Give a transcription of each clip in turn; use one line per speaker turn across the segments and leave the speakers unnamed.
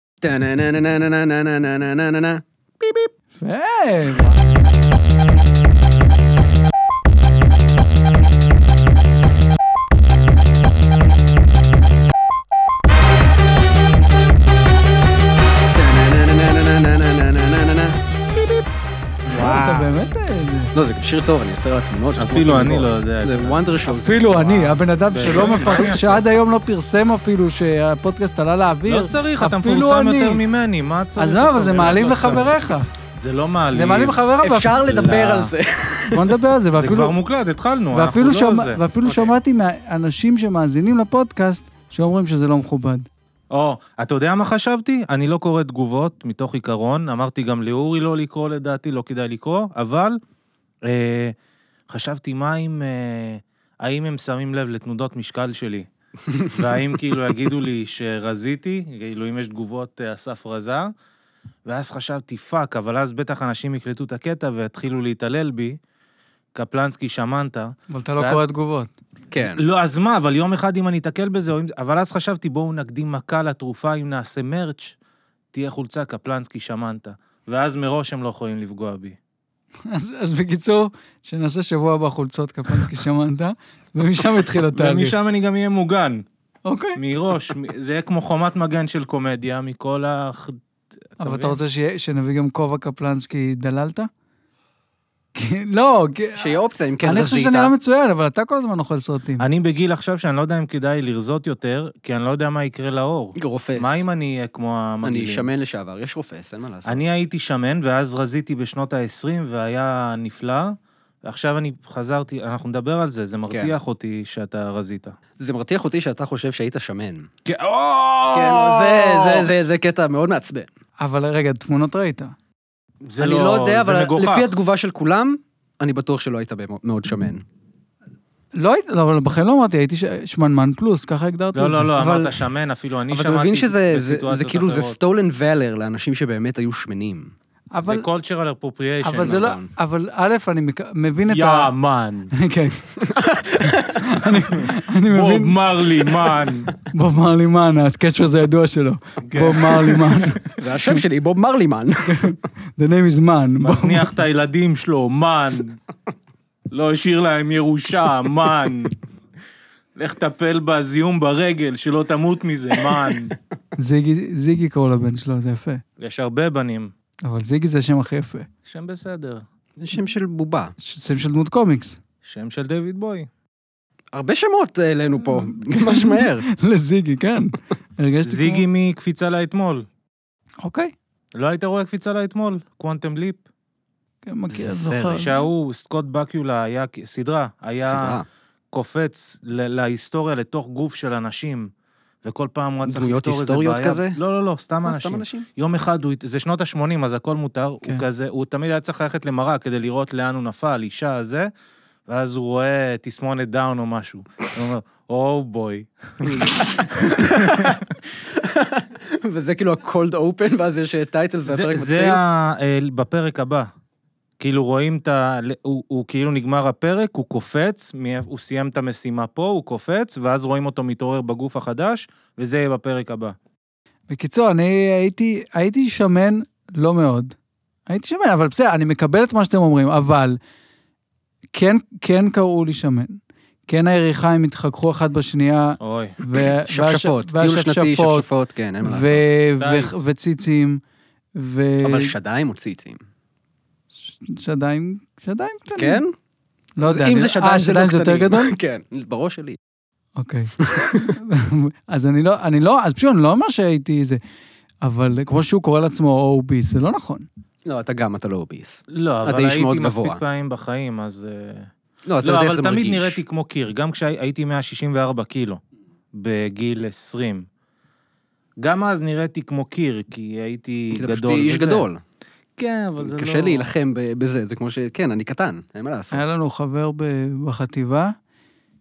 לא, טה-נה-נה-נה-נה-נה-נה-נה-נה-נה-נה-נה. ביפ, ביפ.
יפה.
טה-נה-נה-נה-נה-נה-נה-נה-נה-נה-נה-נה.
אתה באמת... אה,
לא, זה גם שיר טוב, אני יוצר על התמונות. שאנחנו
אפילו
רואים
אני
פה.
לא יודע.
זה וונדר שואו.
אפילו אני,
אה,
הבן אדם שלא מפרסם, שעד היום לא פרסם אפילו שהפודקאסט עלה לאוויר.
לא צריך, אתה
אפילו
מפורסם
אני.
יותר ממני, מה צריך?
אז מה, אבל זה
אתה
מעליב
לא צריך.
לחבריך.
זה לא מעליב.
זה מעליב לחבריך.
אפשר לדבר
לא.
על זה.
בוא נדבר על זה,
זה כבר
ואפילו...
מוקלט, התחלנו, אנחנו
ואפילו,
לא
שמע,
זה.
ואפילו
אוקיי.
שמעתי מאנשים שמאזינים לפודקאסט שאומרים שזה לא מכובד.
או, אתה יודע מה חשבתי? אני לא קורא תגובות מתוך עיקרון, אמרתי גם לאורי לא לקרוא לדעתי, לא כדאי לקרוא, אבל אה, חשבתי מה אם... אה, האם הם שמים לב לתנודות משקל שלי? והאם כאילו יגידו לי שרזיתי, כאילו אם יש תגובות אה, אסף רזה? ואז חשבתי, פאק, אבל אז בטח אנשים יקלטו את הקטע ויתחילו להתעלל בי. קפלנסקי, שמנת.
אבל אתה לא
ואז-
קורא תגובות.
כן.
לא, אז מה, אבל יום אחד אם אני אתקל בזה, או אם... אבל אז חשבתי, בואו נקדים מכה לתרופה, אם נעשה מרץ', תהיה חולצה קפלנסקי שמנת. ואז מראש הם לא יכולים לפגוע בי.
אז, אז בקיצור, שנעשה שבוע הבא חולצות קפנסקי שמעת, ומשם התחיל התהליך.
ומשם אני גם אהיה מוגן.
אוקיי.
מראש, מ- זה יהיה כמו חומת מגן של קומדיה, מכל ה...
אבל אתה
מבין?
רוצה שיה, שנביא גם כובע קפלנסקי דללת? כי- לא, כי...
שיהיה אופציה, אם כן
אני
זה
חושב לא
זיהית.
שאתה נראה מצוין, אבל אתה כל הזמן אוכל סרטים.
אני בגיל עכשיו שאני לא יודע אם כדאי לרזות יותר, כי אני לא יודע מה יקרה לאור.
רופס.
מה אם אני אהיה כמו המגעילים?
אני שמן לשעבר, יש רופס, אין מה לעשות.
אני הייתי שמן, ואז רזיתי בשנות ה-20, והיה נפלא. ועכשיו אני חזרתי, אנחנו נדבר על זה, זה מרתיח אותי שאתה רזית.
זה מרתיח אותי שאתה חושב שהיית שמן.
כן, או!
כן, זה- זה- זה- זה קטע מאוד מעצבן.
אבל רגע, תמונות ראית.
זה
אני לא יודע,
זה
אבל
מגוחך.
לפי התגובה של כולם, אני בטוח שלא היית במ- מאוד שמן.
לא הייתי, לא, אבל בחיים לא אמרתי, הייתי ש... שמנמן פלוס, ככה הגדרת את
לא,
זה.
לא, לא,
אבל-
אמרת שמן, אפילו אני
אבל
שמעתי
אתה מבין שזה זה-
בסיטואציות
זה כאילו, זה
אחרות.
stolen valor לאנשים שבאמת היו שמנים.
זה
אבל,
cultural appropriation.
אבל זה לא...
נכון.
אבל א', אני מק...
לא-
מבין את
יא
ה...
מן,
כן. אני- אני
בוב
מבין...
מרלי מן.
בוב מרלימן, הקצ'ו הזה הידוע שלו.
כן.
בוב מרלימן.
זה השם שלי, בוב מרלימן.
The name is man. בוב-
מזניח את הילדים שלו, מן. לא השאיר להם ירושה, מן. לך תטפל בזיהום ברגל, שלא תמות מזה, מן.
זיגי- זיגי קראו לבן שלו, זה יפה.
יש הרבה בנים.
אבל זיגי זה השם הכי יפה.
שם בסדר.
זה שם של בובה.
ש- שם של דמות קומיקס.
שם של דיוויד בוי.
הרבה שמות אה, העלינו פה, ממש מהר.
לזיגי, כן. הרגשתי כמו...
זיגי מקפיצה לאתמול.
אוקיי.
לא היית רואה קפיצה לאתמול? קוונטם ליפ.
כן, מכיר,
זה
זוכר.
סרט.
שההוא, סקוט בקיולה, היה כ- סדרה. היה
סדרה.
קופץ ל- להיסטוריה לתוך גוף של אנשים, וכל פעם הוא היה צריך
דמויות
לפתור איזה בעיה.
היסטוריות כזה?
לא, לא, לא, סתם
מה, סתם
אנשים.
אנשים?
יום אחד, הוא, זה שנות ה-80, אז הכל מותר,
כן.
הוא כזה, הוא תמיד היה צריך ללכת למראה כדי לראות לאן הוא נפל, אישה, זה, ואז הוא רואה תסמונת דאון או משהו. הוא אומר, "Oh, או בוי.
וזה כאילו ה-cold open, ואז יש טייטל
זה,
והפרק מתחיל.
זה ה... אה, בפרק הבא. כאילו רואים את ה... הוא, הוא כאילו נגמר הפרק, הוא קופץ, מאיפ- הוא סיים את המשימה פה, הוא קופץ, ואז רואים אותו מתעורר בגוף החדש, וזה יהיה בפרק הבא.
בקיצור, אני הייתי, הייתי שמן לא מאוד. הייתי שמן, אבל בסדר, אני מקבל את מה שאתם אומרים, אבל כן, כן קראו לי שמן. כן היריחיים התחככו אחת בשנייה,
אוי.
ו-
אוקיי, שפשפות,
והש-
טיול שנתי,
והשפשפות,
שפשפות, כן, אין מה לעשות.
ו-
לעשות.
ו- וציצים, ו...
אבל שדיים או ציצים?
שדיים, שדיים קטנים.
כן?
לא
אז
יודע.
אם
אני-
זה
אה,
שדיים, זה לא
שדיים זה יותר
קטנים.
גדול?
כן, בראש שלי.
אוקיי. אז אני לא, אני לא, אז פשוט אני לא אומר שהייתי זה, אבל כמו שהוא קורא לעצמו OB, זה לא נכון.
לא, אתה גם, אתה לא אוביס.
לא, אבל
אתה איש מאוד
הייתי מספיק
גבוה.
פעמים בחיים, אז... אה,
לא, אז אתה
לא,
יודע
אבל
איך זה
תמיד
מרגיש.
נראיתי כמו קיר. גם כשהייתי 164 קילו, בגיל 20. גם אז נראיתי כמו קיר, כי הייתי
כי
גדול.
אתה פשוט איש
וזה.
גדול.
כן, אבל זה לא...
קשה להילחם ב- בזה, זה כמו ש... כן, אני קטן, אין מה לעשות.
היה לנו חבר ב- בחטיבה,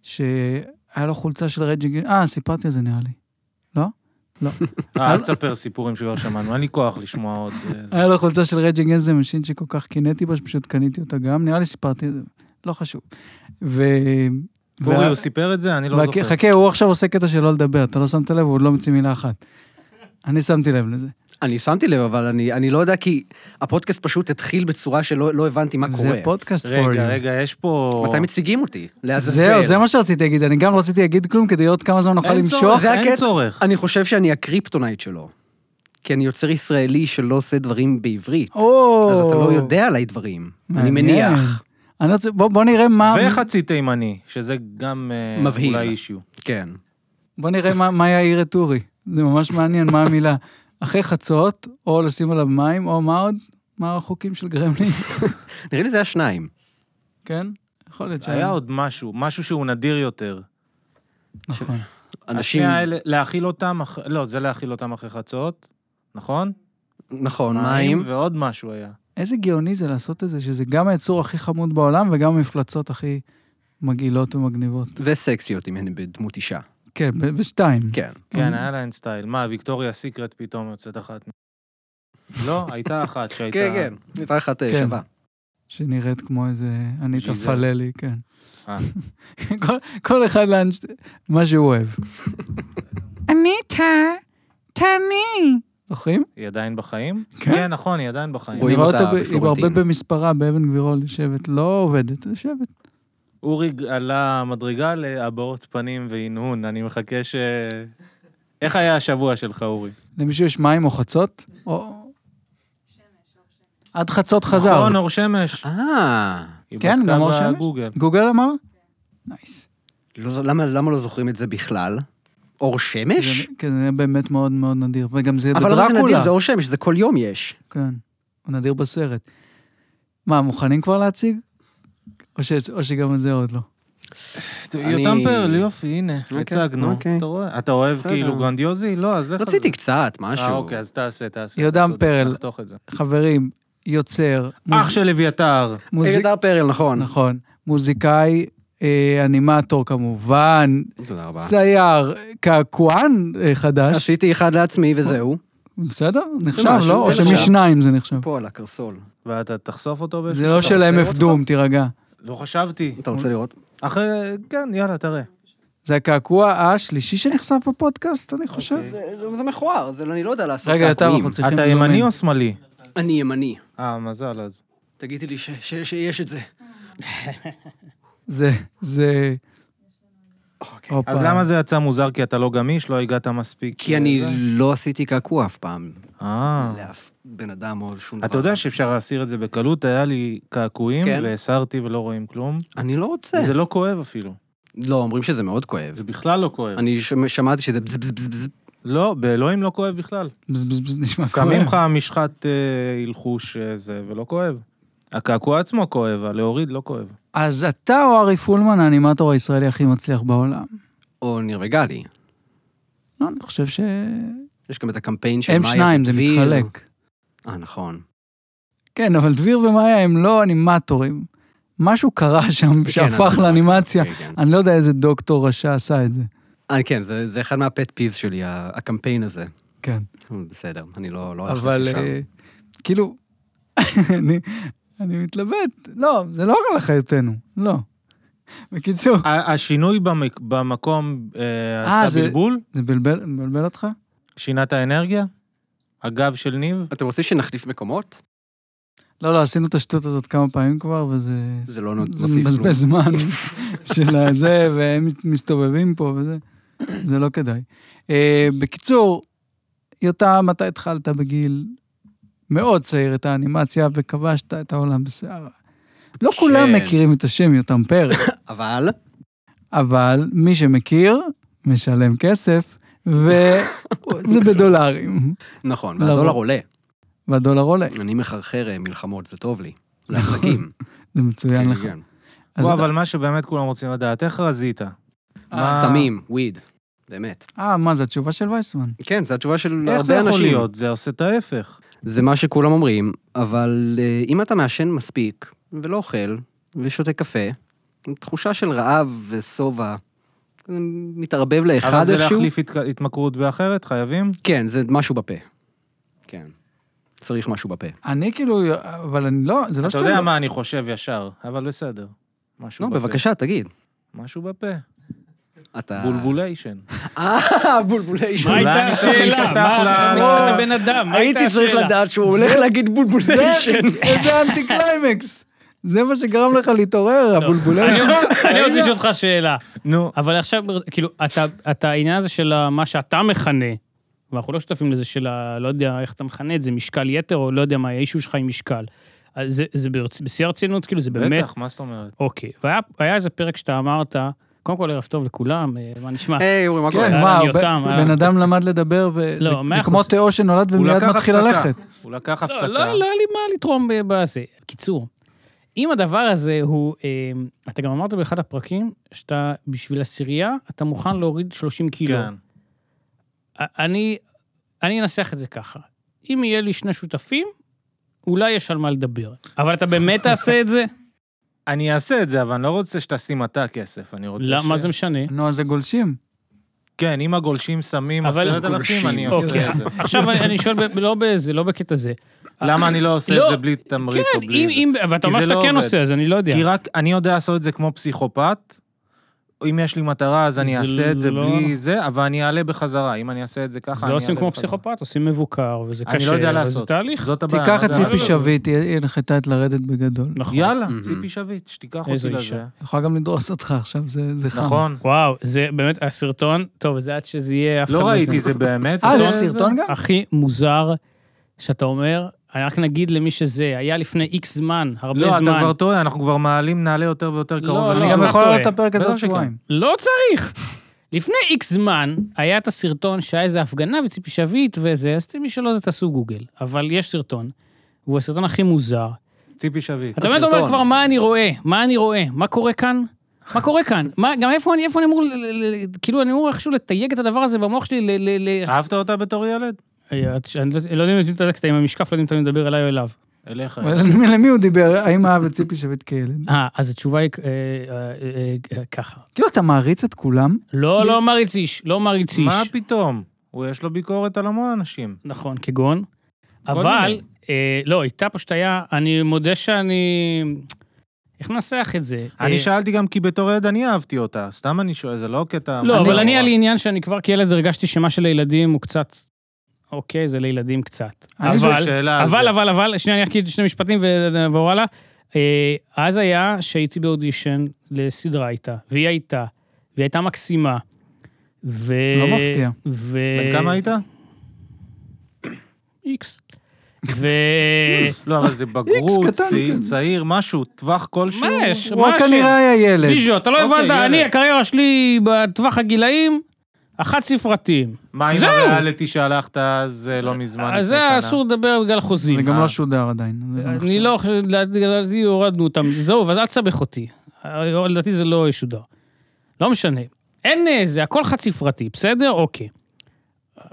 שהיה לו חולצה של רג'י גיל... אה, סיפרתי על זה נראה לי. לא? לא.
אה, אל תספר סיפורים שכבר שמענו, אין לי כוח לשמוע עוד... אה, זה.
היה לו חולצה של רג'י גנזם משין שכל כך קינאתי בה, שפשוט קניתי אותה גם, נראה לי סיפרתי את זה, לא חשוב. ו...
אורי,
וה-
הוא סיפר את זה? אני לא
והק-
זוכר.
חכה, הוא עכשיו עושה קטע שלא לדבר, אתה לא שמת לב, הוא עוד לא מוציא מילה לא אחת. אני שמתי לב לזה.
אני שמתי לב, אבל אני, אני לא יודע כי הפודקאסט פשוט התחיל בצורה שלא לא הבנתי מה קורה.
זה פודקאסט for
רגע,
you.
רגע, יש פה...
מתי מציגים אותי? לעזאזל.
זהו, זה מה שרציתי להגיד, אני גם רציתי להגיד כלום כדי לראות כמה זמן נוכל
אין צורך,
למשוך.
זה
אין
הקטע.
צורך.
אני חושב שאני הקריפטונייט שלו. כי אני יוצר ישראלי שלא עושה דברים בעברית.
או.
אז אתה לא יודע עליי דברים. אני
מעניין.
מניח.
אני רוצה, בוא, בוא נראה מה...
וחצי תימני, שזה גם אה,
מבהיל.
אולי אישיו.
כן.
בוא נראה מה, מה יעיר את אורי. זה ממש מעניין מה המילה. אחרי חצות, או לשים עליו מים, או מה עוד? מה החוקים של גרמלין?
נראה לי זה השניים.
כן? יכול להיות שהיה.
היה עוד משהו, משהו שהוא נדיר יותר.
נכון.
אנשים...
השנייה, אלה- להאכיל אותם, אח- לא, זה להאכיל אותם אחרי חצות, נכון?
נכון, מים.
ועוד משהו היה.
איזה גאוני זה לעשות את זה, שזה גם היצור הכי חמוד בעולם וגם המפלצות הכי מגעילות ומגניבות.
וסקסיות אם הן בדמות אישה.
כן, ב- בשתיים.
כן.
כן, היה להן סטייל. מה, ויקטוריה סיקרט פתאום יוצאת אחת? לא, הייתה אחת שהייתה...
כן, כן. הייתה אחת אה,
כן.
שווה.
שנראית כמו איזה אני
ז'יזל.
תפללי, כן.
אה.
כל, כל אחד לאן... ש- מה שהוא אוהב. אניטה, תעני. זוכרים?
היא עדיין בחיים?
כן.
כן, נכון, היא עדיין בחיים.
רואים
אני רואה
אותה
ב- היא
בפלורנטין.
הרבה במספרה, באבן גבירול יושבת, לא עובדת, יושבת.
אורי עלה מדרגה להבעות פנים והנהון, אני מחכה ש... איך היה השבוע שלך, אורי?
למישהו יש מים או חצות? או... עד חצות חזר.
נכון, אור שמש.
אה,
היא
כן,
בדקה
גם אור שמש?
בגוגל.
גוגל אמר?
כן.
נייס.
לא ז- למה למה לא זוכרים את זה בכלל? אור
זה-
שמש?
כן, זה באמת מאוד מאוד נדיר. וגם זה
אבל
בדרקולה.
לא זה נדיר, זה אור שמש, זה כל יום יש.
כן, הוא נדיר בסרט. מה, מוכנים כבר להציג? או, ש... או שגם את זה עוד לא.
אני-
יותם פרל, יופי, הנה,
אוקיי,
הצגנו.
אוקיי.
אתה רואה? אתה אוהב
בסדר.
כאילו גרנדיוזי? לא, אז לך... על
רציתי
זה.
קצת, משהו.
אה, אוקיי, אז תעשה, תעשה.
יותם
אתה צודק,
פרל.
נחתוך את זה.
חברים, יוצר,
אח של אביתר.
מוזיק-
אביתר פרל, נכון.
נכון, מוזיקאי, אה, אנימטור כמובן,
תודה רבה.
צייר, קעקוען אה, חדש,
עשיתי אחד לעצמי וזהו.
בסדר? נחשב,
משהו,
לא? או
זה נחשב.
שמשניים זה נחשב.
פה על הקרסול.
ואתה תחשוף אותו
זה
באיזשהו...
לא
אתה
של
רוצה
MF
לראות
דום, תירגע.
לא חשבתי.
אתה רוצה לראות?
אחרי... כן, יאללה, תראה.
זה הקעקוע השלישי שנחשף בפודקאסט, אני חושב.
זה זה מכוער, זה- אני לא יודע לעשות
רגע, יותם,
קעקועים.
אנחנו צריכים
אתה
זומים.
ימני או שמאלי?
אני ימני.
אה, מזל אז.
תגידי לי ש- ש- שיש את זה.
זה, זה... הופה.
אז למה זה יצא מוזר? כי אתה לא גמיש? לא הגעת מספיק?
כי אני
לזה?
לא עשיתי קעקוע אף פעם,
אה.
לאף בן אדם או שום דבר.
אתה יודע שאפשר להסיר את זה בקלות? היה לי קעקועים,
כן.
והסרתי ולא רואים כלום.
אני לא רוצה.
זה לא כואב אפילו.
לא, אומרים שזה מאוד כואב.
זה בכלל לא כואב.
אני שמ- שמעתי שזה בז בז בז בז.
לא, באלוהים לא כואב בכלל.
בז, בז, בז, נשמע
שמים
כואב.
לך משחת אה, הלחוש אה, זה, ולא כואב. הקעקוע עצמו כואב, הלהוריד לא כואב.
אז אתה או ארי פולמן האנימטור הישראלי הכי מצליח בעולם?
או ניר וגלי.
לא, אני חושב שהם
יש גם את הקמפיין של מאיה
שניים, זה
ודביר.
מתחלק.
אה, נכון.
כן, אבל דביר ומאיה הם לא אנימטורים. משהו קרה שם
כן,
שהפך
אני-
לאנימציה.
כן, כן.
אני לא יודע איזה דוקטור רשע עשה את זה.
אה, כן, זה זה אחד מהפט פיז שלי, ה- הקמפיין הזה.
כן.
בסדר, אני לא... לא
אבל
הלכתי לשם.
אה, כאילו, אני- אני מתלבט. לא, זה לא רק על אחריותנו, לא. בקיצור,
ה- השינוי במק- במקום אה,
אה,
עשה
זה-
בלבול?
זה בלבל מבלבל אותך?
שינה את האנרגיה? הגב של ניב?
אתם רוצים שנחליף מקומות?
לא, לא, עשינו את השטות הזאת כמה פעמים כבר, וזה
זה לא
זה
נוסיף כלום.
מבזבז זמן של הזה, והם מסתובבים פה וזה, זה לא כדאי. אה, בקיצור, יותם, אתה התחלת בגיל מאוד צעיר את האנימציה וכבשת את העולם בסערה. לא
כן.
כולם מכירים את השם יותם פרק,
אבל,
אבל מי שמכיר, משלם כסף, וזה בדולרים,
נכון,
לרוב.
והדולר עולה.
והדולר עולה,
אני מחרחר אה, מלחמות, זה טוב לי. לעסקים.
נכון, זה מצוין
כן,
לך.
כן.
אז
בוא,
אתה-
אבל מה שבאמת כולם רוצים לדעת, איך רזית? מה-
סמים, וויד. באמת.
אה, מה, זו התשובה של וייסמן.
כן, זו התשובה של הרבה אנשים.
איך זה יכול להיות? זה עושה את ההפך.
זה מה שכולם אומרים, אבל אה, אם אתה מעשן מספיק, ולא אוכל, ושותה קפה, תחושה של רעב ושובע אה, מתערבב לאחד
אבל
איכשהו.
זה להחליף התק- התמכרות באחרת, חייבים?
לא
כן, זה משהו בפה. כן. צריך משהו בפה.
אני כאילו, אבל אני לא, זה לא
אתה
שאתה...
יודע
לא-
מה אני חושב ישר, אבל בסדר. משהו
נו,
בפה.
בבקשה, תגיד.
משהו בפה.
אתה...
בולבוליישן.
אה, בולבוליישן.
מה
אולי
הייתה
אני צריך
השאלה?
להיפתח
מה
ל-
מבחינת הבן אדם? מה הייתה
הייתי צריך
השאלה?
לדעת שהוא הולך להגיד בולבוליישן.
איזה אנטי קליימקס. זה מה שגרם לך להתעורר, הבולבולי
לא, אני
שלך.
רוצה- אני רוצה לשאול אותך שאלה.
נו,
אבל עכשיו, כאילו, אתה- אתה, העניין הזה של ה- מה שאתה מכנה, ואנחנו לא שותפים לזה של ה... לא יודע איך אתה מכנה את זה, משקל יתר, או לא יודע מה, האישו שלך עם משקל. אז זה- זה ברצ- בשיא הרצינות, כאילו, זה באמת...
בטח, מה זאת אומרת?
אוקיי. והיה היה איזה פרק שאתה אמרת, קודם כל ערב טוב לכולם, אה, מה נשמע?
היי, אורי, מה
כן,
קורה?
אהלן,
מה,
יותם, אהלן.
בן אדם למד לדבר, וזה
אה. לא, מאה
זה
אחוז.
כמו תיאו שנולד
הוא
ומיד
לקח
מתחיל
הפסקה.
ללכת.
הוא לקח
לא, לא
הפסקה.
לא היה לי מה לתרום ב- בזה. קיצור, אם הדבר הזה הוא, אה, אתה גם אמרת באחד הפרקים, שאתה, בשביל עשירייה, אתה מוכן להוריד 30
כאילו.
קילו.
כן.
אני, אני אנסח את זה ככה. אם יהיה לי שני שותפים, אולי יש על מה לדבר. אבל אתה באמת תעשה את זה?
אני אעשה את זה, אבל אני לא רוצה שתשים אתה כסף, אני רוצה
לא,
ש...
מה זה משנה?
נו, אז זה גולשים.
כן, אם הגולשים שמים
אבל-
עשרת אלפים, אני
אוקיי.
עושה את זה.
עכשיו אני- אני שואל, ב- לא בזה, לא בקטע זה.
למה אני לא עושה את
לא,
זה בלי תמריץ
כן,
או בלי...
אם,
זה?
אם,
כי
ואתה אומר
זה
שאתה
לא
כן
עובד.
עושה, אז אני לא יודע.
כי רק, אני יודע לעשות את זה כמו פסיכופת. אם יש לי מטרה, אז אני
זה
אעשה את זה
לא-
בלי זה, אבל אני אעלה בחזרה. אם אני אעשה את זה ככה,
זה
אני
לא עושים
אעלה
כמו
בחזרה.
פסיכופת, עושים מבוקר, וזה קשה.
אני לא יודע
אבל
לעשות.
זה תהליך.
זאת הבעיה.
תיקח
אני
את
לא יודע.
ציפי Mm-hmm. שביט, היא היא הנחתה את לרדת בגדול.
נכון.
יאללה,
Mhm.
ציפי שביט, שתיקח
איזו
אותי
אישה.
לזה.
היא יכולה גם לדרוס אותך עכשיו, זה זה חם.
נכון.
וואו, זה באמת, הסרטון, טוב, זה עד שזה יהיה... אף אחד
לא
לא
ראיתי,
זה.
זה באמת... לא?
אה,
סרטון?
יש סרטון גם?
הכי מוזר שאתה אומר, אני רק נגיד למי שזה, היה לפני איקס זמן, הרבה
לא, אתה
זמן.
כבר טועה, אנחנו כבר מעלים נעלה יותר ויותר
לא,
קרוב.
לא,
אני
לשם.
גם
אתה
יכול
טועה.
לעלות את הפרק הזה
בטח
עוד
שכן.
שבועיים.
לא צריך. לפני איקס זמן היה את הסרטון שהיה איזה הפגנה וציפי שביט וזה, אז מי שלא זה תעשו גוגל. אבל יש סרטון, והוא הסרטון הכי מוזר.
ציפי שביט.
אתה באמת אומר
הסרטון.
כבר מה אני רואה, מה אני רואה, מה קורה כאן? מה קורה כאן? מה, גם איפה אני, איפה אני אמור, ל- ל- ל- כאילו אני אמור איכשהו לתייג את הדבר הזה במוח שלי, ל... ל- ל-
אהבת אותה בתור ילד?
אה, את- אני לא- לא יודע אם אתה יודע, עם המשקף, לא יודע אם אתה מדבר אליי או אליו.
אליך.
אבל למי הוא דיבר? האם אהב את ציפי שביט כילד?
אה, אז התשובה היא אה, אה, אה, אה, ככה.
כאילו, אתה מעריץ את כולם?
לא, לא מריץ איש, לא מריץ איש.
מה פתאום? הוא, יש לו ביקורת על המון אנשים.
נכון, כגון.
מיני.
אבל, אה, לא, איתה פשוט היה, אני מודה שאני... איך ננסח את זה? אה,
אני שאלתי גם כי בתור ילד אני אהבתי אותה, סתם אני שואל, זה לא קטע...
לא,
אני
אבל אני, היה לי עניין שאני כבר כילד הרגשתי שמה שלילדים הוא קצת... אוקיי, זה לילדים קצת.
אני
יש לי
אבל,
שאלה על
אבל,
זה.
אבל, אבל, שנייה, אני אגיד שני משפטים ו- ווואלה. אה, אז היה שהייתי באודישן לסדרה איתה, והיא הייתה, והיא הייתה מקסימה. ו...
לא מפתיע.
ו...
בן כמה היית?
איקס. ו...
לא, אבל זה בגרות,
קטן,
צעיר-
כן.
צעיר, משהו, טווח כלשהו.
מה יש?
הוא
מה השם?
כנראה היה ילד.
מישהו, אתה לא
אוקיי,
הבנת,
ילד.
אני, הקריירה שלי בטווח הגילאים, החד ספרתיים.
מה עם
זהו.
הריאליטי שהלכת אז אה, לא מזמן,
אז זה
לפני
אסור
שנה?
לדבר בגלל חוזים. אה,
זה גם לא שודר עדיין. זה לא
אני
נחשב.
לא חושב, לדעתי לדעתי הורדנו אותם. זהו, אז אל תסבך אותי. אה, לדעתי זה לא ישודר. לא משנה. אין אה, זה, הכל חד ספרתי, בסדר? אוקיי.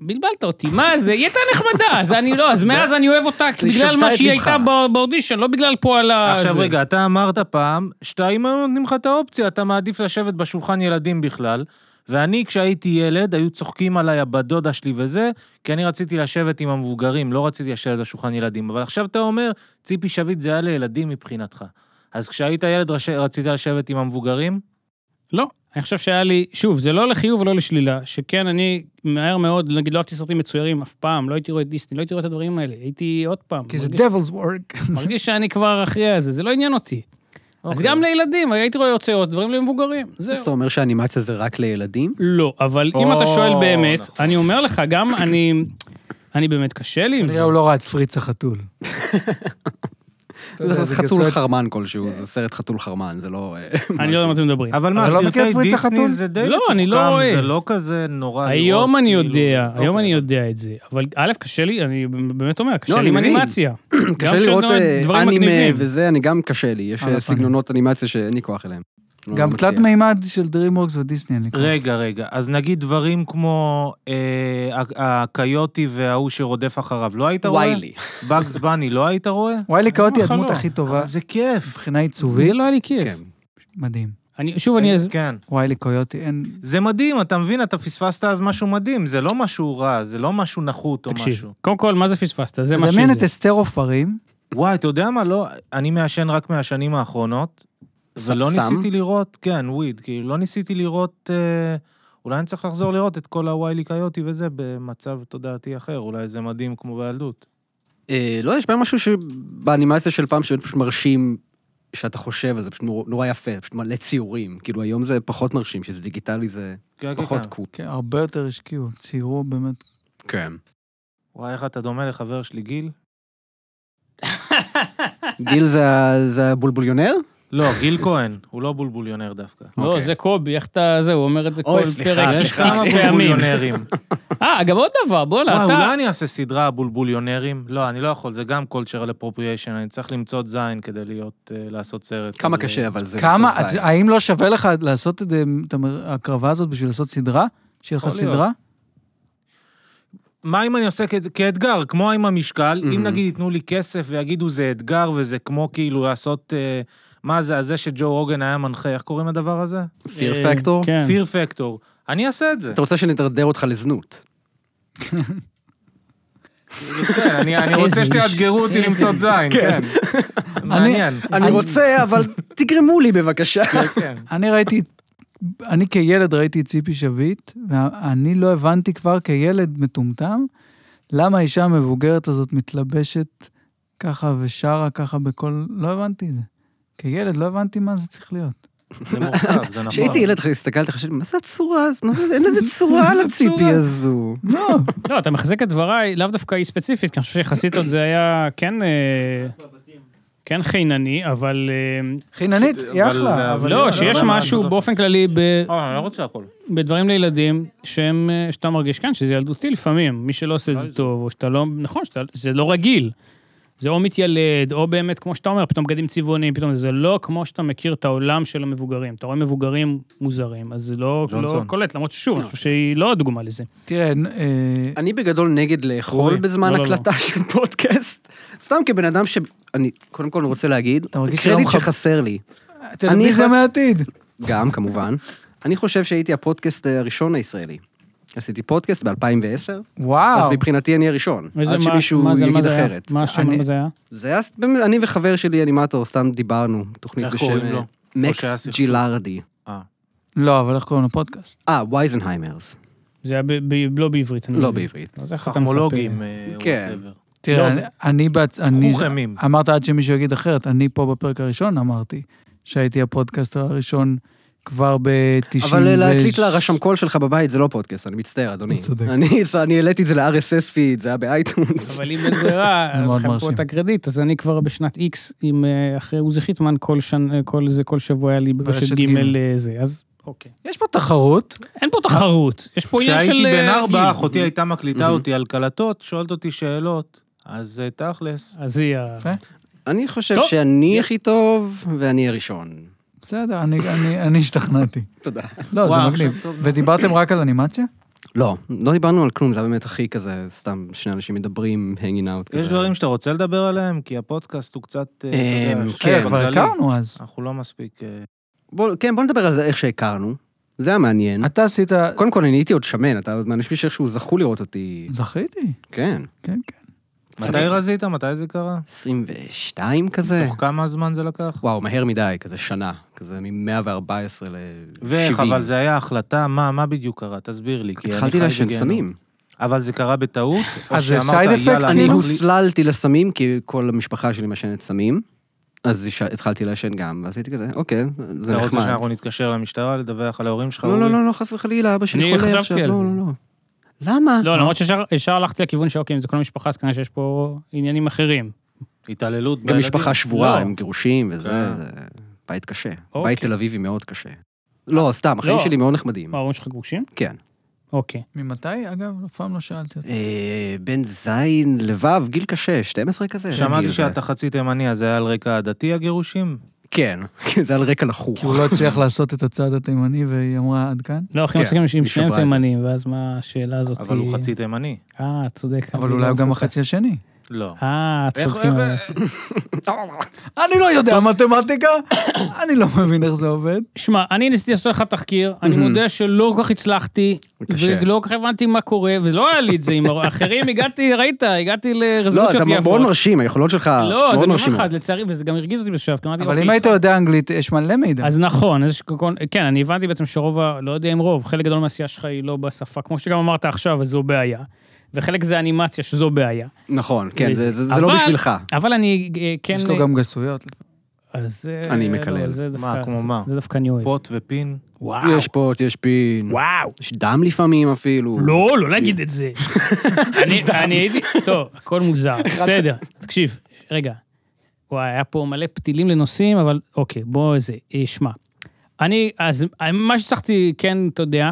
בלבלת אותי, מה זה? היא הייתה נחמדה, אז אני לא, אז מאז אני אוהב אותה כי
היא
בגלל
שבתה
מה
את
שהיא
ליבך.
הייתה בא- באודישן, לא בגלל פועלה.
עכשיו
זה.
רגע, אתה אמרת פעם, שאתה, אם היו נותנים לך את האופציה, אתה מעדיף לשבת בשולחן ילדים בכלל, ואני, כשהייתי ילד, היו צוחקים עליי הבת דודה שלי וזה, כי אני רציתי לשבת עם המבוגרים, לא רציתי לשבת בשולחן ילדים. אבל עכשיו אתה אומר, ציפי שביט זה היה לילדים מבחינתך. אז כשהיית ילד רש- רצית לשבת עם המבוגרים?
לא, אני חושב שהיה לי, שוב, זה לא לחיוב ולא לשלילה, שכן, אני מהר מאוד, נגיד, לא אהבתי סרטים מצוירים אף פעם, לא הייתי רואה את דיסני, לא הייתי רואה את הדברים האלה, הייתי עוד פעם.
כי זה
מרגיש-
devil's work.
מרגיש שאני כבר אחרי זה, זה לא עניין אותי. אז
אוקיי.
גם לילדים, הייתי רואה יוצאות, דברים למבוגרים,
אז אתה
זהו.
אומר שהאנימציה זה רק לילדים?
לא, אבל אם
או,
אתה שואל באמת,
נכון.
אני אומר לך, גם אני, אני באמת קשה לי עם זה.
כנראה הוא לא ראה את פריץ החתול. אתה יודע,
זה
זה
חתול
גרסת-
חרמן כלשהו, זה סרט חתול חרמן, זה לא... אה,
אני לא יודע מה אתם מדברים.
אבל
אתה
מה,
לא מכיר את
סרטי
פריץ החתול?
דיסני זה די
לא, אני לא
מתוחכם,
רואה.
זה לא כזה נורא לראות.
היום אני
כאילו.
יודע, היום
אוקיי.
אני יודע את זה. אבל א', קשה לי, אני באמת אומר, קשה
לא,
לי עם
אני מבין.
אנימציה.
קשה
גם
לראות
כשאני רואה
אה,
דברים
אנימה
מגניבים.
וזה, אני גם קשה לי. יש
על הפנים.
אה, סגנונות אנימציה שאין לי כוח אליהם. לא
גם
מצליח.
תלת מימד של DreamWorks ודיסני, אין לי כוח.
רגע, רגע, אז נגיד דברים כמו אה, ה- הקיוטי וההוא שרודף אחריו, לא היית רואה?
ויילי.
בגס בני, לא היית רואה?
וואלי קאוטי
חלום.
הדמות הכי טובה
אבל זה כיף.
מבחינה עיצובית,
זה לא היה לי כיף.
כן.
מדהים.
אני- שוב, אני... אז-
כן.
וואלי קויוטי, אין...
זה מדהים, אתה מבין? אתה פספסת אז משהו מדהים, זה לא משהו רע, זה לא משהו נחות או
תקשיב,
משהו.
קודם כל, מה זה פספסת? זה מה
תדמיין את
שזה.
אסתר עופרים,
וואי, אתה יודע מה? לא, אני מעשן רק מהשנים האחרונות, ולא
סם?
ניסיתי לראות, כן, וויד, כאילו, לא ניסיתי לראות, אה, אולי אני צריך לחזור לראות את כל הוויילי קיוטי וזה במצב תודעתי אחר, אולי זה מדהים כמו בילדות.
אה, לא, יש בהם משהו שבאנימציה של פעם שבאמת פשוט מרשים שאתה חושב על זה, פשוט נור, נורא יפה, פשוט מלא ציורים. כאילו היום זה פחות מרשים, שזה דיגיטלי זה
כן, כן,
פחות
כן.
קול.
כן, הרבה יותר השקיעו, ציירו באמת.
כן.
וואי, איך אתה דומה לחבר שלי גיל?
גיל זה, ה- זה הבולבוליונר?
לא, גיל כהן, הוא לא בולבוליונר דווקא.
לא,
אוקיי.
זה קובי, איך אתה... זה, הוא אומר את זה
אוי,
כל
סליחה,
פרק.
יש
X
כמה
פעמים.
בולבוליונרים.
אה, גם עוד דבר, בוא'נה,
וואי,
אתה...
אולי אני אעשה סדרה בולבוליונרים? לא, אני לא יכול, זה גם cultural appropriation, אני צריך למצוא את זין כדי להיות, אה, לעשות סרט.
כמה
על-
קשה, אבל זה...
כמה,
זה- זה-
את- האם לא שווה לך לעשות את את המר- ההקרבה הזאת בשביל לעשות סדרה? שיהיה לך
יכול להיות.
סדרה?
מה אם אני עושה כ- כאתגר, כמו עם המשקל, אם
Mhm.
נגיד ייתנו לי כסף ויגידו זה אתגר וזה כמו כאילו לעשות, אה, מה זה, הזה שג'ו רוגן היה מנחה, איך קוראים לדבר הזה?
Fear
אה,
Factor?
כן.
Fear Factor. אני אעשה את זה.
אתה רוצה שנדרדר אותך לזנות.
כן, אני אני רוצה
איזה איש.
שתאתגרו אותי למצוא זין, כן. מעניין.
אני רוצה, אבל תגרמו לי בבקשה.
כן, כן.
אני ראיתי, אני כילד ראיתי את ציפי שביט, ואני לא הבנתי כבר כילד מטומטם, למה האישה המבוגרת הזאת מתלבשת ככה ושרה ככה בכל... לא הבנתי את זה. כילד לא הבנתי מה זה צריך להיות.
זה מורכב, זה נכון.
כשהייתי ילד הסתכלתי, חשבתי, מה זה הצורה הזו? מה זה- אין לזה צורה על הציפי הזו.
לא,
לא, אתה מחזק את דבריי, לאו דווקא היא ספציפית, כי אני חושב שיחסית עוד זה היה כן... אה, כן חינני, אבל... אה,
חיננית, היא
אבל-
אחלה.
אבל-
אבל-
לא,
לא,
שיש
אבל-
משהו
אבל-
באופן כללי ב-
אה, אני לא רוצה הכל.
בדברים לילדים, שהם, אה, שאתה מרגיש כאן, שזה ילדותי לפעמים, מי שלא עושה את זה טוב, או שאתה לא, נכון, שאתה- זה לא רגיל. זה או מתיילד, או באמת, כמו שאתה אומר, פתאום בגדים צבעוניים, פתאום זה לא כמו שאתה מכיר את העולם של המבוגרים. אתה רואה מבוגרים מוזרים, אז זה לא, לא
ג'ונסון.
קולט, למרות ששוב, אני חושב שהיא לא הדוגמה לזה.
תראה, אה,
אני בגדול נגד לאכול
אורי,
בזמן
לא, לא, לא.
הקלטה של פודקאסט. סתם כבן אדם ש... אני קודם כל רוצה להגיד,
אתה מרגיש שלא
קרדיט
מחב-
שחסר לי.
טלוויזיה
חו-
מהעתיד.
גם, כמובן. אני חושב שהייתי הפודקאסט הראשון הישראלי. עשיתי פודקאסט ב-2010, אז
וואו.
מבחינתי אני הראשון.
וזה
עד
מה-
שמישהו
מה זה- מה
יגיד
זה היה?
אחרת.
מה השם
אני-
הזה היה?
זה היה, באמת, אני וחבר שלי אנימטור, סתם דיברנו, תוכנית
איך
בשם...
קוראים
אה,
לו? או שהיה
מקס
סכסוך.
ג'ילארדי.
אה.
לא, אבל איך קוראים לפודקאסט?
אה, וייזנהיימרס.
זה היה ב- ב- לא בעברית. אני
לא
מבין.
בעברית.
אז איך אתה מספר?
חכמולוגים,
כן.
וואטאבר.
תראה,
לא.
אני- אני בעצ... אני...
חורמים.
אמרת עד שמישהו יגיד אחרת, אני פה בפרק הראשון אמרתי שהייתי הפודקאסטר הראשון כבר ב-90...
אבל אה, להקליט לרשם קול שלך בבית זה לא פודקאסט, אני מצטער, אדוני.
אתה צודק.
אני- אני העליתי את זה ל-RSS פיד, זה היה באייטונס.
אבל אם אין ברירה,
זה מאוד
חלקו
מרשים.
את הקרדיט, אז אני כבר בשנת איקס, עם, אה, אחרי עוזי חיטמן, כל שנ- אה, כל זה, כל שבוע היה לי ברשת
ברשת
גימל
ג'.
אה, זה, אז אוקיי.
יש פה תחרות,
אין פה תחרות, יש פה עניין של...
כשהייתי בן
אה,
ארבע,
גיל.
אחותי הייתה מקליטה אותי על קלטות, שואלת אותי שאלות, אז אה, תכלס.
אז היא ה...
כן.
יפה.
אני חושב
טוב.
שאני הכי טוב, ואני הראשון.
בסדר, אני, אני, אני השתכנעתי.
תודה.
לא, זה
וואו,
מגניב.
עכשיו טוב.
ודיברתם רק על אנימציה?
לא, לא דיברנו על כלום, זה היה באמת הכי כזה, סתם שני אנשים מדברים, hanging out כזה.
יש דברים שאתה רוצה לדבר עליהם? כי הפודקאסט הוא קצת... אה,
אה,
אתה יודע,
כן,
אה,
אבל
כבר
כללי.
הכרנו אז.
אנחנו לא מספיק... אה,
בוא, כן, בוא נדבר על זה איך שהכרנו. זה היה מעניין.
אתה עשית...
קודם כל, אני הייתי עוד שמן, אתה עוד מהאנשים שאיכשהו זכו לראות אותי.
זכיתי,
כן.
כן, כן.
מתי רזית? מתי זה קרה?
22 כזה.
תוך כמה זמן זה לקח?
וואו, מהר מדי, כזה שנה. כזה מ-114
ואיך, אבל
ל-70.
זה היה החלטה, מה, מה בדיוק קרה? תסביר לי, כי אני חי
התחלתי לעשן
בגיהנום.
סמים.
אבל זה קרה בטעות? או
אז זה
שאמרת,
side effect,
"יאללה,
אתה
אני
כאילו?
מחליט"?
הוסללתי לסמים, כי כל המשפחה שלי מעשנת סמים. אז יש- התחלתי לעשן גם, ואז הייתי כזה, אוקיי, זה
אתה רוצה
נחמד.
שאנחנו נתקשר למשטרה, לדווח על ההורים שלך?
לא,
אורי?
לא, לא, לא, חס וחלילה, אבא
אני
שלי חולה
חשבתי
עכשיו,
על
לא,
זה.
לא, לא. למה?
אה?
לא, למרות שישר הלכתי לכיוון שאוקיי, אם זה כל המשפחה, אז כנראה שיש פה עניינים אחרים.
התעללות
גם
בילדים?
משפחה שבורה,
לא. כן.
הם גירושים
אה.
וזה, זה בית קשה.
אוקיי.
בית תל אביבי מאוד קשה. לא, סתם, החיים
לא.
שלי מאוד נחמדים.
מה, ההורים שלך גרושים?
כן.
אוקיי.
ממתי? אגב, אף פעם לא שאלתי אותך.
אה, בן זין, לבב, גיל קשה, 12 כזה. איזה כן, גיל
שמעתי
זה?
שאתה חצי תימני, אז זה היה על רקע עדתי הגירושים?
כן, כן, זה על רקע
כי
לחוך.
הוא לא הצליח לעשות את הצעד התימני, והיא אמרה עד כאן.
לא, הכי
כן,
מצחיקים עם
היא
שניהם
שוברה את זה.
תימנים, ואז מה השאלה הזאת?
אבל הוא
היא-
חצי תימני.
אה, צודק.
אבל
אני
אולי
לא
הוא גם
מפוקס.
החצי השני.
לא.
אה, צודקים.
איך-
עליי.
אני לא יודע מתמטיקה, אני לא מבין איך זה עובד.
שמע, אני ניסיתי לעשות לך תחקיר, אני מודה שלא כל כך הצלחתי,
זה קשה.
ולא כל כך הבנתי מה קורה, ולא היה לי את זה עם האחרים, הגעתי, ראית, הגעתי
לא,
לרזולוציות
אתה
יפות.
מאוד מרשים, היכולות שלך
לא, זה
מאוד
אני אומר
מרשימות.
לך, לצערי, וזה גם הרגיז אותי בשלב, כי אמרתי,
אבל
אוקיי,
אם היית יודע אנגלית, יש מלא מידע.
אז נכון, אז יש כל- כן, אני הבנתי בעצם שרוב ה... לא יודע אם רוב, חלק גדול מהעשייה שלך היא לא בשפה, כמו שגם אמרת עכשיו, אז זו בעיה. וחלק זה אנימציה, שזו בעיה.
נכון, כן, זה- זה זה
אבל-
לא בשבילך.
אבל אני אה, כן...
יש לו גם גסויות.
אז... אה,
אני
לא,
מקלל.
זה דווקא-
מה, כמו
זה-
מה?
זה דווקא אני אוהב.
פוט ופין.
וואו.
יש פוט, יש פין,
וואו.
יש דם לפעמים אפילו.
לא, לא להגיד את זה. אני- אני הייתי... טוב, הכל מוזר, בסדר. תקשיב, רגע. וואי, היה פה מלא פתילים לנושאים, אבל אוקיי, בוא איזה... אה, שמע. אני, אז אה, מה שצריכתי, כן, אתה יודע,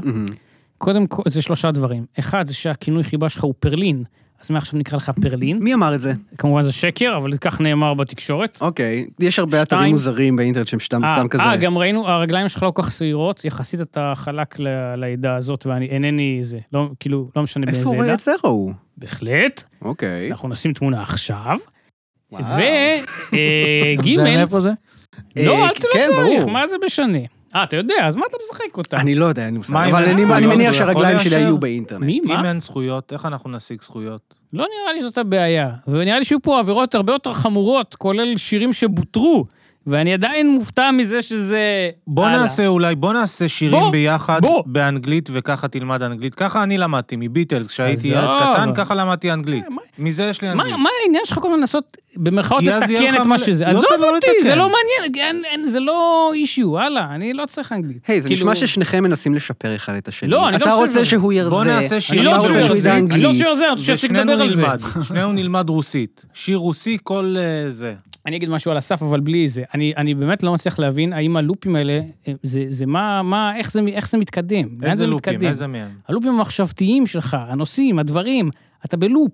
קודם כל, זה שלושה דברים. אחד, זה שהכינוי חיבה שלך הוא פרלין, אז מעכשיו נקרא לך פרלין.
מי אמר את זה?
כמובן זה שקר, אבל כך נאמר בתקשורת.
אוקיי, יש הרבה אתרים
שתיים.
מוזרים באינטרנט שהם סתם
אה,
שם כזה.
אה, גם ראינו, הרגליים שלך לא כל כך שעירות, יחסית אתה חלק ל- לעדה הזאת, ואני אינני זה, לא, כאילו, לא משנה באיזה
איפה
עדה. נכון.
רואה את זרו הוא?
בהחלט.
אוקיי.
אנחנו נשים תמונה עכשיו.
וואו.
זה
וגימל,
מאיפה זה?
לא,
אה, כן,
אל תלך צריך,
ברור.
מה זה משנה? אה, אתה יודע, אז מה אתה משחק אותה?
אני לא יודע, אין לי מושג.
מה עם
אבל אני-
הזכויות?
אני מניח
זה יכול
שהרגליים שלי
לאשר?
היו באינטרנט.
מי, מה?
אם אין זכויות, איך אנחנו נשיג זכויות?
לא נראה לי זאת הבעיה. ונראה לי שיהיו פה עבירות הרבה יותר חמורות, כולל שירים שבוטרו, ואני עדיין מופתע מזה שזה...
בוא
הלאה.
נעשה אולי, בוא נעשה
בוא,
שירים ביחד,
בוא.
באנגלית, וככה תלמד אנגלית. ככה אני למדתי, מביטלס, כשהייתי
עזוב.
ילד קטן, ככה למדתי אנגלית. מזה יש לי
מה,
אנגלית.
מה העניין שלך כל הזמן לנסות במרכאות
כי אז יהיה
לתקן
לך
את
מלא-
מה שזה?
לא,
עזוב
אתה לא
אותי,
לתקן.
זה לא מעניין, אין- אין- זה לא אישיו, הלאה, אני לא צריך אנגלית.
היי, זה
כאילו-
נשמע ששניכם מנסים לשפר אחד את השני.
לא, אני לא
אתה
עושה
רוצה
את זה.
שהוא ירזה.
בוא נעשה
אני
שיר
לא
אתה
רוצה
רוצה
שהוא
שהוא
ירזה,
ידע
אני לא
אנגלית.
רוצה שהוא ירזה, אני רוצה שיפסיק
ושנינו
לדבר על זה.
נלמד, שנינו נלמד רוסית. שיר רוסי, כל אה, זה.
אני אגיד משהו על הסף, אבל בלי זה. אני, אני באמת לא מצליח להבין האם הלופים האלה, אה, זה, זה מה, מה, איך זה, איך זה מתקדם? לאן
איזה
זה
לופים,
מתקדם?
איזה מהם?
הלופים המחשבתיים שלך, הנושאים, הדברים, אתה בלופ.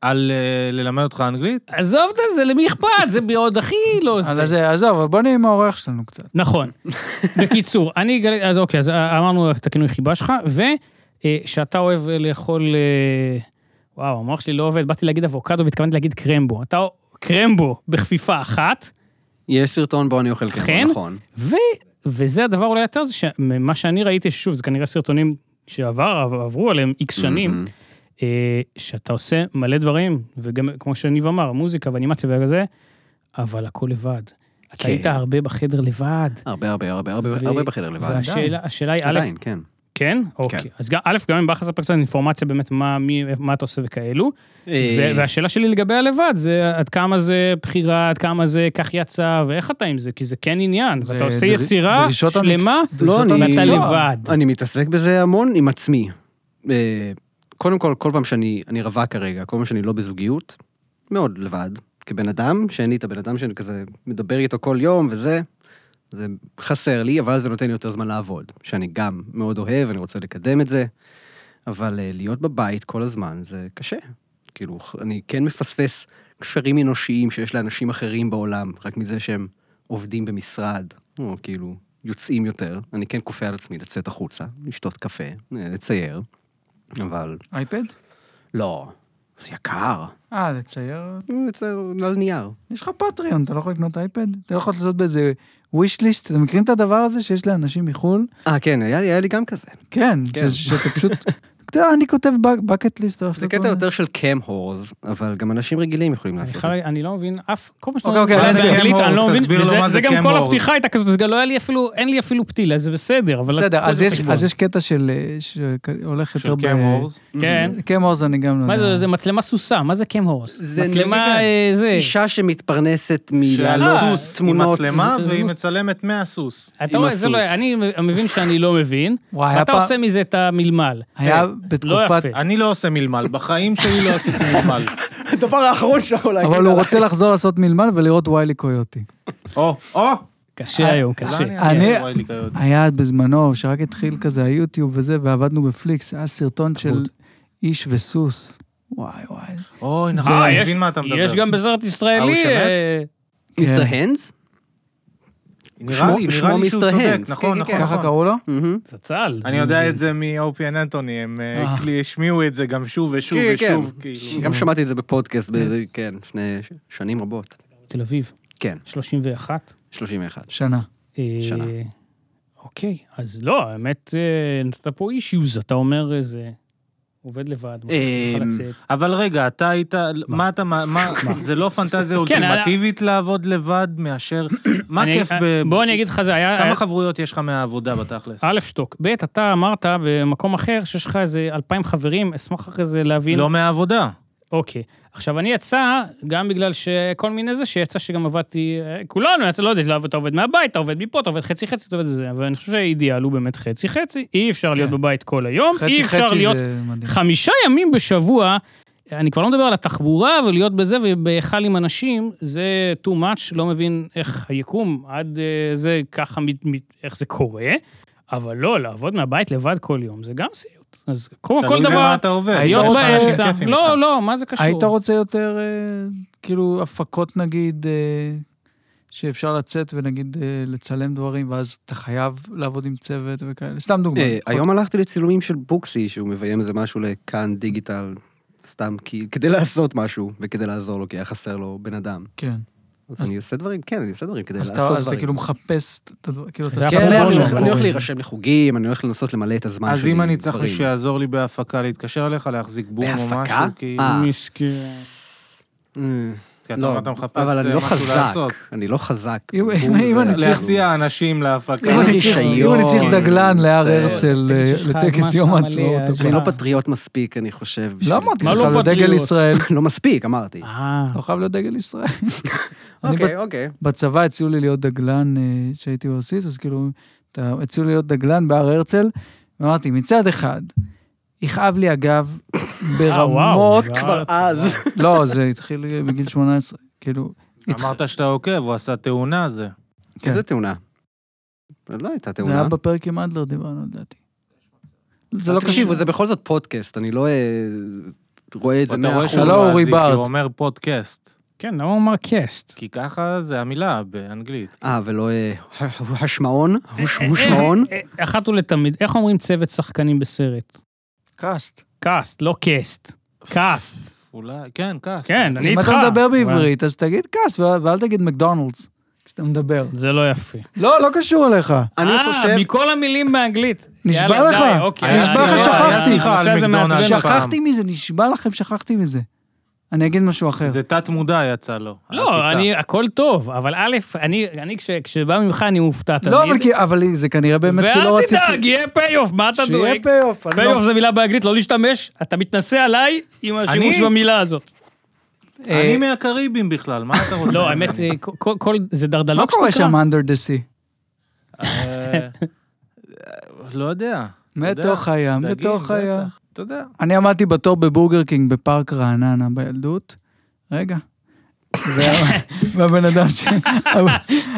על אה, ללמד אותך אנגלית?
עזוב את זה, למי אכפת? זה בעוד הכי לא זה.
אז זה, עזוב, אבל בוא נהיה עם האורח שלנו קצת.
נכון. בקיצור, אני אגלה, אז אוקיי, אז אמרנו את הכינוי חיבה שלך, ושאתה אוהב לאכול, אה, וואו, המוח שלי לא עובד, באתי להגיד אבוקדו והתכוונתי להגיד קרמבו. אתה קרמבו בכפיפה אחת,
יש סרטון בו אני אוכל
אכן?
קרמבו, נכון.
ו, וזה הדבר אולי יותר, זה שמה שאני ראיתי, ששוב, זה כנראה סרטונים שעבר, עברו עליהם איקס שנים,
Mm-hmm.
אה, שאתה עושה מלא דברים, וגם, כמו שניב אמר, מוזיקה ואנימציה וכזה, אבל הכל לבד. אתה
כן.
היית הרבה בחדר לבד.
הרבה הרבה הרבה הרבה
ו-
הרבה בחדר לבד.
והשאלה השאלה היא, א',
עדיין, כן.
כן? אוקיי. אז גם- א', גם אם בא לך לספר קצת אינפורמציה באמת מה מי- מה אתה עושה וכאלו,
אה,
ו- והשאלה שלי לגבי הלבד, זה עד כמה זה בחירה, עד כמה זה כך יצא, ואיך אתה עם זה, כי זה כן עניין,
זה
ואתה
דר-
עושה יצירה
דרישות
שלמה,
המק-
לא,
דרישות
אני-
ואתה
המקצוע.
לבד.
אני מתעסק בזה המון עם עצמי. אה, קודם כל, כל פעם שאני אני רווק כרגע, כל פעם שאני לא בזוגיות, מאוד לבד. כבן אדם, שאין לי את הבן אדם שאני כזה מדבר איתו כל יום וזה, זה חסר לי, אבל זה נותן לי יותר זמן לעבוד, שאני גם מאוד אוהב, אני רוצה לקדם את זה, אבל אה, להיות בבית כל הזמן זה קשה. כאילו, אני כן מפספס קשרים אנושיים שיש לאנשים אחרים בעולם, רק מזה שהם עובדים במשרד, או כאילו יוצאים יותר. אני כן כופה על עצמי לצאת החוצה, לשתות קפה, אה, לצייר, אבל
אייפד?
לא, זה יקר.
אה, לצייר?
לצייר על נייר.
יש לך פטריון, אתה לא יכול לקנות אייפד? אתה לא יכול לעשות באיזה wish list? אתם מכירים את הדבר הזה שיש לאנשים מחו"ל?
אה, כן, היה לי, היה לי גם כזה.
כן,
כן.
ש- שאתה פשוט... אתה יודע, אני כותב bucket list. או
זה
איך שאתה
קטע
קורא לזה.
יותר של קאם הורס, אבל גם אנשים רגילים יכולים
אני
לעשות את
חי-
זה.
אני לא מבין אף, כל מה שאתה
אוקיי, אוקיי,
מה
מה
זה
זה
באנגלית,
קמורס?
אני לא מבין,
תסביר לו
וזה-
מה
זה
זה
גם כל
כן,
קמורס.
הפתיחה הייתה כזאת, אז גם לא היה לי אפילו, אין לי אפילו פתיל, אז זה בסדר, אבל...
בסדר,
הכל
אז
זה
יש-
חשבון.
אז יש קטע של... אה, שהולך יותר
של קם הורס.
כן.
קם הורס אני גם לא יודע.
מה זה, זה מצלמה סוסה, מה זה קם הורס?
זה
מצלמה
נגיד-
אה, זה...
אישה שמתפרנסת
שעל
מלהעלות
סוס עם
תמונות.
מצלמה,
ז-
והיא
ז-
מצלמת מהסוס.
אתה
עם
רואה, זה לא...
הסוס.
אני מבין שאני לא מבין,
וואי, היה
ואתה
פעם-
עושה מזה את המלמל.
היה
אה, לא
בתקופת...
יפה.
אני לא עושה מלמל, בחיים שלי לא עשיתי מלמל.
הדבר האחרון שאנחנו להגיד.
אבל הוא רוצה לחזור לעשות מלמל ולראות ויילי קויוטי.
או, או!
קשה היום,
אולי
קשה.
אני...
אה, לא, אני-
אעשה וואי, לי כיאות.
היה בזמנו, שרק התחיל כזה היוטיוב וזה, ועבדנו בפליקס, היה סרטון של איש וסוס. וואי וואי.
אוי, נכון,
אה,
אני
יש-
מבין מה אתה מדבר.
אה,
כן.
יש גם בסרט ישראלי...
שמת?
אה,
מיסטר הנדס?
נראה לי,
שמו
נראה לי שהוא צודק,
מסתרהן.
נכון,
כן,
נכון,
כן,
ככה
נכון.
קראו לו?
מהמם.
זצ"ל.
אני יודע את זה מאופיאן אנטוני, הם אה,
אה.
כלי- השמיעו את זה גם שוב ושוב
כן, כן.
ושוב, כאילו.
גם שמעתי את זה בפודקאסט, באיזה- כן, לפני ש- שנים רבות.
תל אביב,
כן,
31.
31.
שנה.
אה,
שנה.
אוקיי, אז לא, האמת, אה, נתת פה אישיוז, אתה אומר איזה... עובד לבד, מה שצריך
אה,
אמ,
לצאת.
אבל רגע, אתה היית, מה אתה, מה, מה- זה לא פנטזיה אולטימטיבית לעבוד לבד מאשר, מה
כן, אני-
כיף
אה,
ב...
בוא אני אגיד לך, זה היה... היה-
כמה חברויות יש לך מהעבודה בתכלס?
א', שתוק. ב', אתה אמרת במקום אחר שיש לך איזה 2,000 חברים, אשמח אחרי זה להבין.
לא מהעבודה.
אוקיי. עכשיו, אני יצא, גם בגלל שכל מיני זה, שיצא שגם עבדתי, אה, כולנו, יצא, לא יודע, לא, אתה עובד מהבית, אתה עובד מפה, אתה עובד חצי-חצי, אתה עובד זה, אבל אני חושב שהאידיאל הוא באמת חצי-חצי. אי אפשר להיות
כן.
בבית כל היום, אי אפשר
חצי-חצי
להיות
זה מדהים.
חמישה ימים בשבוע, אני כבר לא מדבר על התחבורה ולהיות בזה ובהיכל עם אנשים, זה too much, לא מבין איך היקום עד אה, זה ככה, מת, מת, איך זה קורה, אבל לא, לעבוד מהבית לבד כל יום, זה גם סיוט. אז כל, כל
תלוי
דבר,
במה אתה עובד. לא,
להיות
אתה רוצה אנשים
באמצע, לא, לא, מה זה קשור?
היית רוצה יותר, אה, כאילו, הפקות נגיד, אה, שאפשר לצאת ונגיד אה, לצלם דברים, ואז אתה חייב לעבוד עם צוות וכאלה? סתם דוגמא.
אה, היום הלכתי לצילומים של בוקסי, שהוא מביים איזה משהו לכאן דיגיטל, סתם כי- כדי לעשות משהו וכדי לעזור לו, כי היה חסר לו בן אדם.
כן.
אז
אז-
אני עושה דברים, כן, אני עושה דברים כדי
אז
לעשות
אתה
דברים.
אז אתה כאילו מחפש את הדברים, כאילו,
זה
אתה...
כן,
אפרופו
אני הולך-
של
אני הולך
דברים.
להירשם לחוגים, אני הולך לנסות למלא את הזמן שלי.
אז אם אני צריך
דברים.
מישהו שיעזור לי בהפקה, להתקשר אליך, להחזיק בום או
בהפקה?
משהו, כי...
אה.
מסכן.
אה,
כי אתה
לא,
אומר, אתה מחפש
אבל אני
אה,
לא
משהו
חזק,
לעשות.
אני לא חזק.
אם-
בום
אם
זה-
אני צריך-
להסיע אנשים להפקה.
אם
אין
אני
לי
צריך- אם
רישיון,
אני צריך דגלן
אני
להר
מצטער.
הרצל
תגיד
אה,
שיש לך
לטקס
הזמן
יום
שלך
העצמאות.
מלא, אז
אני
אבל-
מה?
לא פטריוט מספיק, אני חושב. בשביל-
לא אמרתי
מה
לך,
לא
לא דגל
פטריוט?
ישראל.
לא מספיק, אמרתי.
אה,
לא חייב להיות דגל ישראל. אני
אוקיי, אוקיי.
בצבא הציעו לי להיות דגלן אה, כשהייתי בבסיס, אז כאילו, אתה- הציעו לי להיות דגלן בהר הרצל, ואמרתי, מצד אחד, יכאב לי הגב
אה, וואו.
ברמות...
כבר אז.
לא, זה התחיל בגיל 18, כאילו...
אמרת שאתה עוקב, הוא עשה תאונה זה.
כן.
איזה תאונה? לא הייתה
זה היה
תאונה.
בפרק עם אדלר, דיברנו לדעתי. זה לא
תקשיבו,
קשור.
זה בכל זאת פודקאסט, אני לא אה, רואה את זה
ואתה רואה
מאחור.
שהוא
שלום, אורי
מאזין, כי
בארט.
הוא אומר פודקאסט.
כן, למה הוא אמר קאסט?
כי ככה זה המילה באנגלית.
אה, ולא אה, השמעון? הוש- הושמעון?
אה, אה, אחת ולתמיד, איך אומרים צוות שחקנים בסרט?
קאסט.
קאסט, לא קאסט. קאסט.
אולי, כן, כעס.
כן, אני
אם
איתך.
אתה מדבר בעברית, אז תגיד קאסט, ואל ואל תגיד מקדונלדס כשאתה מדבר.
זה לא יפה.
לא, לא קשור אליך.
אני
אה,
חושב...
מכל המילים באנגלית.
נשבע
יאללה,
לך.
די, אוקיי.
נשבע
היה
לך,
שיחה-
שכחתי.
היה שיחה על
הנושא הזה
מקדונלדס.
מעצבן אותך.
שכחתי מזה, נשבע לכם, שכחתי מזה. אני אגיד משהו אחר.
זה תת מודע יצא לו.
לא,
העקיצה.
אני, הכל טוב, אבל א', אני, אני כש- כשבא ממך אני מופתע תמיד.
לא, אבל כי- אבל זה כנראה באמת, כי לא רציתי...
ואל תדאג, יהיה פי-אוף, מה אתה
שיהיה
דואג?
פי-אוף. אני לא-
פי-אוף זה מילה באנגלית, לא להשתמש, אתה מתנשא עליי עם השימוש במילה הזאת.
אה,
אני מהקריבים בכלל, מה אתה רוצה?
לא, האמת, זה כל- כל- כל, זה דרדלות
מה לא קורה
שנקרא?
שם under the sea?
אה, לא יודע. אתה יודע,
מתוך הים,
דגים,
בתוך הים.
בטח, אתה יודע.
אני עמדתי בתור בבורגר קינג בפארק רעננה בילדות. רגע. וה- והבן אדם ש...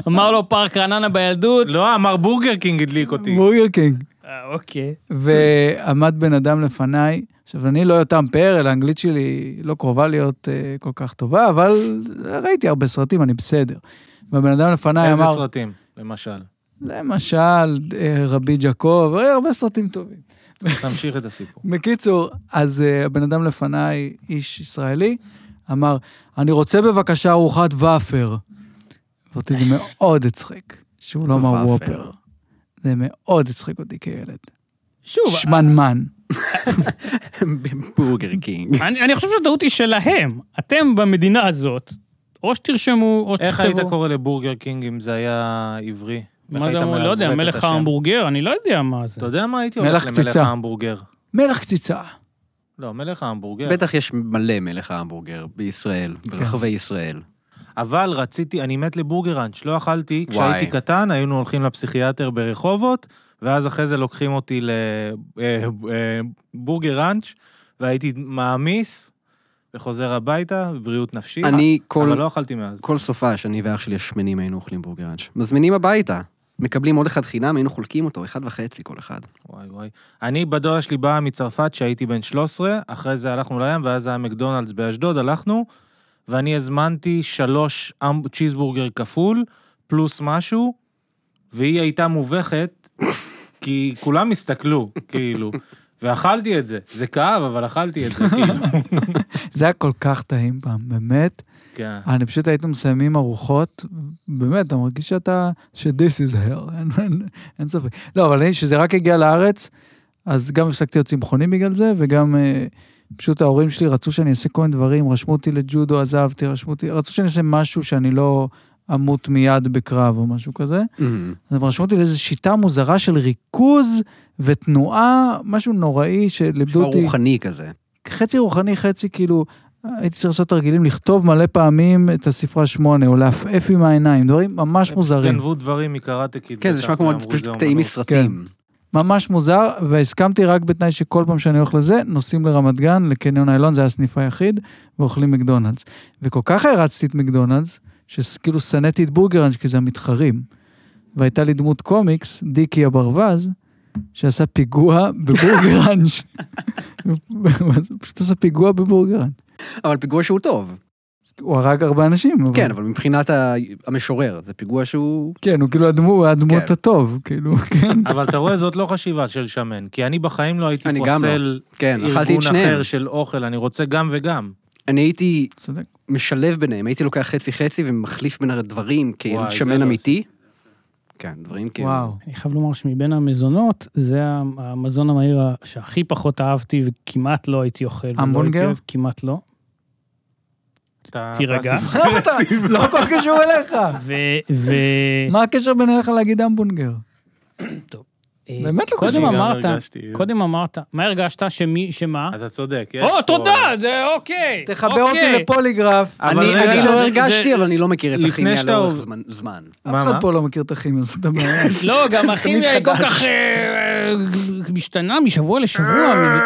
אמר לו פארק רעננה בילדות.
לא, אמר בורגר קינג הדליק אותי.
בורגר קינג.
אה, אוקיי.
ועמד בן אדם לפניי. עכשיו, אני לא יותם פאר, אלא האנגלית שלי לא קרובה להיות אה, כל כך טובה, אבל ראיתי הרבה סרטים, אני בסדר. והבן אדם לפניי
איזה
אמר,
סרטים, למשל.
למשל, אה, רבי ג'קוב, אה, הרבה סרטים טובים.
תמשיך את הסיפור.
בקיצור, אז אה, הבן אדם לפניי, איש ישראלי, אמר, אני רוצה בבקשה ארוחת ואפר. ואותי זה מאוד הצחיק, שהוא לא אמר
ואפר.
וופר. זה מאוד הצחיק אותי כילד.
שוב,
שמנמן.
בורגר קינג.
אני, אני חושב שהטעות היא שלהם. אתם במדינה הזאת, או שתרשמו, או
איך
שתכתבו.
היית קורא לבורגר קינג אם זה היה עברי? איך
מה
היית
זה אמור? לא יודע,
מעברת את
מלך
השם?
ההמבורגר? אני לא יודע מה זה.
אתה יודע מה? הייתי
מלך
הולך למלך
קציצה.
ההמבורגר.
מלח קציצה.
לא, מלך ההמבורגר.
בטח יש מלא מלך ההמבורגר בישראל,
כן.
ברחבי ישראל.
אבל רציתי, אני מת לבורגראנץ', לא אכלתי.
וואי.
כשהייתי קטן, היינו הולכים לפסיכיאטר ברחובות, ואז אחרי זה לוקחים אותי אה, לבורגראנץ', והייתי מעמיס, וחוזר הביתה, בבריאות נפשית.
אני כל...
אבל לא אכלתי מאז.
כל סופש, אני ואח שלי השמנים היינו אוכלים בורגראנץ'. מזמינים הביתה. מקבלים עוד אחד חינם, היינו חולקים אותו, אחד וחצי כל אחד.
וואי וואי. אני, בדודה שלי באה מצרפת כשהייתי בן 13, אחרי זה הלכנו לים, ואז היה מקדונלדס באשדוד, הלכנו, ואני הזמנתי שלוש אמב- צ'יזבורגר כפול, פלוס משהו, והיא הייתה מובכת, כי כולם הסתכלו, כאילו. ואכלתי את זה. זה כאב, אבל אכלתי את זה, כאילו.
זה היה כל כך טעים פעם, באמת.
כן.
אני פשוט היינו מסיימים ארוחות, באמת, אתה מרגיש שאתה, ש-this is hell, אין, אין, אין ספק. לא, אבל אני, שזה רק הגיע לארץ, אז גם הפסקתי להיות צמחוני בגלל זה, וגם אה, פשוט ההורים שלי רצו שאני אעשה כל מיני דברים, רשמו אותי לג'ודו, עזבתי, רשמו אותי, רצו שאני אעשה משהו שאני לא אמות מיד בקרב או משהו כזה. אז הם רשמו אותי לאיזו שיטה מוזרה של ריכוז ותנועה, משהו נוראי שלימדו
דבר
אותי.
רוחני כזה.
חצי רוחני, חצי כאילו, הייתי צריך לעשות תרגילים, לכתוב מלא פעמים את הספרה שמונה, או לעפעף עם העיניים, דברים ממש מוזרים.
גנבו דברים מקראטה קיד.
כן, זה נשמע כמו
ואמרו,
פשוט
זה
קטעים
אומנות.
מסרטים.
ממש מוזר, והסכמתי רק בתנאי שכל פעם שאני הולך לזה, נוסעים לרמת גן, לקניון איילון, זה היה הסניף היחיד, ואוכלים מקדונלדס. וכל כך הרצתי את מקדונלדס, שכאילו שנאתי את בורגראנץ', כי זה המתחרים. והייתה לי דמות קומיקס, דיקי הברווז, שעשה פיגוע בבורגראנץ'. פשוט עשה פיגוע בבורגראנץ'.
אבל פיגוע שהוא טוב.
הוא הרג הרבה אנשים. אבל-
כן, אבל מבחינת ה- המשורר, זה פיגוע שהוא...
כן, הוא כאילו הדמות, הוא הדמות
כן.
הטוב, כאילו, כן.
אבל אתה רואה, זאת לא חשיבה של שמן, כי אני בחיים לא הייתי
אני גם
פוסל
כן, אכלתי
ארגון
את שניהם.
אחר של אוכל, אני רוצה גם וגם.
אני הייתי
צודק.
משלב ביניהם, הייתי לוקח חצי-חצי ומחליף בין הדברים, כאילו
וואי, זה
שמן
לא
אמיתי. כן, דברים כאילו...
וואו.
אני חייב לומר שמבין המזונות, זה המזון המהיר שהכי פחות אהבתי וכמעט לא הייתי אוכל. ולא
המבורגר?
הייתי אוהב, כמעט לא.
אתה
תירגע.
בספרה-
למה אתה? לא הכל קשור אליך.
ו... ו-
מה הקשר בין אליך להגיד המבונגר?
אה,
באמת לא
קודם
קשור.
אמרת,
גם הרגשתי.
קודם אמרת, מה הרגשת שמי, שמה?
אתה צודק. יש
או,
פה-
תודה, זה אוקיי.
תחבר אותי
אוקיי.
לפוליגרף.
אבל
אני
רגע, אוקיי,
אני לא
זה-
הרגשתי, אבל אני לא מכיר את
לפני
הכימיה
שאתה
לאורך
עוב-
זמן- זמן.
אף
מה,
אחד
מה?
פה לא מכיר את הכימיה, זאת הבעיה.
לא, גם הכימיה היא כל כך אה, אה, משתנה משבוע לשבוע. מזה-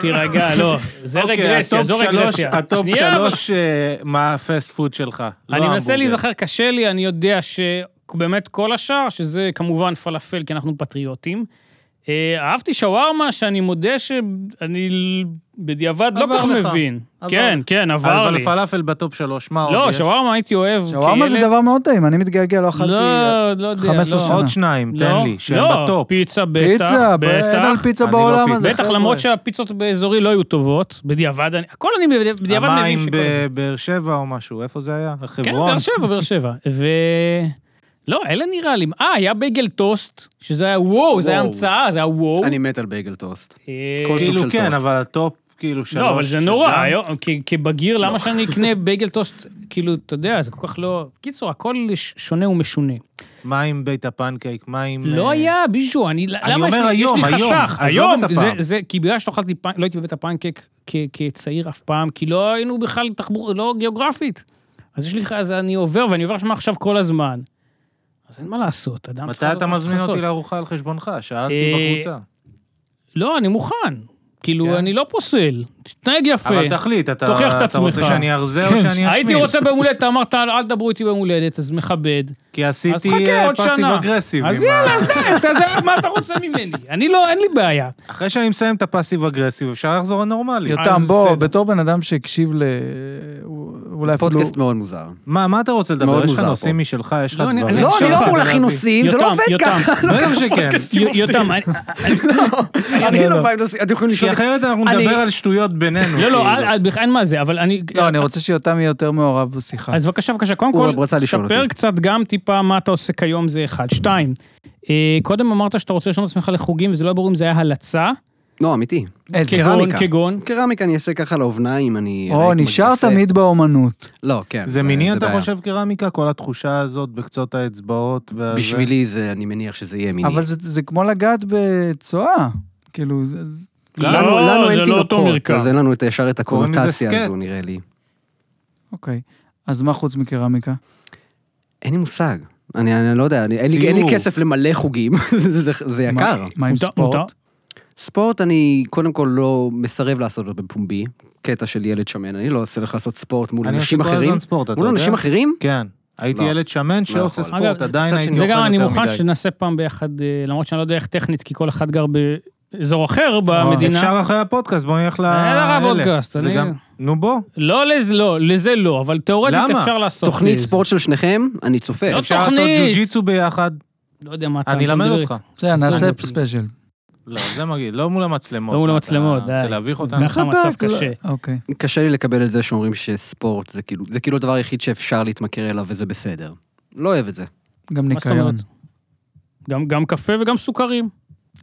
תירגע, לא. זה
אוקיי,
רגרסיה,
הטופ
זו
שלוש-
רגרסיה.
הטופ
שנייה, אבל-
שלוש, אה, מה הפסט פוד שלך? לא
אני מנסה
ההמבורגר.
להיזכר, קשה לי, אני יודע שבאמת כל השאר, שזה כמובן פלאפל, כי אנחנו פטריוטים. אה, אהבתי שווארמה, שאני מודה שאני ל- בדיעבד לא
עבר
כל כך
לך.
מבין.
עבר
כן,
לך.
כן, עבר
אבל
לי.
פלאפל בטופ שלוש, מה עוד
לא,
יש?
שווארמה הייתי אוהב.
שווארמה זה
כילד.
דבר מאוד טעים, אני מתגעגע, לא אכלתי...
לא, לא יודע.
15
לא.
שנה.
עוד שניים, תן
לא,
לי, שהם
לא,
בטופ.
פיצה בטח,
פיצה, ב- אין על
בטח.
פיצה
אני לא
בעולם
פיצה.
הזה.
בטח,
חבר'ה.
למרות שהפיצות באזורי לא היו טובות, בדיעבד, אני- הכל אני בדיעבד מבין שכל...
המים
זה-
בבאר שבע או משהו, איפה זה היה?
כן,
חברון?
באר שבע, באר שבע. ו... לא, אלה נראה לי. אה, היה בייגל טוסט, שזה היה וואו, זה היה
וואו.
המצאה, זה היה וואו.
אני מת על בייגל טוסט.
אה,
כל אה? סוג
כאילו
של
כן,
טוסט.
אבל הטופ כאילו שלוש.
לא, אבל זה
של
נורא,
גם-
היום- כ- כבגיר,
לא.
למה שאני אקנה בייגל טוסט? כאילו, אתה יודע, זה כל כך לא... קיצור, הכל ש- שונה ומשונה.
מה עם בית הפנקייק? מה עם...
לא
אה,
היה ביז'ו, אני... למה יש
אומר
לי- יש
היום,
לי
היום,
חסך?
עזוב
היום,
את
זה-
הפעם.
זה... כי בגלל שלא אכלתי פנקק, לא הייתי בבית הפנקק כ- כצעיר אף פעם, כי לא היינו בכלל תחבור, לא גיאוגרפית. אז יש לי... אז אני עובר, ואני עובר שם עכשיו כל הזמן. אז אין מה לעשות, אדם צריך
מתי
לעשות
אתה
מה שצריך
מזמין
לעשות.
אותי לארוחה על חשבונך? שאלתי
אה,
בקבוצה.
לא, אני מוכן. כאילו,
כן?
אני לא פוסל. תתנהג יפה.
אבל תחליט, אתה
תוכיח את
אתה רוצה
עצמך.
שאני ארזה או
כן.
שאני אשמיד?
הייתי רוצה ביום הולדת, אתה אמרת, אל תדברו איתי ביום הולדת, אז מכבד.
כי
אז
עשיתי
חכה
אה,
עוד
פאסיב
שנה.
אגרסיב.
אז
עם ה-
יאללה, אז די, אתה זה, מה אתה רוצה ממני? אני לא, אין לי בעיה.
אחרי שאני מסיים את הפאסיב אגרסיב, אפשר לחזור לנורמלי.
אז
יותם, בוא,
בסדר.
בתור בן אדם שהקשיב ל... אולי אפילו...
פודקאסט מאוד מוזר.
מה, מה אתה רוצה לדבר?
מאוד
יש לך
מוזר פה.
נושאים משלך, יש לך
לא, אני-
דברים.
לא, אני לא אמור
להביא.
נושאים,
יותם, יותם,
בטח שכן.
י- יותם, אני-
אני לא בא עם נושאים, אתם יכולים
כי
לשאול...
אחרת אנחנו
אני-
נדבר על שטויות בינינו.
לא,
כאילו.
לא, אל- אל- בכלל אין מה זה, אבל אני... אה,
לא, אני רוצה שיותם יהיה יותר מעורב בשיחה.
אז בבקשה, בבקשה, קודם
הוא
כל,
עוד רצה לשאול
ספר
אותי.
קצת גם טיפה מה אתה עושה כיום, זה אחד. שתיים, אה, קודם אמרת שאתה רוצה לשנות את עצמך לחוגים, וזה לא ברור אם זה היה הלצה.
לא, אמיתי.
איזה-
כגון-
קרמיקה.
כגון?
קרמיקה אני אעשה ככה לאובניים, אני...
או,
אראה כמו
נשאר
יפה.
תמיד באומנות.
לא, כן.
זה מיני, אתה
בעיה.
חושב, קרמיקה? כל התחושה הזאת בקצות האצבעות? והזה?
בשבילי זה, אני מניח שזה יהיה מיני.
אבל זה- זה כמו לגעת בצואה. כאילו, זה- זה-
לנו
לא,
לנו
זה
אין
לא אותו
תינוקות,
מרקם.
אז אין לנו את- ישר את
קוראים לזה
הקונוטציה
סקט.
הזו, נראה לי.
אוקיי. אז מה חוץ מקרמיקה?
אין לי מושג. אני אני לא יודע, אני- אין לי- אין לי
ציור.
כסף למלא חוגים, זה- זה- זה יקר.
לא.
מה- מה עם
מותר-
ספורט?
ספורט אני קודם כל לא מסרב לעשות אותו בפומבי, קטע של ילד שמן, אני לא עושה לך לעשות ספורט מול
אני
אנשים
עושה כל
אחרים.
הזמן ספורט, אתה
מול
יודע?
אנשים אחרים?
כן. הייתי
לא.
ילד שמן שעושה
יכול.
ספורט, עדיין
מצד
הייתי
שני,
זה
אוכל
גם אני
יותר
מוכן
מדי.
שנעשה פעם ביחד, אה, למרות שאני לא יודע איך טכנית, כי כל אחד גר באזור אחר במדינה.
אה, אפשר אחרי הפודקאסט, בוא נלך ל...
אין לך פודקאסט,
זה
אני-
גם- נו בוא,
לא, לזה לא, לזה לא, אבל תיאורטית
למה?
אפשר לעשות...
תוכנית
אה, זה.
ספורט של שניכם, אני צופה.
לא
אפשר לעשות
תוכנית.
ג'ו-ג'יצו ביחד.
לא יודע מה אתה...
אני
אתה
אלמד
מדבר
אותך.
איתי.
בסדר, נעשה
סוג.
ספיישל.
לא, זה מגעיל, לא מול המצלמות.
לא מול
מה,
המצלמות,
אתה רוצה
די.
להביך אותנו?
ככה מצב
לא-
קשה.
אוקיי.
קשה לי לקבל את זה שאומרים שספורט זה כאילו, זה כאילו הדבר היחיד שאפשר להתמכר אליו וזה בסדר. לא אוהב את זה.
גם
מה זאת
ניקיון.
אומרת? גם- גם קפה וגם סוכרים.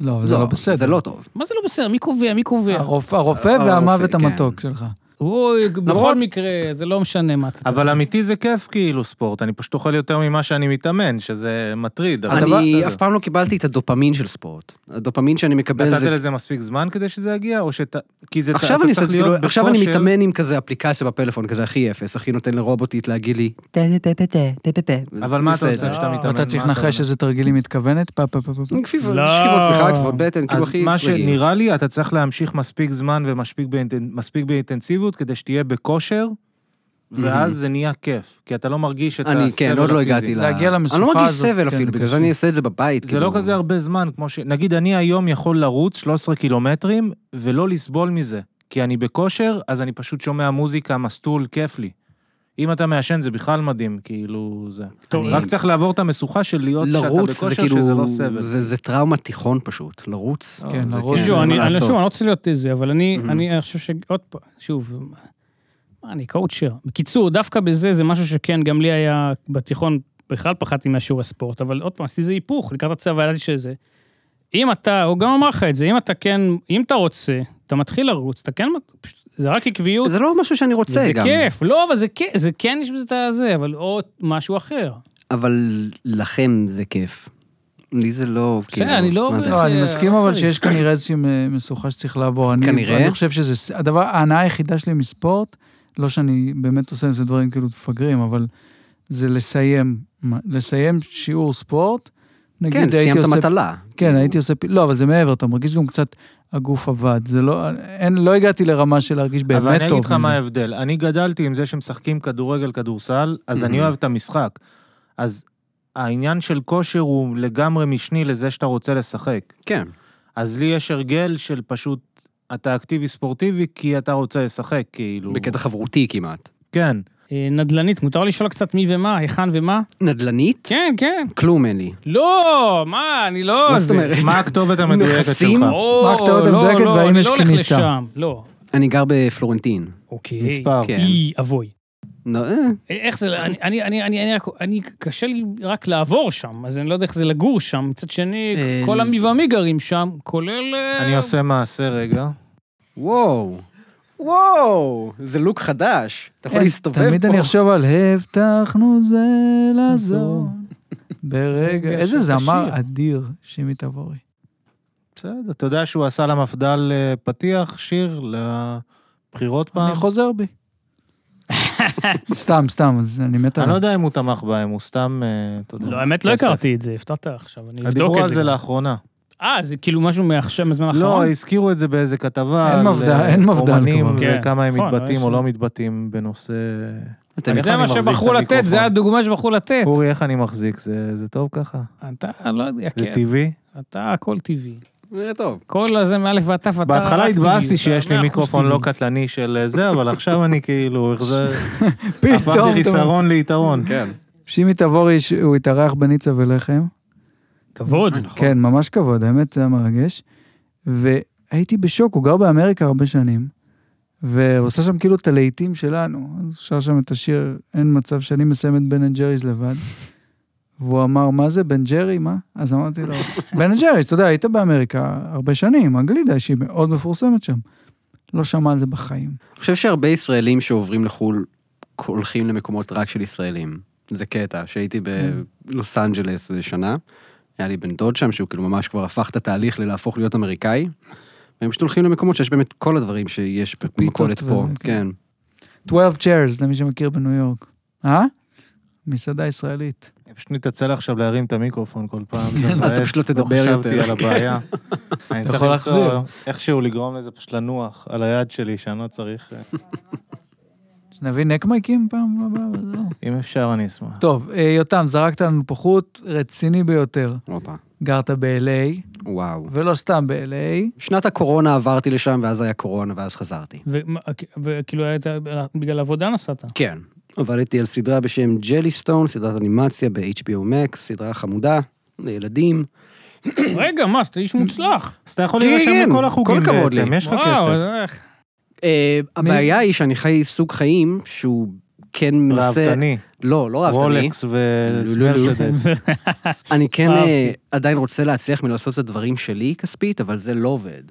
לא, אבל זה לא בסדר.
זה לא טוב.
מה זה לא בסדר? מי קובע? מי קובע?
הרופ- הרופא
הרופא,
והמוות
כן.
המתוק שלך.
אוי, בכל
נכון.
מקרה, זה לא משנה מה אתה
אבל אמיתי זה כיף כאילו ספורט, אני פשוט אוכל יותר ממה שאני מתאמן, שזה מטריד. אבל
אני
בסדר.
אף פעם לא קיבלתי את הדופמין של ספורט. הדופמין שאני מקבל
נתת
זה...
לזה מספיק זמן כדי שזה יגיע, או שאתה... כי זה...
עכשיו
אתה
אני עושה
צריך
את זה,
להיות
כאילו, עכשיו אני
בכושר-
מתאמן עם כזה אפליקציה בפלאפון, כזה הכי אפס, הכי נותן לרובוטית להגיד לי... "טה, טה, טה, טה, טה, טה, טה", וזה
אבל מה אתה
בסדר.
עושה כשאתה
אה,
מתאמן?
ואתה צריך
מה
לנחש איזה תרגיל היא מתכוונת? פה פה פה פה. פה.
כפיף,
לא.
שכיבות צמיחה, כפיפות בטן, כאילו
אז
הכי
מה
רגיל.
שנראה לי, אתה צריך להמשיך מספיק זמן ומספיק באינטנ- מספיק באינטנסיביות כדי שתהיה בכושר, ואז זה נהיה כיף. כי אתה לא מרגיש את הסבל
אני,
הפיזי.
כן, עוד לא הגעתי ל...
להגיע למשוכה
אני לא מרגיש
הזאת,
סבל
כן,
אפילו, בגלל
קשה.
זה אני אעשה את זה בבית.
זה
כאילו.
לא כזה הרבה זמן, כמו ש... נגיד, אני היום יכול לרוץ 13 קילומטרים ולא לסבול מזה. כי אני בכושר, אז אני פשוט שומע מוזיקה, מסטול, כיף לי. אם אתה מעשן זה בכלל מדהים, כאילו זה.
טוב,
רק
אני-
צריך לעבור את המשוכה של להיות שאתה
לרוץ זה
בכושר, שזה
כאילו...
לא סבל.
זה זה טראומת תיכון פשוט, לרוץ.
כן,
זה
לרוץ.
כן,
זהו,
אין
אני,
מה
אני,
לעשות.
שוב, אני לא רוצה להיות איזה, אבל אני, אני חושב שעוד פעם, שוב, מה, אני קואוצ'ר. בקיצור, דווקא בזה זה משהו שכן, גם לי היה בתיכון, בכלל פחדתי מהשיעורי ספורט, אבל עוד פעם, עשיתי איזה היפוך, לקראת הצבא ידעתי שזה. אם אתה, הוא גם אמר לך את זה, אם אתה כן, אם אתה רוצה, אתה מתחיל לרוץ, אתה כן, פשוט, זה רק עקביות,
זה לא משהו שאני רוצה
וזה
גם.
כיף, לא, אבל זה כיף, זה כן יש בזה את הזה, אבל עוד משהו אחר.
אבל לכם זה כיף. לי זה לא,
בסדר,
כאילו...
אני לא-
מה זה?
לא, אני
אה,
מסכים
לא
אבל
צריך.
שיש כנראה איזושהי מ- משוכה שצריך לעבור. אני-
כנראה.
אני חושב שזה... ס- הדבר, ההנאה היחידה שלי מספורט, לא שאני באמת עושה איזה דברים כאילו מפגרים, אבל זה לסיים, מה- לסיים שיעור ספורט.
כן,
נגיד הייתי
סיימת
עושה...
מטלה.
כן, הייתי עושה... פ- לא, אבל זה מעבר, אתה מרגיש גם קצת הגוף עבד. זה לא... אין, לא הגעתי לרמה של להרגיש באמת טוב.
אבל אני אגיד לך
מזה.
מה ההבדל. אני גדלתי עם זה שמשחקים כדורגל, כדורסל, אז אני
Mhm.
אוהב את המשחק. אז העניין של כושר הוא לגמרי משני לזה שאתה רוצה לשחק.
כן.
כאילו-
אז לי יש הרגל של פשוט, אתה אקטיבי ספורטיבי כי אתה רוצה לשחק, כאילו.
בקטע חברותי כמעט.
כן.
אה, נדל"נית, מותר לשאול קצת מי ומה, היכן ומה?
נדל"נית?
כן, כן.
כלום אין לי.
לא, מה, אני לא...
מה זאת
זה-
אומרת?
מה הכתובת המדויקת
נכסים?
שלך?
או,
מה הכתובת
לא,
המדויקת
לא,
והאם
אני
יש
לא הולך
כניסה?
לשם, לא.
אני גר בפלורנטין.
אוקיי.
מספר.
כן.
אי, אבוי.
נו, אה,
איך זה, אני, אני, אני, אני, אני, רק- אני, קשה לי רק לעבור שם, אז אני לא יודע איך זה לגור שם. מצד שני,
אה,
כל עמי ועמי גרים שם, כולל... אה,
אני עושה מעשה רגע.
וואו. וואו. זה לוק חדש. אתה יכול
אין,
להסתובב פה.
כן, תמיד אני אחשוב על הבטחנו זה לעזור. ברגע,
רגע,
איזה
יש את
זמר
השיר.
אדיר, שימי תבורי.
בסדר, אתה יודע שהוא עשה למפד"ל אה, פתיח, שיר לבחירות פעם?
אני חוזר בי. סתם, סתם, אז אני מת
אני לא
עליו.
יודע אם הוא תמך בהם, הוא סתם... אה, אתה יודע,
לא, האמת, לא
כסף.
הכרתי את זה, הפתעת עכשיו, אני אבדוק
דיברו
את
על
זה.
זה
גם.
לאחרונה.
אה, זה כאילו משהו מעכשיו, מהזמן
לא,
האחרון?
הזכירו את זה באיזה כתבה.
אין
על,
מבדל-
אה,
אין מבדל
אומנים
כבר.
כן,
וכמה הם
נכון,
מתבטאים
יש
או
לי.
לא מתבטאים בנושא...
אתם-
איך
זה
אני
מה
מחזיק את
שבחרו לתת,
המיקרופון?
זה הדוגמה שבחרו לתת.
אורי, איך אני מחזיק? זה זה טוב ככה?
אתה, לא יודע,
זה
כן.
טבעי?
אתה, הכל טבעי.
נראה אה, טוב.
כל הזה מאלף ועד תף, אתה...
בהתחלה
רק כאילו-
התבאסתי
טבעי,
שיש
אתה
לי
מאה אחוז
מיקרופון
טבעי.
לא קטלני של זה, אבל עכשיו אני כאילו, איך זה... הפכתי
פתאום, טוב.
חיסרון ליתרון.
כן.
שימי תבורי, ש- הוא התארח בניצה ולחם.
אה,
כבוד.
נכון.
כן, ממש כבוד, האמת, זה היה מרגש. והייתי בשוק, הוא גר באמריקה הרבה שנים, והוא עושה שם כאילו את הלהיטים שלנו. אז הוא שר שם את השיר, אין מצב שאני מסיים את בן אנד ג'ריס לבד. והוא אמר, מה זה, בן ג'רי, מה? אז אמרתי לו, בן אנד ג'ריס, אתה יודע, היית באמריקה הרבה שנים, הגלידה שהיא מאוד מפורסמת שם. לא שמע על זה בחיים.
אני חושב שהרבה ישראלים שעוברים לחו"ל הולכים למקומות רק של ישראלים. זה קטע, שהייתי בלוס אנג'לס איזה שנה, היה לי בן דוד שם, שהוא כאילו ממש כבר הפך את התהליך ללהפוך להיות אמריקאי, והם פשוט הולכים למקומות שיש באמת כל הדברים שיש במכולת פה,
וזה, כן.
כן.
12 chairs, למי שמכיר בניו יורק. אה? מסעדה ישראלית.
אני פשוט מתעצל עכשיו להרים את המיקרופון כל פעם. זה
אז אתה
מבאס,
פשוט לא תדבר
לא חשבתי
יותר.
על הבעיה. אני צריך
יכול
למצוא
להחזיר.
איכשהו לגרום לזה פשוט לנוח על היד שלי, שאני לא צריך... אה,
שנביא נקמייקים פעם הבאה, וזהו.
אם אפשר, אני אשמח.
טוב, אה, יותם, זרקת לנו פה חוט רציני ביותר.
כן, הופה,
גרת ב-LA,
וואו.
ולא סתם ב-LA.
שנת הקורונה עברתי לשם, ואז היה קורונה, ואז חזרתי.
ומה- וכאילו, היית- בגלל עבודה נסעת.
כן. עבדתי על סדרה בשם ג'לי סטון, סדרת אנימציה ב-HBO Max, סדרה חמודה. לילדים.
רגע, מה, אתה איש מוצלח.
אז אתה יכול
כן,
להירשם
כן,
לכל החוגים
כל הכבוד
בעצם,
לי.
יש לך
וואו,
כסף.
אז איך?
אה, הבעיה היא שאני חי סוג חיים שהוא כן מנסה...
ראוותני,
לא, לא ראוותני.
רולקס ומרצדס.
אני כן
אהבתי.
אה, עדיין רוצה להצליח מלעשות את הדברים שלי כספית, אבל זה לא עובד.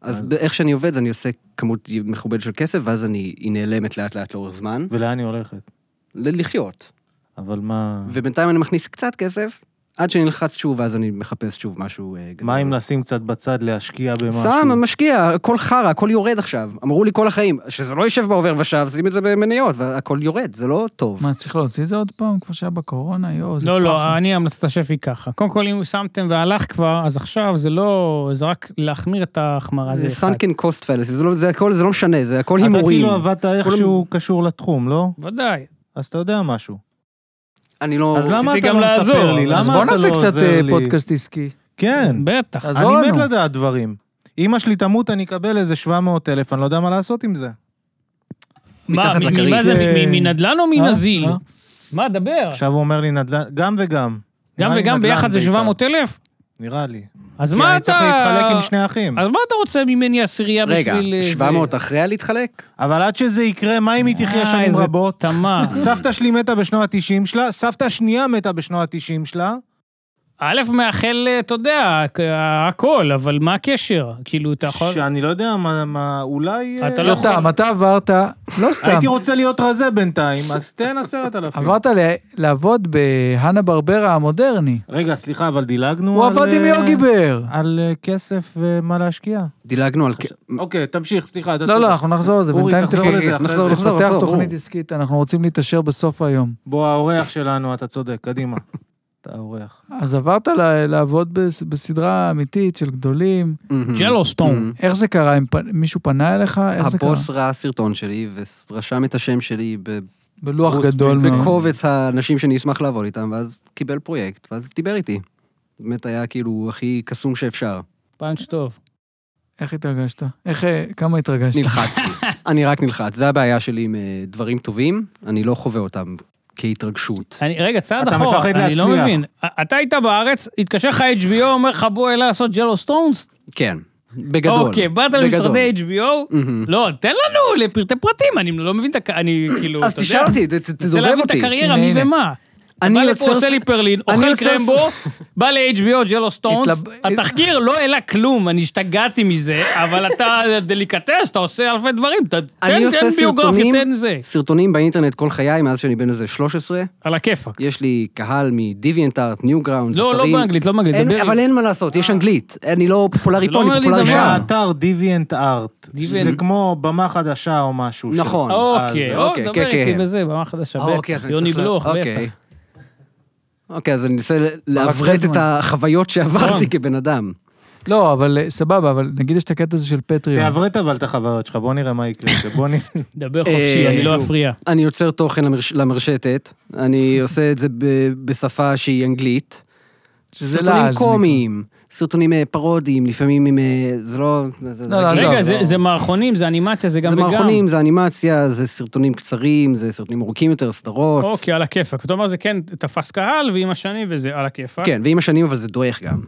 אז ב- איך שאני עובד, זה אני עושה כמות מכובדת של כסף, ואז אני, היא נעלמת לאט-לאט לאורך זמן,
ולאן היא הולכת?
ל- לחיות.
אבל מה...
ובינתיים אני מכניס קצת כסף, עד שנלחץ שוב, ואז אני מחפש שוב משהו אה, גדול.
מה אם לשים קצת בצד, להשקיע במשהו?
שם, משקיע, הכל חרא, הכל יורד עכשיו. אמרו לי כל החיים, שזה לא יישב בעובר ושב, שים את זה במניות, והכל יורד, זה לא טוב.
מה, צריך להוציא את זה עוד פעם, כמו שהיה בקורונה, יואו, זה
לא,
פחד.
לא, אני המלצת השף היא ככה. קודם כל, אם שמתם והלך כבר, אז עכשיו זה לא... זה רק להחמיר את ההחמרה, זה
זה
אחד.
סנקן קוסט פלס, זה הכל, זה לא משנה, זה הכל
אתה
הימורים.
כאילו עבדת איכשהו קשור לתחום, לא?
ודאי.
אז אתה יודע משהו.
אני לא...
אז למה
ניסיתי
אתה
גם
לא
לעזור.
מספר לי? למה
אז
אתה
בוא
לא
נעשה קצת
עוזר
אה,
לי?
פודקאסט עסקי.
כן.
בטח.
אז- עזור
אני מת
לנו.
לדעת דברים. אמא שלי תמות, אני אקבל איזה 700 אלף, אני לא יודע מה לעשות עם זה.
מה,
מתחת
מ-
לכרית.
מה זה, מ- מ- מנדלן או מנזיל?
אה?
מה, דבר.
אה, עכשיו הוא אומר לי נדל"ן, גם וגם.
גם
נראה לי
וגם
נדל"ן
ביחד זה
בעיקר.
700 אלף?
נראה לי.
אז
כי
מה
אני
אתה...
צריך להתחלק עם שני אחים.
אז מה אתה רוצה ממני עשירייה
רגע,
בשביל... אה, זה?
700 אחריה להתחלק?
אבל עד שזה יקרה, מה אם היא תחיה
אה,
שנים
איזה
רבות?
תמה.
סבתא שלי מתה בשנות ה-90 שלה, סבתא השנייה מתה בשנות ה-90 שלה.
א', מאחל, אה, אתה יודע, כ- הכל, אבל מה הקשר? כאילו, אתה יכול...
שאני לא יודע מה, מה אולי... אה,
אתה לא יכול...
סתם, אתה עברת, לא סתם,
הייתי רוצה להיות רזה בינתיים, אז תן עשרת אלפים.
עברת ל- לעבוד בהנה ברברה המודרני.
רגע, סליחה, אבל דילגנו
הוא
על...
עבד עם
אה,
יוגי בר.
על אה, כסף ומה להשקיע.
דילגנו על... כן,
אוקיי, תמשיך, סליחה, אתה
לא,
צודק.
לא, אנחנו נחזור לזה,
אורי,
בינתיים
תחזור
תחכה.
לזה, אחרי
נחזור,
זה.
נחזור,
לפתח
נחזור,
תוכנית
ברור.
עסקית, אנחנו רוצים להתעשר בסוף היום.
בוא, האורח שלנו, אתה צודק, קדימה. אתה האורח.
אז עברת ל- לעבוד בס- בסדרה אמיתית של גדולים.
מהמם.
ג'לוסטון.
מהמם.
איך זה קרה? אם פ- מישהו פנה אליך? איך זה קרה?
הבוס ראה סרטון שלי ורשם את השם שלי ב-
בלוח
בוס
גדול
בן-
מאוד.
בקובץ האנשים שאני אשמח לעבוד איתם, ואז קיבל פרויקט, ואז דיבר איתי. באמת היה כאילו הכי קסום שאפשר.
פאנץ' טוב.
איך התרגשת? איך, אה, כמה התרגשת?
נלחצתי. אני רק נלחץ. זה הבעיה שלי עם אה, דברים טובים, אני לא חווה אותם כהתרגשות.
אני, רגע, צעד
אתה
אחורה,
מפחד
אני לא
להצליח.
מבין. א- אתה היית בארץ, התקשר לך HBO, אומר לך בוא אליי לעשות ג'לוסטונס?
כן, בגדול.
אוקיי, באת
בגדול. Mm-hmm.
למשרדי HBO?
מהמם.
לא, תן לנו לפרטי פרטים, אני לא מבין את הק... אני כאילו,
אז
אתה יודע,
תשאל אותי, ת- ת-
רוצה
תדובב
להבין את
אותי.
הקריירה,
הנה,
מי
הנה.
ומה.
אני
אני
יוצר
יוצר... עושה
ס-
לי פרלין,
אני
אוכל
יוצר ס-
קרמבו, בא ל-HBO ג'לו סטונס,
התלב-
התחקיר לא העלה כלום, אני השתגעתי מזה, אבל אתה דליקטס, אתה עושה אלפי דברים, אתה-
אני
תן
עושה
תן ביוגרפיה,
סרטונים,
תן זה.
סרטונים באינטרנט כל חיי, מאז שאני בן איזה 13.
על הכיפאק.
יש לי קהל מדיוויאנט ארט, ניו גראונד,
לא, לא באנגלית, לא באנגלית, דבר אה.
אבל אין מה לעשות, יש אנגלית. אני לא פופולרי
זה לא
פה,
אומר
אני
לי
פופולרי
דבר.
שם.
האתר דיוויאנט ארט. זה
Deviant.
כמו במה חדשה או משהו. ש-
נכון.
אוקיי,
אז,
או,
אוקיי,
דבר
כן,
איתי
כן.
בזה, במה חדשה,
אה, אוקיי, אז
בטח.
אני
יוני
צריך ל-
בלוך,
אוקיי.
בטח.
אוקיי, אז אני אנסה לעברת את
פרידמן.
החוויות
נכון.
שעברתי כבן אדם.
לא, אבל אה, סבבה, אבל נגיד יש את הקטע הזה של פטריון.
תעברת אבל את החברות שלך, בוא נראה מה יקרה. עם זה, בוא נראה.
דבר
אה,
חופשי, אני לא
נו.
אפריע.
אני יוצר תוכן למרש- למרשתת, אני עושה את זה ב- בשפה שהיא אנגלית.
שזה
סרטונים
לעז,
קומיים, סרטונים אה, פרודיים, לפעמים עם... אה, זה לא... זה-
לא, לא,
זה-
עזוב.
רגע, זה- זה מערכונים, זה אנימציה, זה גם
זה
וגם.
מערכונים, זה אנימציה, זה סרטונים קצרים, זה סרטונים ארוכים יותר, סדרות.
אוקיי, על הכיפאק. אתה אומר, זה כן תפס קהל, ועם השנים וזה על הכיפאק.
כן, ועם השנים אבל זה דועך גם.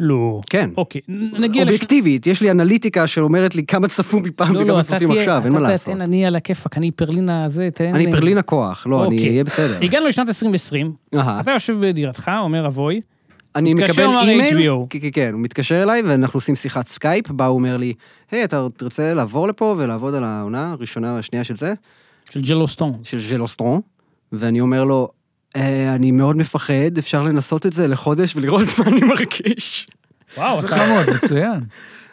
לא.
כן.
אוקיי, נ- נגיע לש...
אובייקטיבית, יש לי אנליטיקה שאומרת לי כמה צפו מפעם
לא,
וכמה צופים עכשיו, אין מה לעשות.
תן, אני על הכיפאק, אני פרלינה זה, תן... אה,
אני פרלין הכוח, לא, אני
אוקיי.
אהיה בסדר.
הגענו לשנת 2020,
אהה.
אתה יושב בדירתך, אומר אבוי,
אני
מתקשר
מקבל
מר
אימייל,
HBO.
כן, כן, כן, הוא מתקשר אליי ואנחנו עושים שיחת סקייפ, בה הוא אומר לי, היי, אתה תרצה לעבור לפה ולעבוד על העונה הראשונה והשנייה של זה,
של ג'לוסטון.
של ז'לוסטרון, ואני אומר לו, "אה, אני מאוד מפחד, אפשר לנסות את זה לחודש ולראות מה אני מרגיש.
וואו,
זה
אתה...
חמוד, מצוין.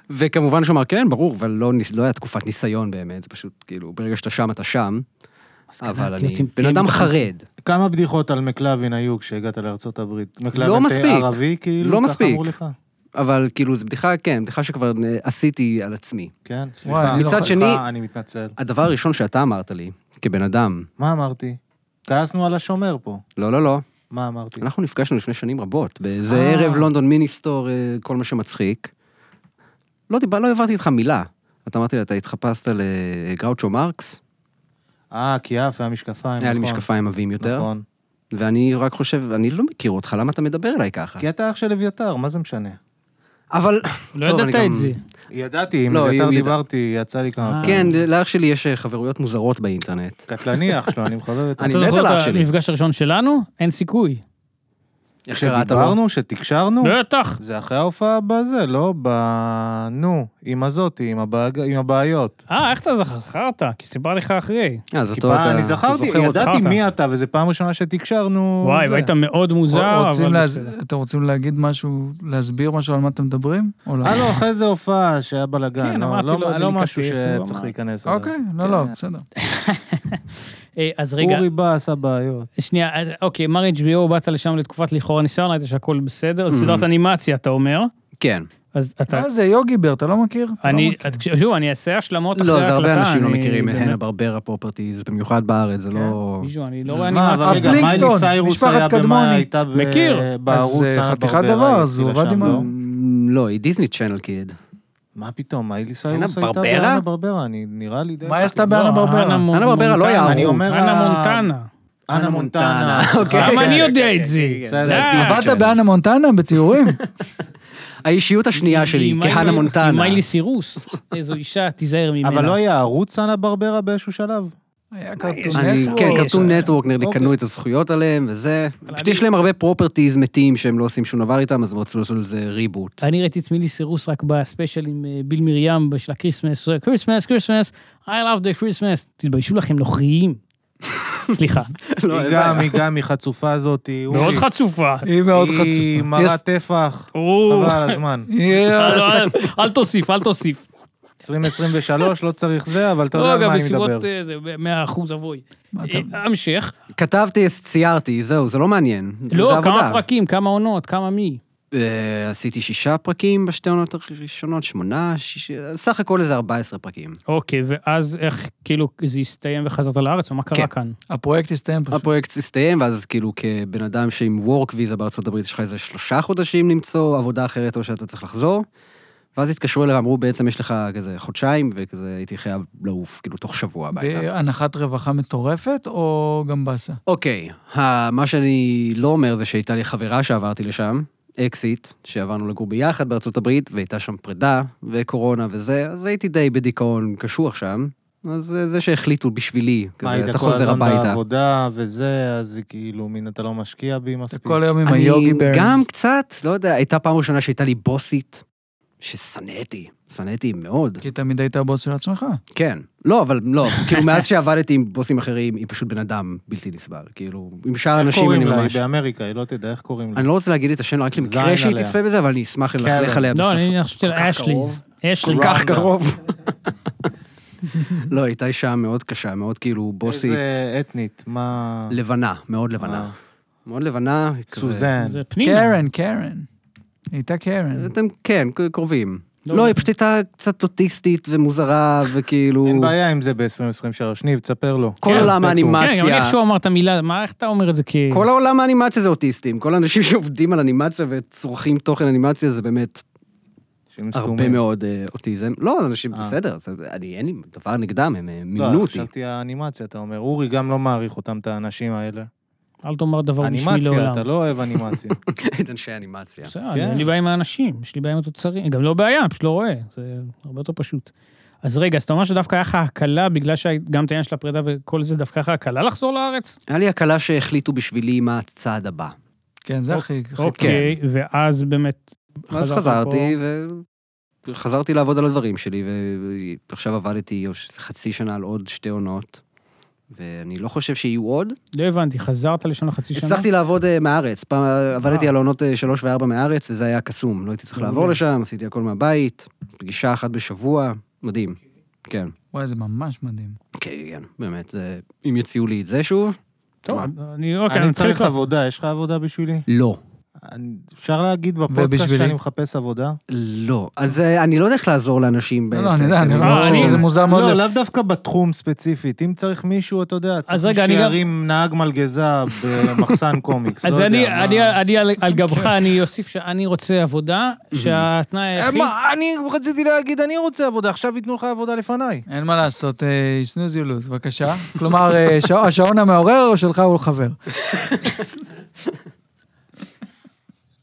וכמובן שהוא אמר, כן, ברור, אבל לא, ניס- לא היה תקופת ניסיון באמת, זה פשוט, כאילו, ברגע שאתה שם, אתה שם. אבל
קלעתי
אני
אותי,
בן
כן,
אדם
בחוץ.
חרד.
כמה בדיחות על מקלבין היו כשהגעת לארצות הברית? מקלבין
לא
תה
מספיק.
ערבי, כאילו?
לא
ככה
מספיק.
אמרו לך?
אבל כאילו, זו בדיחה, כן, בדיחה שכבר אה, עשיתי על עצמי.
כן,
וואי,
סליחה.
אני לא
מצד
סליחה,
שני-
אני מתנצל.
הדבר הראשון שאתה אמרת לי, כבן אדם,
מה אמרתי? כעסנו על השומר פה.
לא, לא, לא,
מה אמרתי?
אנחנו נפגשנו לפני שנים רבות, באיזה
אוקיי. אה.
ערב לונדון מיני סטור, אה, כל מה שמצחיק. לא דיבר, לא העברתי איתך מילה. אתה אמרתי לי, אתה התחפשת לגראוצ'ו מרקס,
אה, הכיאף והמשקפיים, נכון.
היה לי משקפיים עבים יותר.
נכון.
ואני רק חושב, אני לא מכיר אותך, למה אתה מדבר אליי ככה?
כי אתה אח של אביתר, מה זה משנה?
אבל...
לא
טוב, אני
ידעת
גם-
את זה.
ידעתי, עם
לא,
אביתר
אם ידע-
דיברתי, יצא לי כמה פעמים.
כן, לאח שלי יש אה, חברויות מוזרות באינטרנט.
קטלני אח שלו, אני מחבב אותו.
כן. אני
אתה
מת
זוכר
על האח
את
שלי.
המפגש הראשון שלנו? אין סיכוי.
איך קראת לו?
כשדיברנו, שתקשרנו,
בטח.
זה אחרי ההופעה בזה, לא ב... נו, עם הזאתי, עם הבעג- עם הבעיות.
אה, איך אתה זכר- זכרת? כי סיפר לך אחרי.
אה, זאת
כי
אומרת,
פעם, אני
אתה
זכרתי,
זוכר אותי.
ידעתי
זכרת.
מי אתה, וזו פעם ראשונה שתקשרנו.
וואי,
זה.
והיית מאוד מוזר,
רוצים
אבל
להז...
בסדר.
אתם רוצים להגיד משהו, להסביר משהו על מה אתם מדברים? או לא?
אה, לא, אחרי זה הופעה שהיה בלאגן,
כן,
לא-
אמרתי
לא-
לו,
לא
דליקטס,
משהו
הוא
שצריך
אמר.
להיכנס אליו.
אוקיי, לא, לא, בסדר.
אה, אז רגע,
אורי בא, עשה בעיות.
שנייה, אז- אוקיי, מר HBO, באת לשם לתקופת לכאורה ניסיון, ראית שהכול בסדר, זו
Mm.
סדרת אנימציה, אתה אומר.
כן.
אז אתה...
אה, זה יוגי בר, אתה לא מכיר? אתה לא
אני,
מכיר.
את- כש- שוב, אני אעשה השלמות אחרי
לא,
ההקלטה.
זה הרבה אנשים לא
אני
מכירים,
באמת-
הנה ברברה פרופרטיז, במיוחד בארץ,
כן.
זה לא...
מישהו, אני לא רואה
מה, אבל
אנימציה.
רגע,
הפליקסטון,
מיילי סיירוס
משפחת
היה במה
קדמוני.
הייתה ב-
מכיר.
בערוץ
אז,
אה,
חתיכת
ברברה,
דבר,
היא
אז הוא
התחילה
עבד
שם,
עם
לא?
ה-
מ, לא, היא דיסני צ'אנל קיד.
מה פתאום, מיילי סיירוס
אנה
הייתה
ברברה?
באנה ברברה? אני נראה לי די...
מה היא עשתה
לא,
באנה ברברה?
מונ-
אנה ברברה לא היה
מונטנה.
ערוץ.
אני אומר-
אנה מונטנה.
אנה מונטנה.
אוקיי.
למה אני
כן,
יודע
כן,
את זה?
כן,
בסדר,
די.
טיפ.
אבל-
עבדת באנה מונטנה בציורים?
האישיות השנייה שלי,
עם
כהנה
מיילי- עם
מונטנה.
מיילי סירוס. איזו אישה, תיזהר ממנה.
אבל לא היה ערוץ אנה ברברה באיזשהו שלב?
היה קרטון
אני,
נטוורק.
כן,
יש
קרטון
עליהם.
נטוורק, נראה לי,
אוקיי.
קנו את הזכויות עליהם וזה. פשוט
אני-
יש להם הרבה פרופרטיז מתים שהם לא עושים שום דבר איתם, אז הם רצו לעשות לזה ריבוט.
אני ראיתי את מילי סירוס רק בספיישל עם אה, ביל מרים של הקריסמס, כריסמס, כריסמס, I love the Christmas. תתביישו לכם, נוכריים. סליחה.
לא,
היא
אין
גם,
בעיה.
היא גם, היא חצופה הזאת, היא...
לא
מאוד
אורי.
חצופה.
היא מאוד
היא
חצופה.
מרת טפח,
או.
חבל על הזמן.
היא-
אל- אל- לא, אל תוסיף, אל תוסיף.
2023, לא צריך זה, אבל אתה יודע
לא,
על
גם
מה אני מדבר.
בסביבות אה, זה, ב- 100 אחוז אבוי.
מה אתה-
אה, המשך.
כתבתי, ציירתי, זהו, זה לא מעניין.
לא,
זה
כמה
עבודה.
פרקים, כמה עונות, כמה מי.
אה, עשיתי שישה פרקים בשתי עונות הראשונות, שמונה, שיש... סך הכל איזה 14 פרקים.
אוקיי, ואז איך, כאילו, זה הסתיים וחזרת לארץ, או מה קרה
כן.
כאן?
הפרויקט הסתיים פשוט.
הפרויקט הסתיים, ואז כאילו כבן אדם שעם וורק ויזה בארצות הברית, יש לך איזה שלושה חודשים למצוא עבודה אחרת או שאתה צריך לחזור. ואז התקשרו אליי ואמרו, בעצם יש לך כזה חודשיים, וכזה הייתי חייב לעוף, כאילו, תוך שבוע הביתה.
בהנחת רווחה מטורפת או גם באסה?
אוקיי, ה- מה שאני לא אומר זה שהייתה לי חברה שעברתי לשם, אקסיט, שעברנו לגור ביחד בארצות הברית, והייתה שם פרידה, וקורונה וזה, אז הייתי די בדיכאון קשוח שם. אז אה, זה שהחליטו בשבילי,
מה,
כזה,
היית
אתה
כל
חוזר
הזמן
הביתה.
בעבודה וזה, אז היא כאילו, מין אתה לא משקיע בי
זה
מספיק.
כל היום עם
אני
היוגי בר.
גם קצת, לא יודע, הייתה פעם ראשונה שהייתה לי בוסית, ששנאתי, שנאתי מאוד,
כן.
כי תמיד היית הבוס של עצמך.
כן. לא, אבל לא, כאילו מאז שעבדתי עם בוסים אחרים, היא פשוט בן אדם בלתי נסבל. כאילו, עם שאר
איך
האנשים
קוראים
אני
לה? היא
ממש...
באמריקה, היא לא תדע איך קוראים לה.
אני לא רוצה להגיד את השם, רק
זין
למקרה שהיא
עליה.
תצפה בזה, אבל אני אשמח ללכלך
קרן.
עליה
לא,
בסוף.
אני חשבתי על
כל כך
אשליז.
קרוב.
אשליז.
כל כך
רונדה.
קרוב. לא, הייתה אישה מאוד קשה, מאוד כאילו בוסית,
איזה אתנית, מה...
לבנה, מאוד לבנה.
אה.
מאוד לבנה, כזה-
סוזן.
זה פנינה. כן,
קרן, קרן. הייתה קרן.
אתם, כן, ק- קרובים.
לא.
לא, היא פשוט הייתה קצת אוטיסטית ומוזרה, וכאילו...
אין בעיה עם זה ב-2023. ניב, תספר לו.
כל
כן,
עולם
הספקטרום.
כן, גם אני
האנימציה,
איכשהו אמרת מילה, מה, איך אתה אומר את זה כ...
כל העולם האנימציה זה אוטיסטים. כל האנשים שעובדים על אנימציה וצורכים תוכן אנימציה זה באמת
שהם
הרבה
סתומים.
מאוד אה, אוטיזם. לא, אנשים
אה.
בסדר, זה- אני אין לי דבר נגדם, הם אה,
לא,
מימנו אותי.
חשבתי האנימציה, אתה אומר. אורי גם לא מעריך אותם, את האנשים האלה.
אל תאמר דבר בשמי
אנימציה,
לעולם.
אתה לא אוהב אנימציה.
את אנשי אנימציה.
בסדר,
כן.
אני- אין לי בעיה עם האנשים, יש לי בעיה עם התוצרים. גם לא בעיה, אני פשוט לא רואה, זה הרבה יותר פשוט. אז רגע, אז אתה אומר שדווקא היה לך הקלה, בגלל שגם את העניין של הפרידה וכל זה, דווקא היה לך הקלה לחזור לארץ?
היה לי הקלה שהחליטו בשבילי מה הצעד הבא.
כן, זה הכי... הכי טוב.
אוקיי, ואז באמת...
ואז
חזרת
חזרתי, וחזרתי לעבוד על הדברים שלי, ועכשיו עבדתי או ש- חצי שנה על עוד שתי עונות, ואני לא חושב שיהיו עוד.
פה. לא הבנתי, חזרת לשם לחצי שנה?
הצלחתי לעבוד אה, מהארץ. פעם אה, עבדתי
אה.
על עונות אה, שלוש וארבע מהארץ, וזה היה קסום. לא הייתי צריך
מעולה.
לעבור לשם, עשיתי הכל מהבית, פגישה אחת בשבוע, מדהים. כן.
וואי, זה ממש מדהים.
כן, באמת. זה- אם יציעו לי את זה שוב,
טוב,
מה?
אני, אוקיי,
אני צריך
מתחיל-
עבודה, יש לך עבודה בשבילי?
לא.
אני- אפשר להגיד בפודקאסט
ובשבילי?
שאני מחפש עבודה?
לא. אז אה, אני לא יודע איך לעזור לאנשים
לא,
בעסק.
לא, אני יודע, אני
לא-
אה,
רואה
אני-
שזה מוזר מאוד.
לא,
ל-
לאו דווקא בתחום ספציפית. אם צריך מישהו, אתה יודע,
אז
צריך
רגע,
מישהו
אני גם-
שירים נהג מלגזה במחסן קומיקס.
אז
לא יודע,
אני,
מה. כן.
אני, אני על, על גבך, אני אוסיף שאני רוצה עבודה, שהתנאי
אה,
היחיד...
מה, אני רציתי להגיד, אני רוצה עבודה, עכשיו ייתנו לך עבודה לפניי.
אין מה לעשות, אה, snooze you lose, בבקשה. כלומר, אה, שע- השעון המעורר שלך הוא חבר.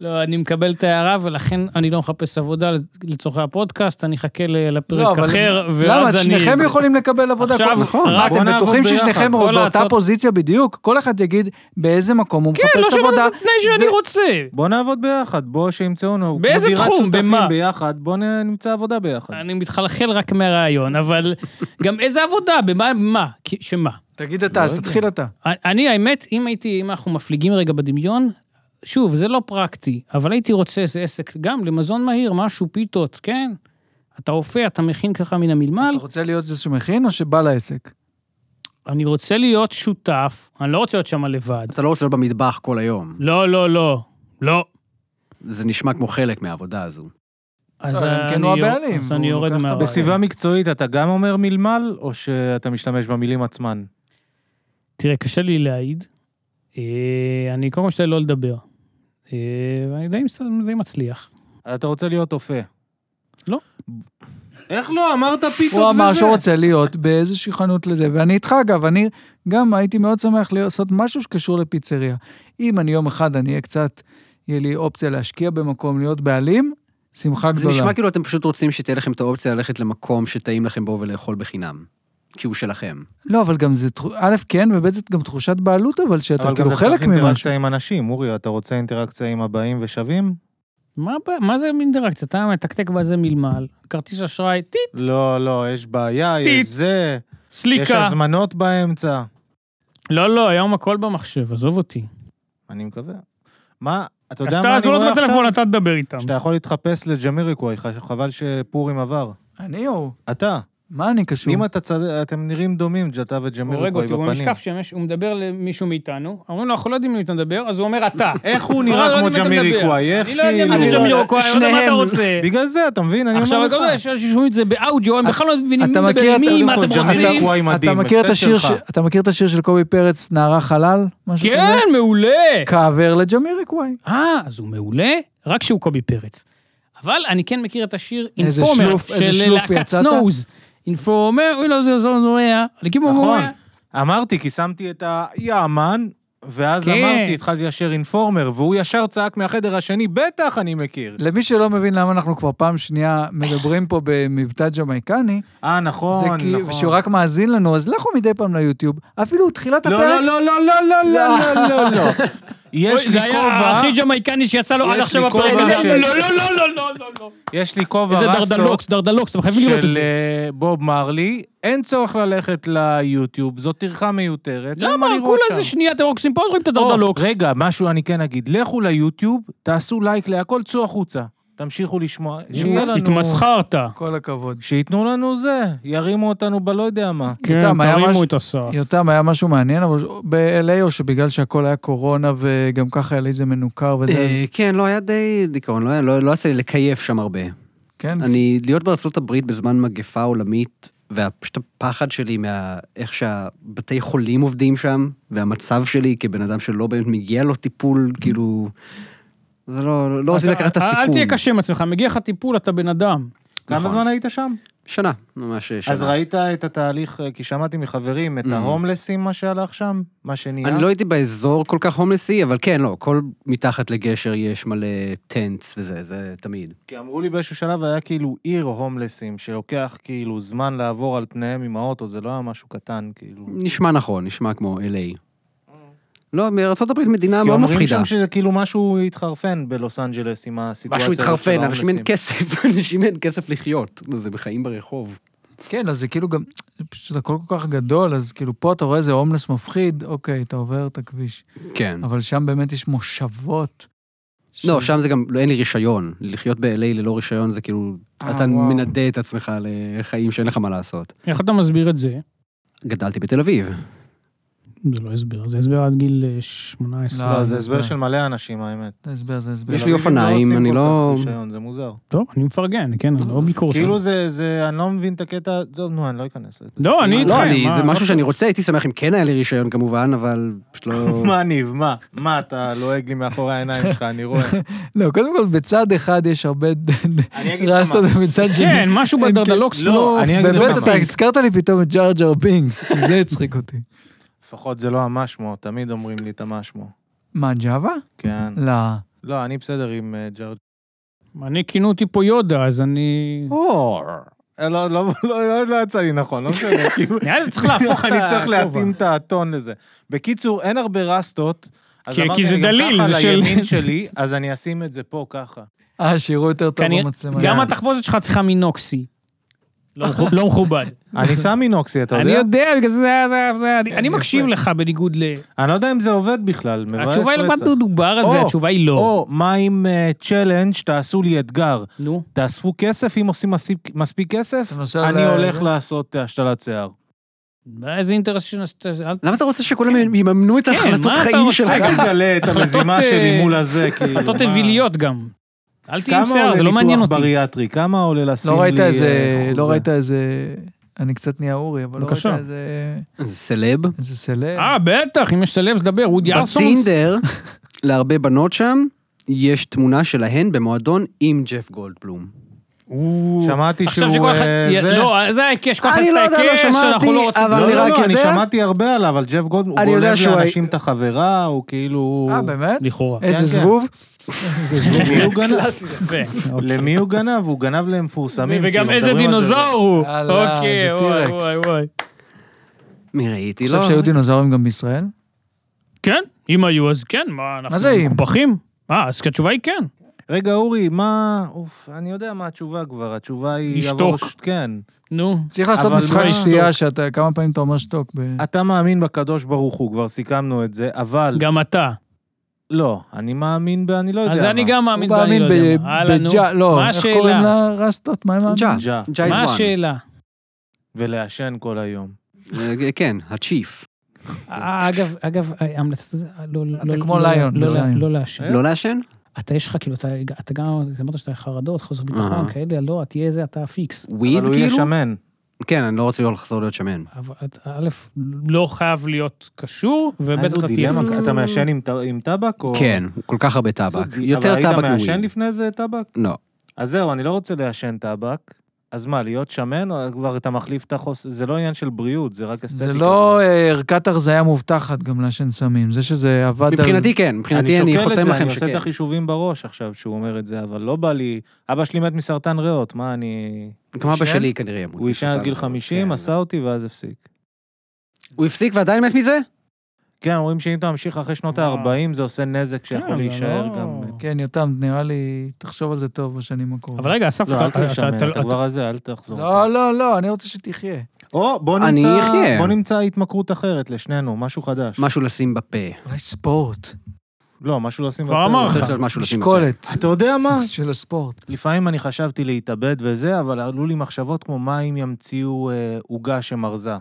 לא, אני מקבל את ההערה, ולכן אני לא מחפש עבודה לצורכי הפודקאסט, אני אחכה ל- לפרק אחר,
למה?
ואז אני...
שניכם יכולים לקבל עבודה.
עכשיו,
כל-
נכון.
מה,
בוא
אתם
נעבוד
בטוחים
ביחד.
ששניכם
כל
באותה
ההצעות-
פוזיציה בדיוק? כל אחד יגיד באיזה מקום הוא
כן, לא
מחפש
שמעת
עבודה.
את התנאי שאני
ו-
רוצה.
בוא נעבוד ביחד, בוא שימצאו לנו. כמו
באיזה
דירת
תחום?
שותפים
במה?
ביחד, בוא נ- נמצא עבודה ביחד.
אני מתחלחל רק מהרעיון, אבל גם איזה עבודה, במה, מה, כי- שמה?
תגיד
לא
אתה, אז תתחיל אתה.
אני, האמת, אם הייתי, אם אנחנו מפליגים רגע בדמיון, שוב, זה לא פרקטי, אבל הייתי רוצה איזה עסק, גם למזון מהיר, משהו, פיתות, כן? אתה אופה, אתה מכין ככה מן המלמל.
אתה רוצה להיות זה שמכין או שבא לעסק?
אני רוצה להיות שותף, אני לא רוצה להיות שם לבד.
אתה לא רוצה להיות במטבח כל היום.
לא, לא, לא. לא.
זה נשמע כמו חלק מהעבודה הזו.
אז
לא, אלא אם כן
אני
הוא
יור-
הבעלים,
אז אני
והוא
יורד
לוקח את
מהרעיון.
בסביבה מקצועית אתה גם אומר מלמל, או שאתה משתמש במילים עצמן?
תראה, קשה לי להעיד. אה, אני קודם כל משתדל לא לדבר. אה, ואני די מס- די מצליח.
אתה רוצה להיות אופה.
לא.
איך לא? אמרת פיתות
הוא אמר
וזה.
שהוא רוצה להיות באיזושהי חנות לזה, ואני איתך אגב, אני גם הייתי מאוד שמח לעשות משהו שקשור לפיצריה. אם אני יום אחד אני אהיה קצת, יהיה לי אופציה להשקיע במקום, להיות בעלים, שמחה
זה
גדולה.
נשמע כאילו אתם פשוט רוצים שתהיה לכם את האופציה ללכת למקום שטעים לכם בו ולאכול בחינם. כי הוא שלכם.
לא, אבל גם זה, תחו- א', כן, וב', זאת גם תחושת בעלות, אבל שאתה
אבל גם
כאילו
אתה צריך
חלק ממשהו.
אינטראקציה עם אנשים, אורי, אתה רוצה אינטראקציה עם הבאים ושווים?
מה הבע- מה זה אינטראקציה? אתה מתקתק בזה מלמל, כרטיס אשראי, טיט,
לא, לא, יש בעיה,
טיט.
יש זה, יש
סליקה.
הזמנות באמצע.
לא, לא, היום הכל במחשב, עזוב אותי.
אני מקווה. מה, אתה
אז לא
יודע
אתה
מה אני
הזמנות
רואה עכשיו?
בטלפון, אתה תדבר איתם.
שאתה יכול להתחפש לג'מיריקווי, ח- חבל שפורים עבר.
אני או?
אתה,
מה אני קשור?
אם אתה צודק, אתם נראים דומים, אתה
הורג
וג'מיריקווי
אותי, הוא
בפנים.
במשקף שמש, הוא מדבר למישהו מאיתנו, אומרים לו, אנחנו לא יודעים עם מי אתה מדבר, אז הוא אומר, אתה.
איך הוא
לא
נראה
יודעים
כמו
מי אתה
ג'מיריקווי?
מדבר.
איך
אני לא יודע מה זה
כאילו?
ג'מיריקווי.
ג'מירוקוואי, אני לא יודע מה אתה
שניהם.
רוצה.
בגלל זה, אתה מבין? אני
עכשיו,
אומר לך.
אתה יודע, ששומעים את זה באודיו, הם בכלל לא מבינים מי
אתה מכיר את
מדבר עם מי,
ה-
מה אתם
קודם כל,
רוצים.
ג'מיריקוואי מדהים,
אתה מכיר את
הפסד
השיר
שלך.
ש- אתה מכיר את השיר של קובי פרץ, נערה חלל? משהו כזה?
כן, מעולה.
קאבר לג'מיריקוואי.
אה, אז הוא מעולה, רק שהוא קובי פרץ. אבל אני כן מכיר את השיר
איזה
אינפורמר
שלוף- איזה
של
שלוף
להקת
יצאת.
סנוז. אינפורמר, אוי לא, כאילו זה זו נוריה.
נכון. אמרתי, כי שמתי את היאמן, ואז
כן.
אמרתי, התחלתי ישר אינפורמר, והוא ישר צעק מהחדר השני, בטח אני מכיר.
למי שלא מבין למה אנחנו כבר פעם שנייה מדברים פה במבטא ג'מייקני,
אה,
זה
נכון,
כי
נכון.
שהוא רק מאזין לנו, אז לכו מדי פעם ליוטיוב, אפילו תחילת
לא,
הפרק...
לא, לא, לא, לא, לא, לא, לא, לא, לא. יש לי
זה היה
כובע,
הכי ג'מייקני שיצא לו עד
יש
עכשיו
לי
הפרק.
כובע
הזה.
של-
לא, לא, לא, לא, לא, לא, לא.
יש לי כובע
איזה
רסטות
דרדלוקס, דרדלוקס, אתם חייבים לראות את
של
זה.
אה, בוב מרלי. אין צורך ללכת ליוטיוב, זאת טרחה מיותרת. אין
למה?
מה לראות
כולה
שם.
איזה שנייה, אתם רוקסים פה, אז רואים את
או,
הדרדלוקס.
רגע, משהו אני כן אגיד. לכו ליוטיוב, תעשו לייק להכל, צאו החוצה. תמשיכו לשמוע. שיהיה לנו...
לא, התמסחרת.
לא,
כל הכבוד.
שייתנו לנו זה, ירימו אותנו בלא יודע מה.
כן,
יותם, היה
תרימו
משהו-
את הסף.
יותם, היה משהו מעניין, אבל ב-LA או שבגלל שהכל היה קורונה וגם ככה היה לי איזה מנוכר וזה, אז...
אה, כן, לא היה די דיכאון, לא היה- לא לא יצא לי לקייף שם הרבה.
כן.
אני, להיות בארצות הברית בזמן מגפה עולמית, ופשוט הפחד שלי מה... איך שהבתי חולים עובדים שם, והמצב שלי כבן אדם שלא באמת מגיע לו טיפול, כאילו... זה לא, לא רציתי
אתה-
לקחת את
אל-
הסיכון.
אל תהיה קשה עם עצמך, מגיע לך טיפול, אתה בן אדם.
כמה
נכון.
זמן היית שם?
שנה, ממש שנה.
אז ראית את התהליך, אה, כי שמעתי מחברים, את ההומלסים, מה שהלך שם? מה שנהיה?
אני לא הייתי באזור כל כך הומלסי, אבל כן, לא, כל מתחת לגשר יש מלא טנטס וזה, זה תמיד.
כי אמרו לי באיזשהו שלב היה כאילו עיר הומלסים, שלוקח כאילו זמן לעבור על פניהם עם האוטו, זה לא היה משהו קטן, כאילו.
נשמע נכון, נשמע כמו LA. לא, מארה"ב מדינה
כי
מאוד
אומרים
לא מפחידה.
שם שזה כאילו משהו התחרפן בלוס אנג'לס עם הסיטואציה
משהו
הזאת
התחרפן,
של
לאנשים אין
ההומלסים.
כסף, אנשים אין כסף לחיות. זה בחיים ברחוב.
כן, אז זה כאילו גם, פשוט הכל כל כך גדול, אז כאילו פה אתה רואה איזה הומלס מפחיד, אוקיי, אתה עובר את הכביש.
Mm.
כן.
אבל שם באמת יש מושבות.
לא,
ש-
שם זה גם, לא, אין לי רישיון. לחיות ב-LA ללא רישיון זה כאילו,
אה,
אתה
וואו.
מנדה את עצמך לחיים שאין לך מה לעשות.
איך אתה מסביר את זה?
גדלתי בתל אביב.
זה לא הסבר, זה הסבר עד גיל אה, 18.
לא,
לא, זה הסבר
זה-
של מלא אנשים, האמת.
זה הסבר, זה הסבר.
יש
תל
לי
אביבים
אופניים,
עושים
אני
כל
לא- אוקיי.
כך רישיון, זה מוזר.
טוב, אני מפרגן, כן, אני לא ביקורסם.
כאילו זה, זה, אני לא מבין את הקטע, טוב, נו, אני לא אכנס לזה.
לא, אני
לא,
איתכם.
אני-
מה-
זה משהו
מה-
שאני רוצה, הייתי שמח אם כן היה לי רישיון כמובן, אבל פשוט לא...
מה, ניב, מה? מה, אתה לועג לי מאחורי העיניים שלך, אני רואה.
לא, קודם כל, בצד אחד יש הרבה ד- ד-
אני אגיד לך
רסטות,
מה.
ומצד שני...
כן, משהו
אין-
בדרדלוקס
לא,
לא...
אני אגיד לך
באמת,
מה.
אתה הזכרת לי פתאום את ג'ארג'ר בינקס, שזה הצחיק אותי.
לפחות זה לא המשמו, תמיד אומרים לי את המשמו.
מה, ג'אווה?
כן.
אה.
לא.
לא, אני בסדר עם אה, ג'ורג'.
אני כינו אותי פה יודה, אז אני...
אור. אה, לא, לא, לא, לא, לא יצא לי נכון, לא משנה, כאילו,
נראה לי צריך להפוך את
אני צריך
הכובע.
להתאים את הטון לזה. בקיצור, אין הרבה רסטות, אז
כי-
אמרתי,
כי זה
אני גם
דליל,
ככה
זה של-
לימין שלי, אז אני אשים את זה פה ככה.
אה, שיראו יותר טוב
כנראה-
במצלמה.
גם
כן.
אה,
התחפושת שלך צריכה מינוקסי. לא מכו- לא מכובד.
אני שם מינוקסי, אתה
אני
יודע?
יודע, בגלל זה זה... זה- זה-
כן,
אני- אני מקשיב לך בניגוד ל...
אני לא יודע אם זה עובד בכלל, מבאס רצח.
התשובה היא למה דובר על זה,
או,
התשובה היא לא.
או, מה עם אה, צ'לנג', תעשו לי אתגר.
נו.
תאספו כסף, אם עושים מספיק- מספיק כסף,
למשל,
אני
אה,
הולך לעשות אה, השתלת שיער.
איזה אינטרס שנעשית... אל-
למה אתה רוצה שכולם יממנו את
כן. מה
ההחלטות
אתה
חיים
רוצה?
שלך?
רגע,
אל תגלה את
החלטות,
המזימה
אה,
שלי מול הזה,
לא,
כאילו.
החלטות
מה?
אוויליות גם. אל תהיה עם
כמה
שיער, זה
עולה
לא מעניין
ניתוח
אותי.
בריאטרי? כמה עולה לשים לי...
לא ראית
אה,
איזה, לא
חוזה?
ראית איזה, אני קצת נהיה אורי, אבל לא ראית
בבקשה.
איזה,
סלב.
איזה סלב.
אה, בטח, אם יש את הלב, אז דבר, וודי ארסונס.
בטינדר, להרבה בנות שם, יש תמונה שלהן במועדון עם ג'ף גולדבלום.
שמעתי
עכשיו
שהוא...
שכל אחד...
אה,
י-
זה-
לא, זה ההיקש, כל אחד
אני
יש את
לא יודע, לא
ההיקש, אנחנו
שמעתי,
לא רוצים...
אבל
לא,
אני
לא,
רק
לא, אני
יודע-
שמעתי הרבה עליו, על ג'ף גולד, הוא
אני
גונב
יודע שהוא
לאנשים את החברה, הוא כאילו...
אה, באמת?
לכאורה.
איזה
כן.
זבוב?
למי הוא גנב?
יפה.
למי הוא גנב? הוא גנב למפורסמים.
וגם
כאילו,
איזה
מדברים על זה.
דינוזאור הוא.
יאללה,
אוקיי,
זה
וואי,
טירקס.
וואי, וואי.
מי ראיתי?
אני
לא.
חושב שהיו דינוזאורים גם בישראל?
כן, אם היו אז כן, מה, אנחנו
זה אם?
מקופחים? אה, אז התשובה היא כן.
רגע, אורי, מה... אוף, אני יודע מה התשובה כבר, התשובה היא...
לשתוק.
יעבור ש- כן.
נו.
צריך לעשות
אבל
משחק
מה?
שתייה שאתה, כמה פעמים אתה אומר שתוק. ב-
אתה מאמין בקדוש ברוך הוא, כבר סיכמנו את זה, אבל...
גם אתה.
לא, אני מאמין ב... אני לא יודע מה.
אז אני גם
הוא
מאמין ואני
מאמין
לא יודע מה. הלאה, נו.
בג'ה, לא,
מה
איך קוראים
השאלה?
לרסטות? מה הם מאמינים?
נכון? ג'ה.
ג'ה.
ג'ייז
מה
וואן.
השאלה?
ולעשן כל היום.
אה, כן, הצ'יף.
אה, אגב, אגב, ההמלצת הזה, אה, לא...
אתה
לא-
כמו
לא-
ליון,
לא-
בזין.
לא לעשן.
אה?
לא לעשן?
אתה יש לך, כאילו, אתה אתה גם, אמרת שאתה חרדות, חוסר ביטחון,
אהה.
כאלה, לא, תהיה איזה, אתה פיקס.
וויד
אבל הוא יהיה
כאילו?
שמן.
כן, אני לא רוצה לחזור להיות שמן.
אבל אתה, א', לא חייב להיות קשור, ובטח
אה,
איזו
אתה תהיה
דילמה,
פיקס.
אתה מעשן עם ט- עם טבק או...
Mm. כן, כל כך הרבה
איזו
טבק.
דיל-
יותר
אבל
טבק
היית מעשן
מוויד.
לפני זה טבק?
לא.
אז זהו, אני לא רוצה לעשן טבק. אז מה, להיות שמן? או כבר אתה מחליף את החוס... זה לא עניין של בריאות, זה רק
זה
אסתטיקה.
לא אה, ערכת הרזייה מובטחת גם לעשן סמים, זה שזה עבד על...
מבחינתי כן, מבחינתי אני
שוקל את
חותם
זה,
לכם
אני עושה את
שכן.
החישובים בראש עכשיו שהוא אומר את זה, אבל לא בא לי... אבא שלי מת מסרטן ריאות, מה אני...
גם אבא
עישן?
שלי כנראה ימות.
הוא עישן עד
מסרטן.
גיל 50,
כן.
עשה אותי ואז הפסיק.
הוא הפסיק ועדיין מת מזה?
כן, אומרים שאם אתה ממשיך אחרי שנות
וואו.
ה-40, זה עושה נזק שיכול
זה
להישאר
לא-
גם...
כן, יותם, נראה לי, תחשוב על זה טוב בשנים הקרובות.
אבל רגע, אסף,
לא,
אתה-
אל תהיה
אתה-
שמן,
אתה-
אתה כבר הזה, אל תחזור.
לא, לא, לא, אני רוצה שתחיה.
או, בוא
אני
נמצא-
אחיה.
בוא נמצא התמכרות אחרת לשנינו, משהו חדש.
משהו לשים בפה.
אה.
אולי ספורט.
לא, משהו לשים...
כבר
בפה.
אמר
צריך
לך.
להיות משהו לשים בפה.
משקולת.
אתה יודע מה?
צריך של הספורט.
לפעמים אני חשבתי להתאבד וזה, אבל עלו לי מחשבות כמו מה אם ימציאו אה, עוגה שמרזה,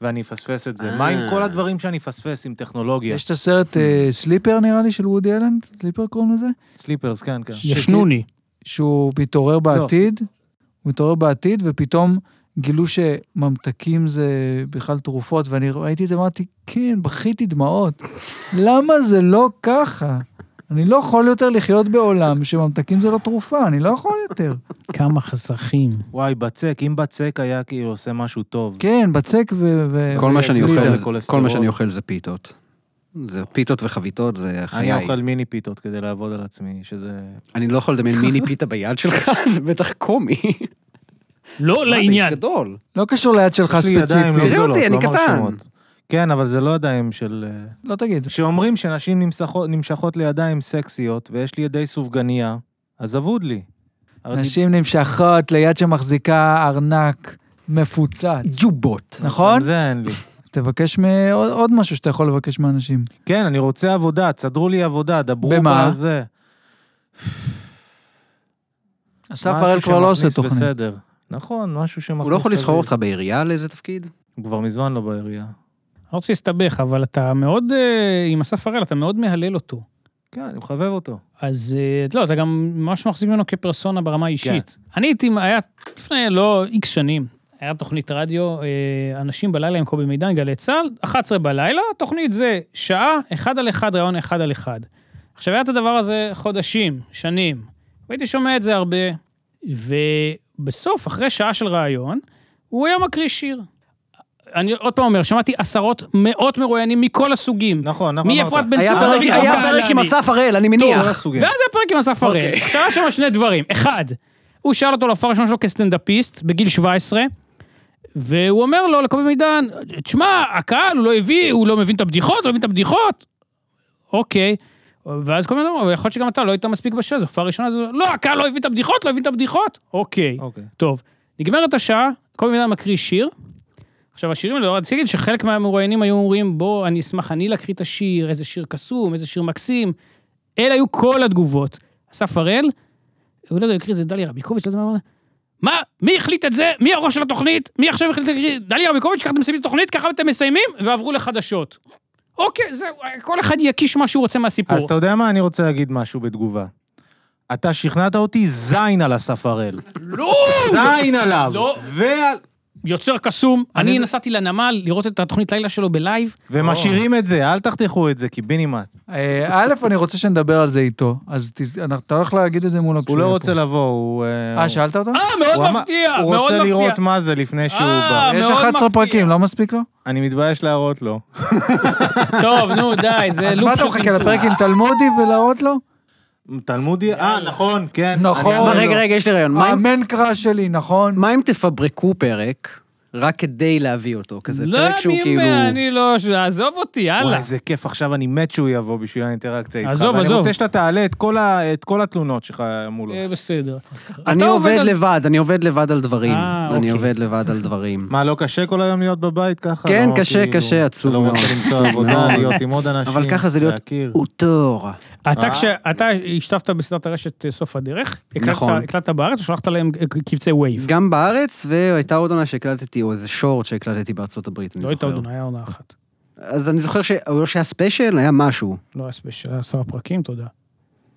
ואני אפספס את זה.
אה.
מה עם כל הדברים שאני אפספס עם טכנולוגיה?
יש את הסרט אה, סליפר, נראה לי, של וודי אלן, סליפר קוראים לזה?
סליפרס, כן, כן.
ישנוני.
שהוא מתעורר
לא.
בעתיד, הוא מתעורר בעתיד, ופתאום גילו שממתקים זה בכלל תרופות, ואני ראיתי את זה, אמרתי, כן, בכיתי דמעות. למה זה לא ככה? אני לא יכול יותר לחיות בעולם שממתקים זה לא תרופה, אני לא יכול יותר.
כמה חסכים.
וואי, בצק, אם בצק היה כאילו עושה משהו טוב.
כן, בצק ו... ו-
כל מה שאני
גלידה.
אוכל,
כן, זה
כל
כולסטרול.
מה שאני אוכל זה פיתות. זה פיתות וחביתות, זה
אני
חיי.
אוכל מיני פיתות כדי לעבוד על עצמי, שזה...
אני לא יכול לדמיין מיני פיתה ביד שלך, זה בטח קומי.
לא
מה, אתה
לעניין.
איש גדול.
לא קשור ליד שלך
יש לי ידיים לא
ספציפית.
תראה אותי,
גדולות,
אני
לא
קטן.
מרשימות. כן, אבל זה לא ידיים של... אה,
לא תגיד.
שאומרים שנשים נמשכות, נמשכות לידיים סקסיות, ויש לי ידי סופגניה, אז אבוד לי. אבל
נשים נמשכות ליד שמחזיקה ארנק מפוצץ.
ג'ובות.
נכון?
גם זה אין לי.
תבקש מעוד עוד משהו שאתה יכול לבקש מאנשים.
כן, אני רוצה עבודה, תסדרו לי עבודה, דברו
במה?
בזה.
אסף הראל כבר לא עושה
משהו שמכניס
תוכנית.
בסדר. נכון, משהו שמכניס...
הוא לא יכול לסחור
סדר.
אותך בעירייה לאיזה תפקיד?
הוא כבר מזמן לא בעירייה.
אני לא רוצה להסתבך, אבל אתה מאוד, אה, עם אסף הראל, אתה מאוד מהלל אותו.
כן, אני מחבב אותו.
אז אה, לא, אתה גם ממש מחזיק ממנו כפרסונה ברמה האישית. אני הייתי, היה לפני לא איקס שנים, היה תוכנית רדיו, אה, אנשים בלילה עם קובי מידן, גלי צה"ל, 11 בלילה, תוכנית זה שעה, אחד על אחד, ראיון אחד על אחד. עכשיו, היה את הדבר הזה חודשים, שנים, והייתי שומע את זה הרבה, ובסוף, אחרי שעה של ראיון, הוא היה מקריא שיר. אני עוד פעם אומר, שמעתי עשרות, מאות מרואיינים מכל הסוגים.
נכון, נכון.
מאפרת
אמרת.
בן
היה
סער,
פרק-
אבי
היה
קפלני.
פרק עם אסף הראל, אני
כל
מניח.
לא הסוגים.
ואז היה פרק עם אסף הראל.
אוקיי.
עכשיו היה שם שני דברים. אחד, הוא שאל אותו על ההופעה הראשונה שלו כסטנדאפיסט, בגיל 17, והוא אומר לו, לקובי מידן, תשמע, הקהל, הוא לא הביא, הוא לא מבין את הבדיחות, הוא לא מבין את הבדיחות. אוקיי. ואז כל מיני דברים, אבל יכול להיות שגם אתה לא היית מספיק בשל, זו הופעה ראשונה, זה... לא, הקהל לא הבין את הבדיחות, לא הבין את הבדיחות. אוקיי.
אוקיי.
טוב, נגמרת השעה, כל מיני מקריא שיר. עכשיו, השירים האלה, רציתי להגיד שחלק מהמרואיינים היו אומרים, בוא, אני אשמח אני להקריא את השיר, איזה שיר קסום, איזה שיר מקסים. אלה היו כל התגובות. אסף הראל, הוא לא יודע, הוא הקריא את זה דליה רביקוביץ', לא יודע מה הוא אמר. מה, מי החליט את זה? מי הראש של התוכנית? מי עכשיו החליט להקריא? דליה רביקוביץ', ככה אתם מסיימים את התוכנית, ככה אתם מסיימים, ועברו לחדשות. אוקיי, זהו, כל אחד יקיש מה שהוא רוצה מהסיפור.
אז אתה יודע מה? אני רוצה להגיד משהו בתגובה. אתה שכנעת אותי זין על אסף הראל.
לא!
זין עליו.
לא.
ועל...
יוצר קסום, אני נסעתי לנמל לראות את התוכנית לילה שלו בלייב.
ומשאירים את זה, אל תחתכו את זה, קיבינימט.
אה, א', אני רוצה שנדבר על זה איתו, אז תז- אנחנו- אתה הולך להגיד את זה מול
הוא
הפשוט.
לא רוצה לבוא, הוא... אה,
אה, שאלת אותו?
אה,
הוא
מאוד
אמר-
מפתיע, מאוד מפתיע.
הוא רוצה לראות מה זה לפני שהוא
אה,
בא.
יש
מאוד
11
מפתיע.
פרקים, לא מספיק לו?
אני מתבייש להראות לו.
טוב, נו, די, זה לופ
אז מה אתה מחכה לפרק עם תלמודי ולהראות לו?
תלמודי, אה, נכון, כן.
נכון.
אני
מה,
אמרתי לו.
רגע, רגע, יש לי רעיון.
אה,
מה אם-
המן קראש שלי, נכון?
מה אם תפברקו פרק רק כדי להביא אותו? כזה
לא,
פרק שהוא
אני-
כאילו...
אני לא... עזוב אותי,
וואי,
יאללה.
איזה כיף, עכשיו אני מת שהוא יבוא בשביל האינטראקציה איתך.
עזוב,
ואני
עזוב.
רוצה שאתה תעלה את כל ה- את כל התלונות שלך מולו.
אה, בסדר.
אני
אתה
עובד
על-
לבד, אני עובד לבד על דברים.
אה,
אני
אוקיי.
עובד לבד על דברים.
מה, לא קשה כל היום להיות בבית ככה?
כן,
לא,
קשה, קשה, עצוב
לא
מאוד.
רוצה למצוא
עצוב
עבודה,
מאוד.
להיות עם עוד אנשים,
אבל ככה זה להיות
להכיר.
אוטור.
אתה כש- אתה השתתפת בסדרת הרשת אה, סוף הדרך, הקלטת-
נכון.
הקלטת בארץ ושלחת להם אה, קבצי וייב.
גם בארץ, והייתה עוד עונה שהקלטתי, או איזה שורט שהקלטתי בארצות הברית, אני
לא
זוכר.
הייתה עוד עונה, היה עונה אחת.
אז אני זוכר ש- או שהיה ספיישל, היה משהו.
לא היה ספיישל, היה עשרה פרקים, תודה.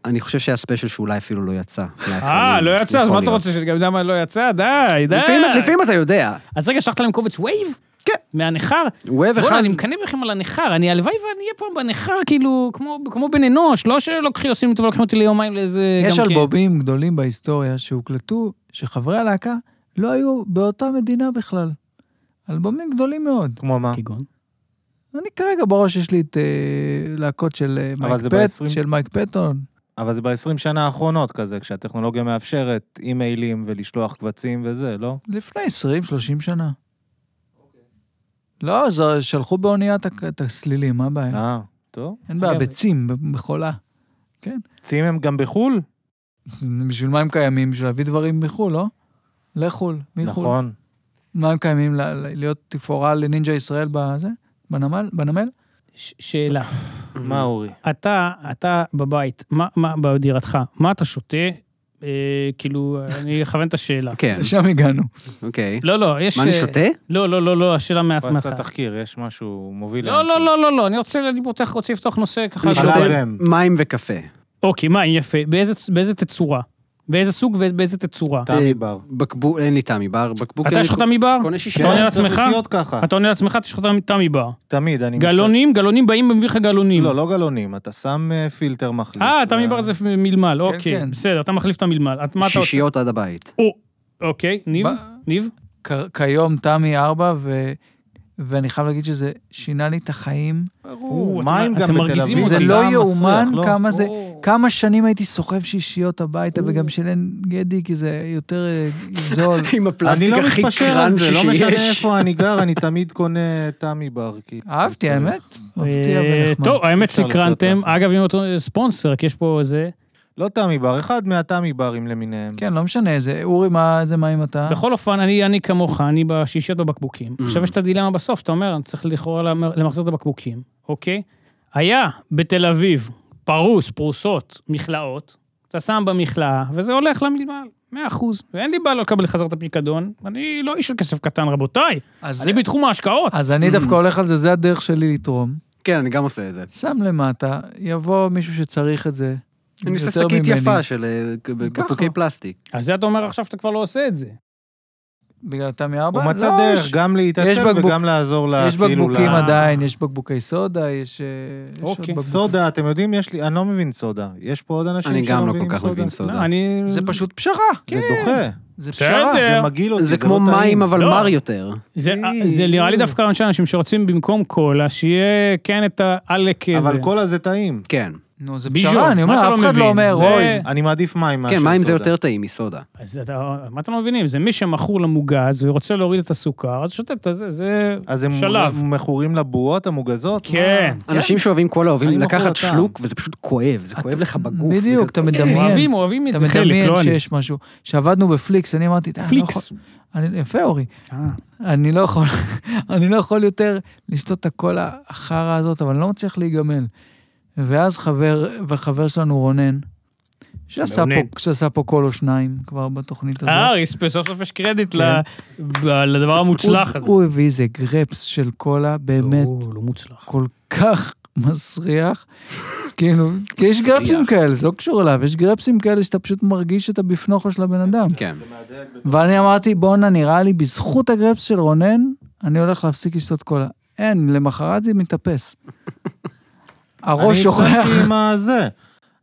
אני חושב שהיה ספיישל שאולי אפילו לא יצא.
אה, לא יצא, אז מה אתה רוצה, שגם יודע מה לא יצא? די, די.
לפעמים, לפעמים אתה יודע.
אז רגע, שלחת להם קובץ וייב?
כן.
מהניכר?
ווב
בוא'נה,
אחד,
אני מקנא בכם כן על הניכר, אני הלוואי ואני אהיה פעם בניכר, כאילו, כמו, כמו בן אנוש, לא שלוקחים, עושים לי טובה, לוקחים אותי ליומיים לאיזה...
יש
גם כן.
אלבומים גדולים בהיסטוריה שהוקלטו, שחברי הלהקה לא היו באותה מדינה בכלל. אלבומים גדולים מאוד.
כמו מה?
כגון.
אני כרגע בראש יש לי את אה, להקות של אה,
אבל
מייק
זה
פט,
ב-עשרים?
של מייק פטון.
אבל זה ב-20 שנה האחרונות כזה, כשהטכנולוגיה מאפשרת אימיילים ולשלוח קבצים וזה, לא?
לפני 20-30 שנה. לא, זה- שלחו באוניית הק- את הסלילים, מה
כן.
הבעיה?
אה, טוב.
אין בעיה,
אגב-
ביצים, ב- בחולה.
צים הם גם בחו"ל?
אז בשביל מה הם קיימים? בשביל להביא דברים מחו"ל, לא? לחו"ל, מחו"ל.
נכון.
מה הם קיימים? ל- ל- להיות תפאורה לנינג'ה ישראל בזה? בנמל? בנמל?
ש- שאלה,
מה, אורי?
אתה, אתה בבית, מה, מה, בדירתך, מה אתה שותה? אה, כאילו, אני אכוון את השאלה.
כן,
לשם הגענו.
אוקיי.
לא, לא, יש...
מה, אני
אה,
שותה?
לא, לא, לא, לא, השאלה
הוא עשה
מההתמחה.
תחקיר, יש משהו מוביל.
לא, לא, לא, לא, לא, אני רוצה, אני פותח, רוצה לפתוח נושא ככה.
אני
חלב
שאולי-
שותה
אם.
מים וקפה.
אוקיי, מים, יפה. באיזה, באיזה תצורה? באיזה סוג ובאיזה תצורה?
תמי בר.
אה, בקבוק, אין לי טעמי בר, בקבוק...
אתה יש לך תמי בר?
קונה שישה.
אתה עונה
כן, צריך
לעצמך?
לחיות ככה.
אתה עונה לעצמך, יש לך תמי בר.
תמיד, אני...
גלונים, גלונים באים ומביא לך גלונים.
משתמש- לא, לא גלונים, אתה שם אה, פילטר מחליף.
אה, אתה מבר זה מלמל, אוקיי.
כן.
בסדר, אתה מחליף את המלמל. את- מה אתה עושה?
שישיות עד הבית.
או, אוקיי, ניב,
מה?
ניב.
כ- כיום תמי ארבע, ו... ואני חייב להגיד שזה שינה לי את החיים.
ברור.
אתם-
מים
אתם
גם בתל
מרגיזים
אביב.
אותי.
זה
אותי.
לא
ים
יאומן
מסריח, לא?
כמה זה...
או.
כמה שנים הייתי סוחב שישיות הביתה, וגם של עין גדי, כי זה יותר אה, זול.
עם
אני
הפלסטיק
לא
הכי
מתפשר על
קראנצ'י
זה,
שיש.
לא משנה איפה אני גר, אני תמיד קונה תמי בר. כאילו, כי-
אהבתי, האמת. מפתיע
אה,
ונחמד.
טוב, האמת
אפשר לחיות
סקרנתם.
ככה.
אגב, אם אתה ספונסר, כי יש פה איזה...
לא תמי בר, אחד מהתמי ברים למיניהם.
כן, לא משנה, זה... אורי, מה זה מים אתה?
בכל אופן, אני אני כמוך, אני בשישיות בבקבוקים. עכשיו יש את הדילמה בסוף, אתה אומר, אני צריך לכאורה למ- למחזר את הבקבוקים, אוקיי? היה בתל אביב פרוס, פרוסות, מכלאות, אתה שם במכלאה, וזה הולך למלמל, 100 אחוז. ואין לי בעיה לא לקבל חזרת הפיקדון, אני לא איש של כסף קטן, רבותיי.
אז-
אני בתחום ההשקעות.
אז אני דווקא הולך על זה, זה הדרך שלי לתרום.
כן, אני גם עושה את זה.
שם למטה, יבוא מישהו שצריך את זה.
אני עושה
יותר
שקית
ממני.
יפה של אה, בקבוקי פלסטיק.
אז זה אתה אומר עכשיו שאתה כבר לא עושה את זה.
בגלל תמי ארבע?
הוא מצא
לא,
דרך
יש-
גם
יש
להתעצב
בקבוק-
וגם לעזור לה,
יש
כאילו, ל-
בקבוקים
לה-
עדיין, יש בקבוקי סודה, יש... אה, יש עוד
אוקיי.
בקבוק-
סודה, אתם יודעים, יש לי, אני לא מבין סודה. יש פה עוד אנשים
אני
שלא
גם לא
מבינים
כל כך
סודה.
מבין
לא,
סודה.
אני...
זה פשוט פשרה.
זה דוחה.
זה
בסדר.
פשרה.
זה מגעיל אותי,
זה
לא
כמו מים,
טעים.
אבל
לא.
מר יותר.
זה- זה נראה לי דווקא אנשי אנשים שרוצים במקום קולה, שיהיה כן את העלק הזה.
אבל קולה זה טעים.
כן.
נו, זה
ביז'ו,
פשרה, אני
מה אתה
אומר,
לא
אף אחד
מבין?
לא אומר,
זה-
אוי.
אני מעדיף מים מאשר
כן,
סודה.
מים זה יותר טעים מסודה.
אז אתה, מה אתם לא מבינים? זה מי שמכור למוגז ורוצה להוריד את הסוכר, אז שותה את הזה, זה
אז הם
שלב.
מכורים לבועות המוגזות?
כן.
אה.
אנשים שאוהבים קולה
אני
אוהבים
מכור
לקחת
לטעם.
שלוק, וזה פשוט כואב, זה כואב לך בגוף.
בדיוק, אתה מדמיין.
אוהבים, אוהבים את
אתה
זה חלק,
מדמיין
לא אני.
שיש משהו. כשעבדנו בפליקס, אני אמרתי, "אה, אני לא
פליקס.
יכול- אני- יפה, אורי.
אה,
אני לא יכול, אני לא יכול יותר לשתות את הכל החרא הזאת, אבל אני לא מצליח להיגמל. ואז חבר, וחבר שלנו רונן, שעשה
רונן.
פה, שעשה פה קול או שניים כבר בתוכנית הזאת.
אה, יש- סוף סוף יש קרדיט ל- ב- לדבר המוצלח הזה.
כן. הוא, הוא הביא איזה גרפס של קולה, באמת
הוא לא מוצלח.
כל כך מסריח. כאילו, כי יש גרפסים כאלה, זה לא קשור אליו, יש גרפסים כאלה שאתה פשוט מרגיש שאתה בפנוכו של הבן אדם.
כן.
לא,
ואני אמרתי, בואנה, נראה לי בזכות הגרפס של רונן, אני הולך להפסיק לשתות קולה. אין, למחרת זה מתאפס. הראש
אני
שוכח.
הפסקתי עם הזה.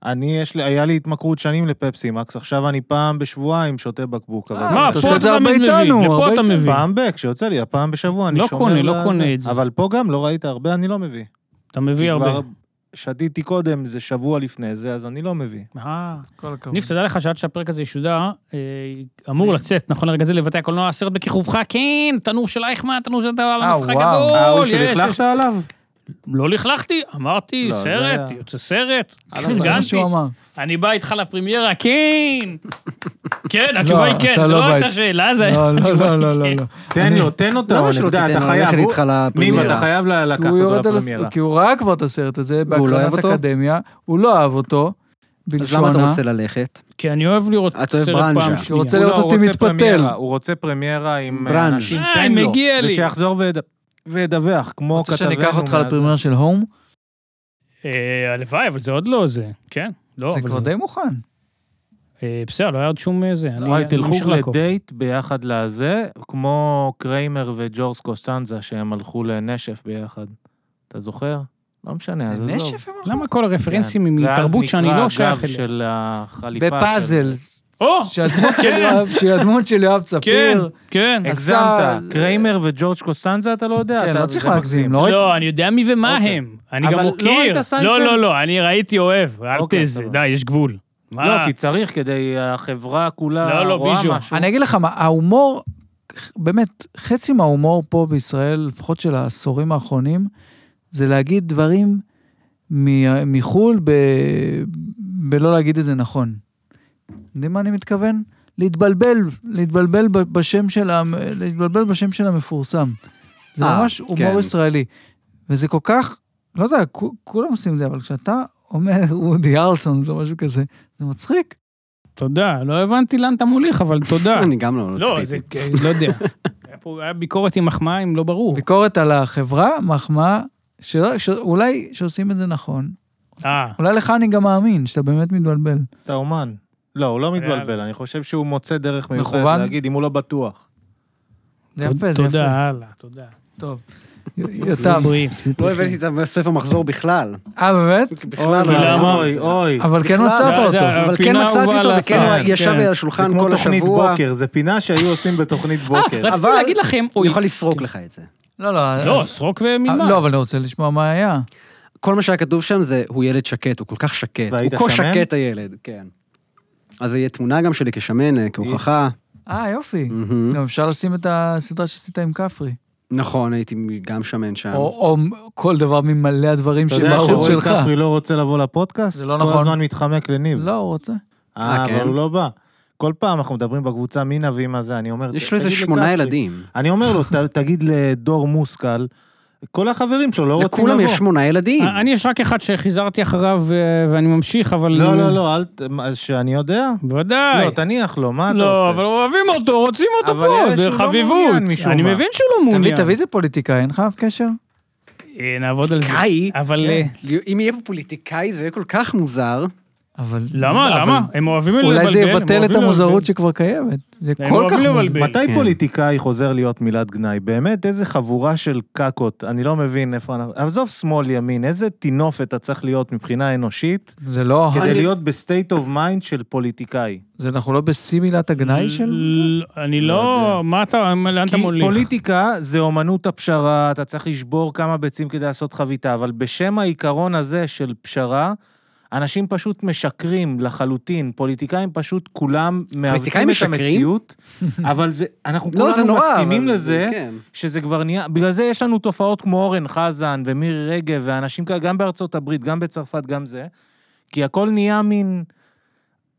אני, יש לי, היה לי התמכרות שנים לפפסי מקס, עכשיו אני פעם בשבועיים שותה בקבוק. אבל
אה,
זה
מה,
אתה
פשוט-
פה
עושה את זה
אתה
הרבה
מבין,
איתנו,
לפה
הרבה
אתה
איתנו.
מבין.
פעם ב, כשיוצא לי, הפעם בשבוע, אני
לא
שומר...
קונה, לא
לזה.
קונה את זה.
אבל פה גם לא ראית הרבה, אני לא מביא.
אתה מביא
כי
הרבה.
כבר שתיתי קודם, זה שבוע לפני זה, אז אני לא מביא.
אה,
כל הכבוד.
ניף, תדע לך שעד שהפרק הזה ישודר, אה, אמור לצאת, נכון לרגע זה, לבתי הקולנוע, הסרט בכיכובך, כן, תנור של אייכמן, תנור של דבר,
אה,
המשחק
וואו.
גדול.
ההוא
יש, יש.
שלכלכת עליו?
לא לכלכתי, אמרתי,
לא, זה
סרט,
היה- לא
יוצא סרט,
זה מה
ארגנתי,
שהוא אמר.
אני בא איתך לפרמיירה, כן. כן, התשובה היא כן,
אתה
זה
לא
לא
בא
הייתה
איתי.
שאלה, זה
לא, לא,
התשובה
לא,
היא
לא,
כן.
לא.
תן לו, תן לו את
למה
העונג,
שלא
די,
תיתן
אתה
לו
חייב.
ללכת
הוא-
איתך לפרמיירה?
ניב, אתה חייב ל-
כי
לקחת
הוא יורד
אותו
על
לפרמיירה.
הס- כי הוא ראה כבר את הסרט הזה
והוא לא אהב
בהקרנת
אותו?
אקדמיה, הוא לא אהב אותו,
אז למה אתה
בלשונה.
רוצה ללכת?
כי אני אוהב לראות
אתה אוהב
סרט
ברנז'ה.
פעם
כי
הוא
שנייה.
רוצה
הוא
לראות
לא,
אותי
הוא רוצה
מתפתל.
פרמיירה, הוא רוצה פרמירה עם אה,
ברנז'.
אנשים,
אה,
תן לו.
מגיע לי.
ושיחזור ויד- וידווח, כמו
רוצה
כתבנו.
שאני אקח אותך
מה-
לפרמייר של הום?
אה, הלוואי, אבל זה עוד לא זה, כן? לא,
זה
אבל
כבר
זה-
די מוכן.
אה, בסדר, לא היה עוד שום אה, זה. אני-
וואי,
אני ממשיך
תלכו
לעקוב.
לדייט ביחד לזה, כמו קריימר וג'ורס קוסטנזה, שהם הלכו לנשף ביחד. אתה זוכר? לא משנה, אז עזוב.
נשף הם הלכו.
למה כל הרפרנסים הם
כן. ואז
מתרבות שאני לא
נקרע
שייך
הגב
אליה?
של החליפה של...
בפאזל,
או,
שהדמות של יואב- שהדמות של יואב
כן,
צפיר.
כן.
אה,
עשה-
הגזמת. קריימר וג'ורג' קוסטנזה, אתה לא יודע?
כן,
אתה-
לא
זה
צריך
מגזים.
להגזים, לא ראיתי.
לא, אני יודע מי ומה
אוקיי.
הם. אני
אבל
גם
לא
מוקיר.
ראית
לא,
סיינפלד?
לא, לא, אני ראיתי אוהב. אל
אוקיי,
תזה,
סבבה.
די, יש גבול. מה?
לא, כי צריך, כדי החברה כולה
לא, לא,
רואה
ביז'ו.
משהו.
אני אגיד לך מה, ההומור, באמת, חצי מההומור פה בישראל, לפחות של העשורים האחרונים, זה להגיד דברים מ- מחו"ל ב... בלא להגיד את זה נכון. יודעים מה אני מתכוון? להתבלבל, להתבלבל ב- בשם של, המ- להתבלבל בשם של המפורסם. זה
אה,
ממש
כן.
הומור ישראלי. וזה כל כך, לא יודע, כו- כולם עושים את זה, אבל כשאתה אומר וודי ארלסון או משהו כזה, זה מצחיק.
תודה, לא הבנתי לאן אתה מוליך, אבל תודה.
אני גם לא
לא, זה,
ציפיתי.
לא יודע. היה פה- היה ביקורת עם מחמאה, אם לא ברור.
ביקורת על החברה, מחמאה, שלא- שאולי שעושים את זה נכון.
אה,
אולי לך אני גם מאמין, שאתה באמת מתבלבל.
אתה אומן. לא, הוא לא מתבלבל,
יאללה.
אני חושב שהוא מוצא דרך מיוחדת
מכוון?
להגיד אם הוא לא בטוח.
זה יפה, זה
תודה,
יפה.
הלאה, תודה.
טוב. יותם.
בריאים.
לא הבאתי את הספר מחזור בכלל.
אה, באמת?
בכלל
אוי,
לא.
למה?
אוי, אוי.
אבל כן
בכלל.
מצאת
זה-
אותו.
זה-
אבל כן
הפינה
מצאתי
האהובה
אותו,
על
וכן
השר,
הוא ישב
כן.
לי על
זה
השולחן
כמו
כל
תוכנית
השבוע.
בוקר, זה פינה שהיו עושים בתוכנית בוקר.
רציתי
אבל-
להגיד לכם,
הוא
אוי.
יכול לסרוק לך את זה.
לא, לא.
לא, סרוק
אה,
ומימה.
לא, אבל אני רוצה לשמוע מה היה.
כל מה שהיה כתוב שם זה, הוא ילד שקט, הוא כל כך שקט.
והיית
הוא כה
שמן?
שקט הילד, כן. אז יהיה תמונה גם שלי כשמן, אה, כהוכחה.
אה, יופי.
מהמם.
גם אפשר לשים את הסדרה שעשית עם כפרי.
נכון, הייתי גם שמן שם.
או או כל דבר ממלא הדברים
אה. אתה יודע
שבערוץ
שרועי
שלך.
כפרי לא רוצה לבוא לפודקאסט?
זה לא
כל
נכון.
הזמן מתחמק לניב.
לא, הוא רוצה.
אה,
אה,
אבל
כן?
הוא לא בא. כל פעם אנחנו מדברים בקבוצה מי נביא מה זה, אני אומר...
יש לו איזה
"תגיד
שמונה
לכפרי".
ילדים.
אני אומר לו, "ת- תגיד לדור מוסקל, כל החברים שלו לא רוצים לבוא.
לכולם יש שמונה ילדים.
אה, אני יש רק אחד שחיזרתי אחריו אה, ואני ממשיך, אבל...
לא, לא, לא, אל... ת- מה, שאני יודע?
בוודאי.
לא, תניח לו, מה אתה עושה?
לא, אבל אוהבים אותו, רוצים אותו
אבל
פה,
נראה שהוא
זה
לא
חביבות.
מעוניין משום
אני
מה.
מבין שהוא לא
תביא-
מעוניין.
תביא איזה פוליטיקאי, אין לך אף קשר?
אה, נעבוד על זה.
פוליטיקאי,
אבל... אה,
כן. אם יהיה פה פוליטיקאי זה יהיה כל כך מוזר.
אבל...
למה?
אבל-
למה? הם אוהבים לבלבל.
אולי זה
הם
יבטל
אוהבים
את
לבלבל.
המוזרות שכבר קיימת. זה
הם
כל כך...
אוהבים
מוזר.
לבלבל.
מתי
כן.
פוליטיקאי חוזר להיות מילת גנאי? באמת, איזה חבורה של קקות. אני לא מבין איפה אנחנו... עזוב שמאל, ימין, איזה טינוף אתה צריך להיות מבחינה אנושית
זה לא...
כדי
אני-
להיות בסטייט אוף מיינד של פוליטיקאי.
זה אנחנו לא בשיא מילת הגנאי של...
ל- אני לא... מה אתה... לאן אתה
כי
מוליך?
פוליטיקה זה אומנות הפשרה, אתה צריך לשבור כמה ביצים כדי לעשות חביתה, אבל בשם העיקרון הזה של פשרה, אנשים פשוט משקרים לחלוטין, פוליטיקאים פשוט כולם
פוליטיקאים
מעוותים את
משקרים?
המציאות, אבל זה, אנחנו
לא, זה
כולנו
נורא,
מסכימים
אבל-
לזה,
כן.
שזה כבר נהיה, בגלל זה יש לנו תופעות כמו אורן חזן ומירי רגב ואנשים כאלה, גם בארצות הברית, גם בצרפת, גם זה, כי הכל נהיה מין,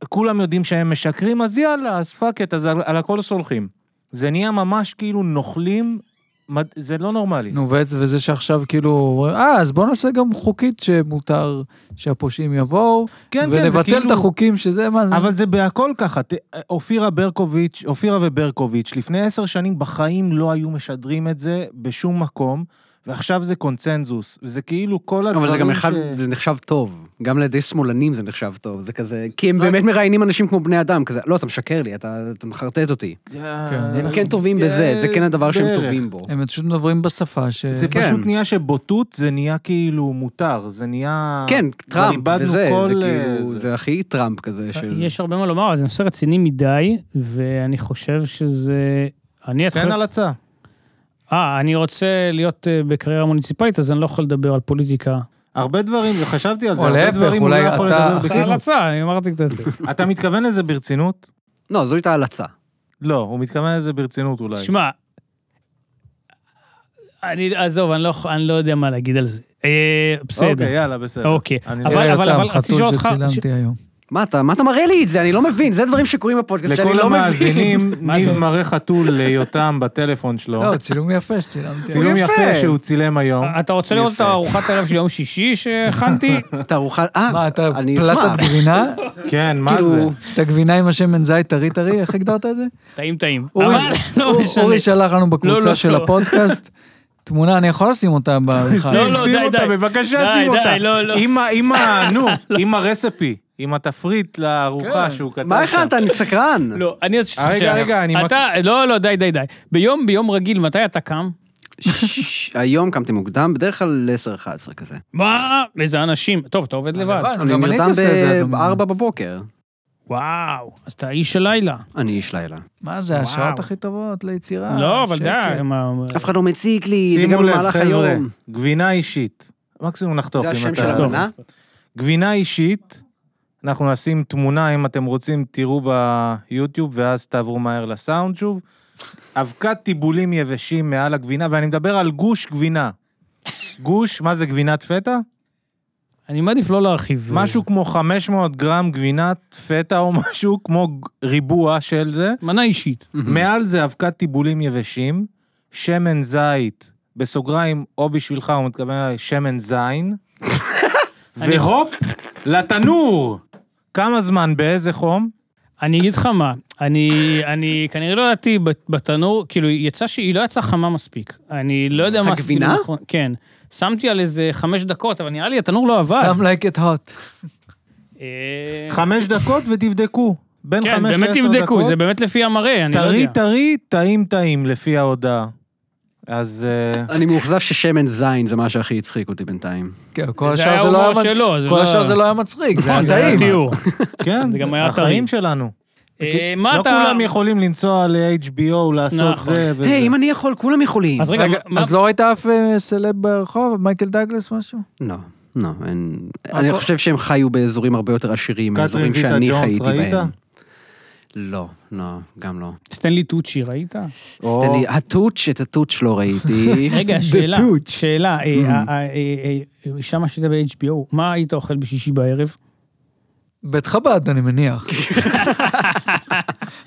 כולם יודעים שהם משקרים, אז יאללה, אז פאק את, אז על, על הכל סולחים. זה נהיה ממש כאילו נוכלים, מד- זה לא נורמלי.
נו, וזה וזה שעכשיו כאילו... אומרים, אה, אז בוא נעשה גם חוקית שמותר שהפושעים יבואו,
כן, כן, זה
ונבטל את
כאילו-
החוקים שזה... מה זה?
אבל זה בהכל ככה. ת- אופירה ברקוביץ', אופירה וברקוביץ', לפני עשר שנים בחיים לא היו משדרים את זה בשום מקום, ועכשיו זה קונצנזוס. זה כאילו כל הדברים
אבל זה גם אחד,
ש-
זה נחשב טוב. גם לידי שמאלנים זה נחשב טוב. זה כזה, כי הם באמת מראיינים אנשים כמו בני אדם, כזה, לא, אתה משקר לי, אתה אתה מחרטט אותי.
כן,
הם כן טובים בזה, זה כן הדבר שהם
בערך.
טובים בו.
הם פשוט מדברים בשפה ש...
זה
כן.
פשוט נהיה שבוטות, זה נהיה כאילו מותר, זה נהיה...
כן,
כבר
טראמפ
איבדנו
וזה,
כל,
זה
אה,
כאילו, זה הכי טראמפ כזה של...
אה, יש הרבה מה לומר, אבל זה נושא רציני מדי, ואני חושב שזה... אני
סטן על הצעה.
אה, אני רוצה להיות אה, בקריירה מוניציפלית, אז אני לא יכול לדבר על פוליטיקה.
הרבה דברים, וחשבתי על זה,
או
הרבה
להפך,
דברים הוא לא
אולי
יכול
אתה-
לדבר
בכלל
בכנות.
רצה, אני אמרתי את זה.
אתה מתכוון לזה ברצינות?
לא, זו הייתה הלצה.
לא, הוא מתכוון לזה ברצינות אולי.
שמע, אני, עזוב, אני לא, יכול- אני לא יודע מה להגיד על זה. אה, בסדר.
אוקיי, יאללה, בסדר.
אוקיי.
אני
אבל-
לא-
תראה
אבל-
אותם,
אבל רציתי
חתול
לשאול אותך-
שצילמתי היום.
מה אתה, מה אתה מראה לי את זה? אני לא מבין, זה דברים שקורים בפודקאסט שאני
לכל
לא מבין.
המאזינים, ניב מראה חתול ליותם בטלפון שלו.
לא, צילום יפה שצילמתי.
צילום
יפה.
יפה שהוא צילם היום.
אתה רוצה לראות את
יפה.
הארוחת הערב של יום שישי שהכנתי?
תערוכה, אה,
מה, אתה
אני
פלטת
אשמח.
גבינה?
כן, מה
כאילו,
זה?
את הגבינה עם השמן זית טרי טרי? איך הגדרת את זה?
טעים טעים. אבל
אורי-
לא
אור-
משנה.
אורי שלח לנו
לא, לא,
בקבוצה של
לא.
הפודקאסט תמונה, אני יכול לשים אותה בעריכה.
לא, לא,
שים
די,
אותה,
די.
בבקשה,
די,
שים
די,
אותה.
לא, לא.
עם ה- עם ה... נו, עם הרספי, עם התפריט לארוחה שהוא כתב.
כן. מה
שם.
הכנת? אני סקרן.
לא, אני רוצה
רגע, רגע, אני
אתה, לא, לא, די, די, די. ביום, ביום רגיל, מתי אתה קם?
ש- היום קמתי מוקדם, בדרך כלל 10-11 כזה.
מה? איזה אנשים. טוב, אתה עובד לבד.
לבד.
אני
גם לא, אני הייתי
נרדם
עושה את זה, אדוני.
ב-4 בבוקר.
וואו, אז אתה איש של לילה.
אני איש לילה.
מה זה, השעות הכי טובות ליצירה?
לא, אבל
אה, שקט.
די. מה-
אף אחד לא מציק לי,
שימו
וגם
לב,
במהלך
חבר'ה,
היום.
גבינה אישית. מקסימום נחתוך
זה
אם
השם של
אתה...
טוב.
המנה?
גבינה אישית, אנחנו נשים תמונה, אם אתם רוצים, תראו ביוטיוב, ואז תעברו מהר לסאונד שוב. אבקת טיבולים יבשים מעל הגבינה, ואני מדבר על גוש גבינה. גוש, מה זה גבינת פטה?
אני מעדיף לא להרחיב.
משהו כמו 500 גרם גבינת פטה או משהו כמו ג- ריבוע של זה.
מנה אישית.
מעל זה אבקת טיבולים יבשים, שמן זית, בסוגריים, או בשבילך, הוא מתכוון אליי, שמן זין, והופ, לתנור! כמה זמן, באיזה חום?
אני אגיד לך מה, אני, אני כנראה לא ידעתי בת- בתנור, כאילו, יצא שהיא לא יצאה חמה מספיק. אני לא יודע מה... עשיתי
הגבינה?
נכון. כן. שמתי על איזה חמש דקות, אבל נראה לי התנור לא עבד.
Some like it hot.
אה,
חמש דקות ותבדקו. בין
כן,
חמש
באמת
לעשר
תבדקו, זה
דקות.
באמת לפי המראה, אני לא
טרי
יודע.
טרי, טעים טעים, לפי ההודעה. אז... אה,
אני מאוכזב ששמן זין זה מה שהכי הצחיק אותי בינתיים.
כן, כל
זה
השאר
היה
זה לא
הומור
היה מצ-
שלו, זה
כל
לא-
השאר זה לא היה מצחיק, זה היה
נכון, זה היה
טעים.
תיאור.
כן,
זה גם היה טרי.
החיים שלנו.
אה, מה
לא
אתה...
כולם יכולים לנסוע ל-HBO, לעשות
נכון.
זה וזה.
היי, אם אני יכול, כולם יכולים.
אז רגע,
רגע,
מה-
אז לא ראית אף אה, סלב ברחוב? מייקל דגלס משהו?
לא, לא, אין... אני
הכל-
חושב שהם חיו באזורים הרבה יותר עשירים,
קתרין
מאזורים
זיטה
שאני
ג'ונס,
חייתי
ראית?
בהם. לא, לא, גם לא.
סטנלי טוצ'י, ראית?
או-
סטלי, הטוץ', את הטוץ' לא ראיתי.
רגע,
שאלה,
שאלה, שאלה, אה, שם שהיית ב-HBO, מה היית אוכל בשישי בערב?
בית חב"ד, אני מניח.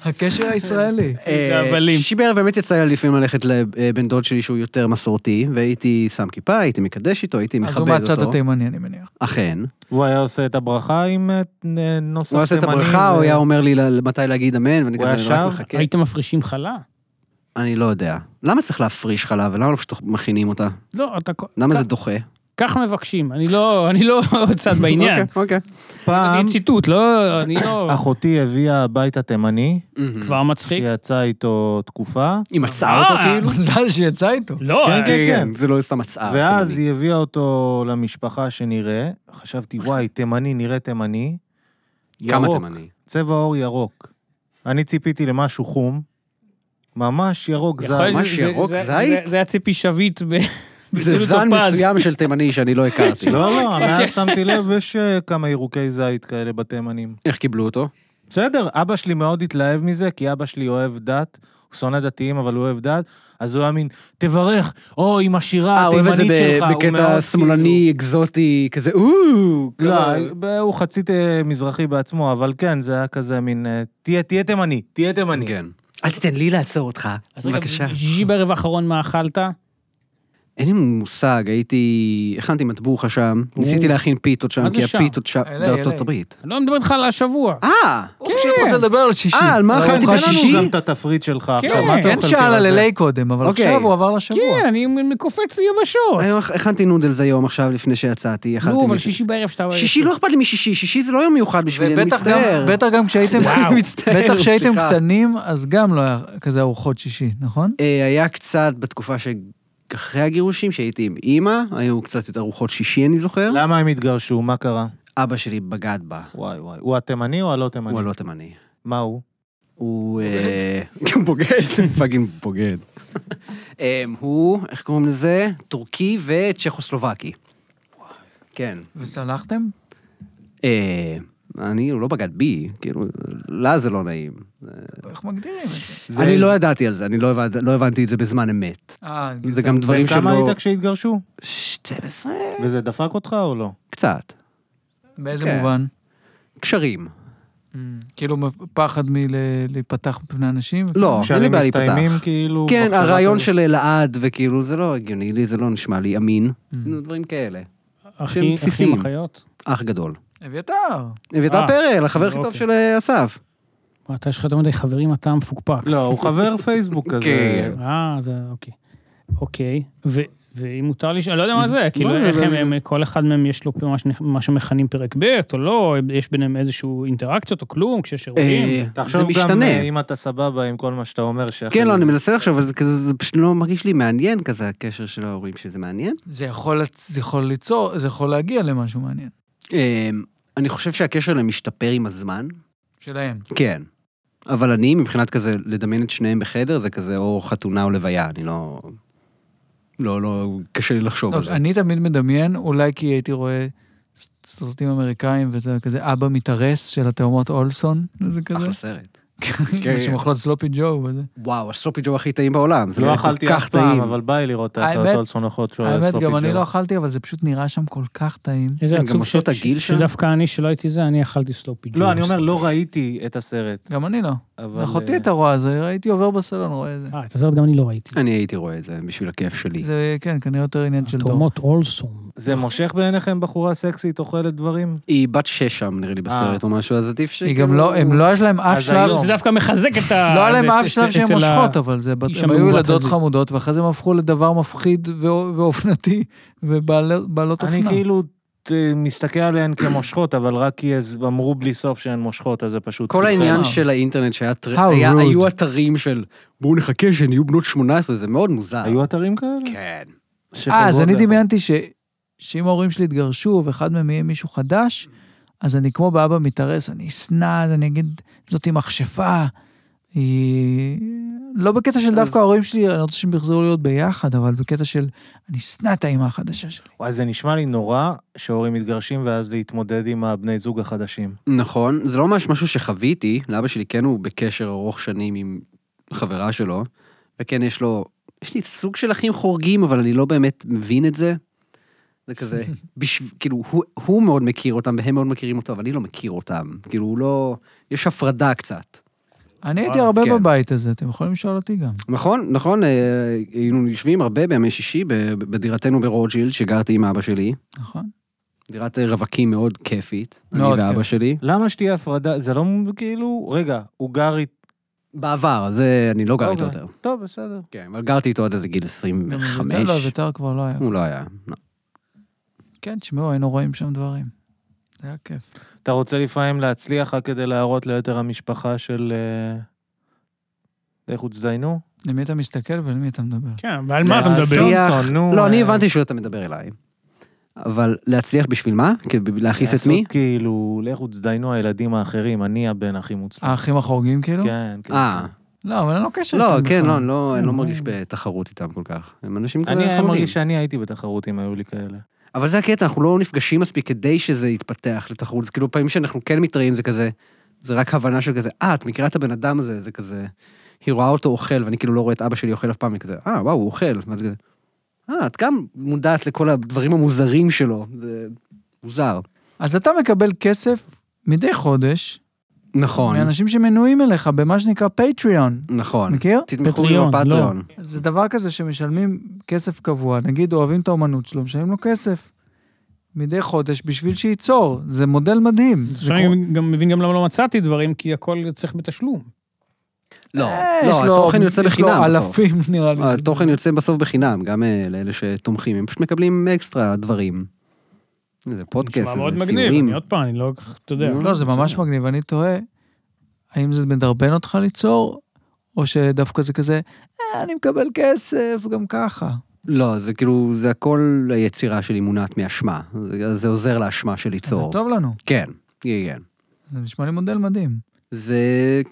הקשר הישראלי.
אה,
זבלים.
שישי בערב באמת יצא לי לפעמים ללכת לבן דוד שלי שהוא יותר מסורתי, והייתי שם כיפה, הייתי מקדש איתו, הייתי
אז הוא
מכבד
מהצד
אותו.
התימני, אני מניח.
אכן.
והוא היה עושה את הברכה עם אה, נוסח תימני.
הוא היה עושה את הברכה,
ו-
הוא היה אומר לי ל- מתי להגיד אמן, ואני
הוא
כזה
היה
רק
שר?
מחכה.
הייתם מפרישים חלה?
אני לא יודע. למה צריך להפריש חלב, ולמה לא פשוט מכינים אותה?
לא, אתה...
למה זה דוחה?
כך מבקשים, אני לא, אני לא צד בעניין.
אוקיי, אוקיי.
פעם
זה ציטוט, לא, אני לא...
אחותי הביאה הביתה תימני,
כבר מצחיק.
שיצא איתו תקופה,
היא מצאה אותו
אה,
כאילו?
מזל שיצא איתו.
לא,
כן,
אה,
כן,
כן.
כן, זה לא סתם מצאה.
ואז
תימני. אוקיי.
היא הביאה אותו למשפחה שנראה. חשבתי, וואי, תימני נראה תימני.
כמה
ירוק,
תימני?
צבע עור ירוק. אני ציפיתי למשהו חום, ממש ירוק
יכול
זר.
להיות
ממש
שזה-
ירוק
זה-
זית?
זה- זה היה ציפי שביט ב...
זה
בשביל
זן
טופז.
מסוים של תימני שאני לא הכרתי.
לא, לא,
ש-
מאז שמתי לב, יש אה, כמה ירוקי זית כאלה בתימנים.
איך קיבלו אותו?
אה, בסדר, אבא שלי מאוד התלהב מזה, כי אבא שלי אוהב דת, הוא שונא דתיים, אבל הוא אוהב דת, אז הוא היה מין, תברך, או עם השירה
אה, הוא אוהב את
התימנית
זה
שלך.
ב-
הוא
בקטע
מאוד
שמאלני, אקזוטי, כזה, אוו.
כאילו-
כזה.
לא, ב- הוא חצי אה, מזרחי בעצמו, אבל כן, זה היה כזה מין, אה, תהיה תהיה תימני, תהיה תימני.
כן. אל תיתן לי לעצור אותך,
אז רגע,
בבקשה.
ז'י בערב האחרון מה אכלת?
אין לי מושג, הייתי... הכנתי מטבוחה שם, ניסיתי להכין פיתות שם,
מה זה
כי
שם?
הפיתות שם
אליי,
בארצות
אליי.
הברית.
אני לא מדבר איתך על השבוע.
אה!
הוא פשוט רוצה לדבר כן. על שישי. לא
אה, על מה
ראיתי
אכלתי?
אותך
תן
לא, כן, תן לנו
שישי?
גם את התפריט שלך עכשיו,
כן,
מה אתה
כן
אוכל
שאל
כאילו
על
כרזה?
אליי קודם, אבל
אוקיי.
עכשיו הוא עבר לשבוע.
כן, אני קופץ לי יבשות.
היום אכ- הכנתי נודלס היום עכשיו לפני שיצאתי, אה, אכלתי...
נו, אבל
מזה.
שישי בערב שאתה...
שישי לא אכפת לי משישי, שישי זה לא יום מיוחד בשבילי, אני
ובטח גם-
מצטער.
בטח גם כשהייתם
וואו. מצטער,
בטח כשהייתם
סליחה.
קטנים, אז גם לא היה כזה ארוחות שישי, נכון?
אה, היה קצת בתקופה ש... אחרי הגירושים, שהייתי עם אימא, היו קצת יותר רוחות שישי, אני זוכר.
לא.
למה הם התגרשו? מה קרה?
אבא שלי בגד בה,
וואי וואי. הוא התימני או הלא תימני?
הוא הלא תימני.
מה הוא?
הוא... אה, גם בוגד, פאקינג בוגד. אה, הוא, איך קוראים לזה? טורקי וצ'כוסלובקי. כן.
וסלחתם?
אה, אני, הוא לא בגד בי, כאילו, לה זה לא נעים.
איך מגדירים את זה?
זה-
אני לא ידעתי על זה, אני לא הבנ- לא הבנתי את זה בזמן אמת.
אה,
זה גם דברים שלא...
בן כמה היית כשהתגרשו?
12?
וזה דפק אותך או לא?
קצת.
באיזה
כן. Mm.
מובן?
קשרים.
כאילו פחד מלהיפתח בפני אנשים?
לא, אין לי
כשאתם
בעיה להיפתח.
מסתיימים כאילו...
כן,
בחזרה
הרעיון
כזאת?
של אלעד, וכאילו, זה לא הגיוני לי, זה לא נשמע לי אמין.
Mm.
נו, דברים כאלה. שהם
אחים,
בסיסיים.
אחים אחיות?
אח גדול.
אביתר.
אביתר
אה,
פרל, החבר הכי טוב
אוקיי.
של אה, אסף.
מה, אתה יש לך יותר מדי חברים, אתה מפוקפק.
לא, הוא חבר פייסבוק כזה.
כן.
אה, זה, אוקיי. אוקיי, ו- ואם מותר לי, ש- אני לא יודע מה זה, כאילו,
לא,
איך
לא,
הם,
לא.
הם- כל אחד מהם יש לו פה מה שנכ- מה שמכנים פרק ב', או לא, יש ביניהם איזשהו אינטראקציות או כלום, כשיש אירועים.
אה, זה
אוקיי. תחשוב גם
משתנה.
אה, אם אתה סבבה עם כל מה שאתה אומר, שאחרי...
כן, לא, אני מנסה לחשוב, אבל זה כזה, זה פשוט לא מרגיש לי מעניין כזה, הקשר של ההורים, שזה מעניין.
זה יכול, זה יכול ליצור, זה יכול להגיע למשהו מעניין.
אה, אני חושב שהקשר להם משתפר עם הזמן.
שלהם.
כן. אבל אני, מבחינת כזה, לדמיין את שניהם בחדר, זה כזה או חתונה או לוויה, אני לא... לא, לא, קשה לי לחשוב על
טוב,
זה.
אני תמיד מדמיין, אולי כי הייתי רואה ס- סרטים אמריקאים, וזה כזה אבא מתארס של התאומות אולסון, זה כזה.
אחלה סרט. אוקיי.
כן. שמאכלות סלופי ג'ו וזה.
וואו, הסלופי ג'ו הכי טעים בעולם. זה
לא
כל
אכלתי
כך
אף פעם,
טעים.
אבל בא לי לראות את
האמת-
ההחלטות צונחות שהוא היה
האמת,
סלופי
גם אני
ג'ו.
לא אכלתי, אבל זה פשוט נראה שם כל כך טעים.
כן.
איזה
הם גם
עצוב ש-
עושות
ש-
עגיל שם?
שדווקא אני, שלא הייתי זה, אני אכלתי סלופי ג'וז.
לא, אני אומר, לא ראיתי את הסרט.
גם אני לא.
אבל,
אחותי
אה,
הייתה רואה, זה הייתי עובר בסלון, רואה את זה.
אה, את הסרט גם אני לא ראיתי.
אני הייתי רואה את זה בשביל הכיף
אה,
שלי.
זה, כן, כנראה יותר עניין של דור.
תורמות אולסום.
זה מושך בעיניכם בחורה סקסית אוכלת דברים?
לא,
היא בת שש שם, נראה לי, בסרט או
אה.
משהו, אז עדיף ש...
היא גם לא, הם לא, יש להם אף
אז
שלב,
היום.
זה דווקא מחזק את ה...
לא היה להם
זה
אף
אצל-
שלב שהן
אצל ה-
מושכות, אבל זה, בת-
אישה
הם היו
מעוות
ילדות
הזה.
חמודות, ואחרי זה הם הפכו לדבר מפחיד ו- ואופנתי, ובעלות
אני
אופנה.
כאילו ת- מסתכל עליהן כמושכות, אבל רק כי אז אמרו בלי סוף שהן מושכות, אז זה פשוט...
כל
חיפה.
העניין של האינטרנט שהיה, טר-
How
היה-
rude.
היו אתרים של בואו נחכה שהן יהיו בנות 18, זה מאוד מוזר.
היו אתרים כאלה?
כן.
אה, אז
שחוזרות
אני
ל-
דמיינתי ש- שאם ההורים שלי יתגרשו ואחד מהם יהיה מישהו חדש, אז אני כמו באבא מתארס, אני אשנא, אז אני אגיד, זאתי מכשפה. היא... לא בקטע של דווקא ההורים שלי, אני רוצה שהם יחזרו להיות ביחד, אבל בקטע של אני אשנא את האימא החדשה שלי.
וואי, זה נשמע לי נורא שהורים מתגרשים ואז להתמודד עם הבני זוג החדשים.
נכון, זה לא ממש משהו שחוויתי, לאבא שלי כן הוא בקשר ארוך שנים עם חברה שלו, וכן יש לו, יש לי סוג של אחים חורגים, אבל אני לא באמת מבין את זה. זה כזה, בשב, כאילו, הוא, הוא מאוד מכיר אותם והם מאוד מכירים אותו, אבל אני לא מכיר אותם. כאילו, הוא לא... יש הפרדה קצת.
אני הייתי הרבה
כן.
בבית הזה, אתם יכולים לשאול אותי גם.
נכון, נכון, אה, היינו יושבים הרבה בימי שישי ב- בדירתנו ברוג'ילד, שגרתי עם אבא שלי.
נכון.
דירת אה, רווקים מאוד כיפית,
מאוד
אני ואבא
כיף.
שלי.
למה שתהיה הפרדה? זה לא כאילו... רגע, הוא גר איתו.
בעבר, זה אני לא גר איתו יותר.
טוב, בסדר.
כן, אבל גרתי איתו עד איזה גיל
גם
25.
אביתר- לא, אביתר כבר לא היה.
הוא לא היה, לא.
כן, תשמעו, היינו רואים שם דברים. זה היה כיף.
אתה רוצה לפעמים להצליח רק כדי להראות ליתר המשפחה של... אה, לכו תזדיינו?
למי אתה מסתכל ולמי אתה מדבר?
כן, ועל מה
אה,
אתה
להצליח.
מדבר?
ג'ונסון, נו,
לא, אני
אה.
הבנתי שאתה מדבר אליי. אבל להצליח בשביל מה? כדי להכעיס את
לעשות
מי?
כאילו, לכו תזדיינו הילדים האחרים, אני הבן הכי
כן.
מוצלח.
האחים החורגים כאילו?
כן, כן.
אה,
לא, אבל אין לו קשר.
לא,
איתם
כן,
בכלל.
לא, אני לא- אני לא
כן,
מרגיש בתחרות איתם כל כך. הם אנשים כאלה
אני
חמודים.
מרגיש שאני הייתי בתחרות אם היו לי כאלה.
אבל זה הקטע, אנחנו לא נפגשים מספיק כדי שזה יתפתח לתחרות. זה כאילו, פעמים שאנחנו כן מתראים זה כזה, זה רק הבנה של כזה, אה, את מכירה את הבן אדם הזה, זה כזה, היא רואה אותו אוכל, ואני כאילו לא רואה את אבא שלי אוכל אף פעם, אני כזה, אה, וואו, הוא אוכל. ואז כזה, אה, את גם מודעת לכל הדברים המוזרים שלו, זה מוזר.
אז אתה מקבל כסף מדי חודש
נכון,
מאנשים שמנויים אליך במה שנקרא פטריון.
נכון.
מכיר?
תתמכו לי
פטריון,
בפטריון.
זה דבר כזה שמשלמים כסף קבוע, נגיד אוהבים את האומנות שלו, משלמים לו כסף. מדי חודש בשביל שייצור, זה מודל מדהים. זה
עכשיו
כמו-
אני גם מבין גם למה לא מצאתי דברים, כי הכל צריך בתשלום.
לא,
אה,
לא,
יש לו-
התוכן יוצא בחינם
יש לו
בסוף. לא,
אלפים נראה לי.
התוכן יוצא בסוף בחינם, גם אה, לאלה שתומכים, הם פשוט מקבלים אקסטרה דברים. זה פודקאסט,
נשמע מאוד
זה
מגניב,
ציורים.
אני עוד פעם, אני לא כל כך, אתה יודע.
נו,
לא, זה ממש
בסדר.
מגניב, אני תוהה, האם זה מדרבן אותך ליצור, או שדווקא זה כזה, "אה, אני מקבל כסף גם ככה.
לא, זה כאילו, זה הכל היצירה שלי מונעת מאשמה. זה, זה עוזר לאשמה של
זה
ליצור.
טוב לנו,
כן, כן, כן.
זה נשמע לי מודל מדהים.
זה,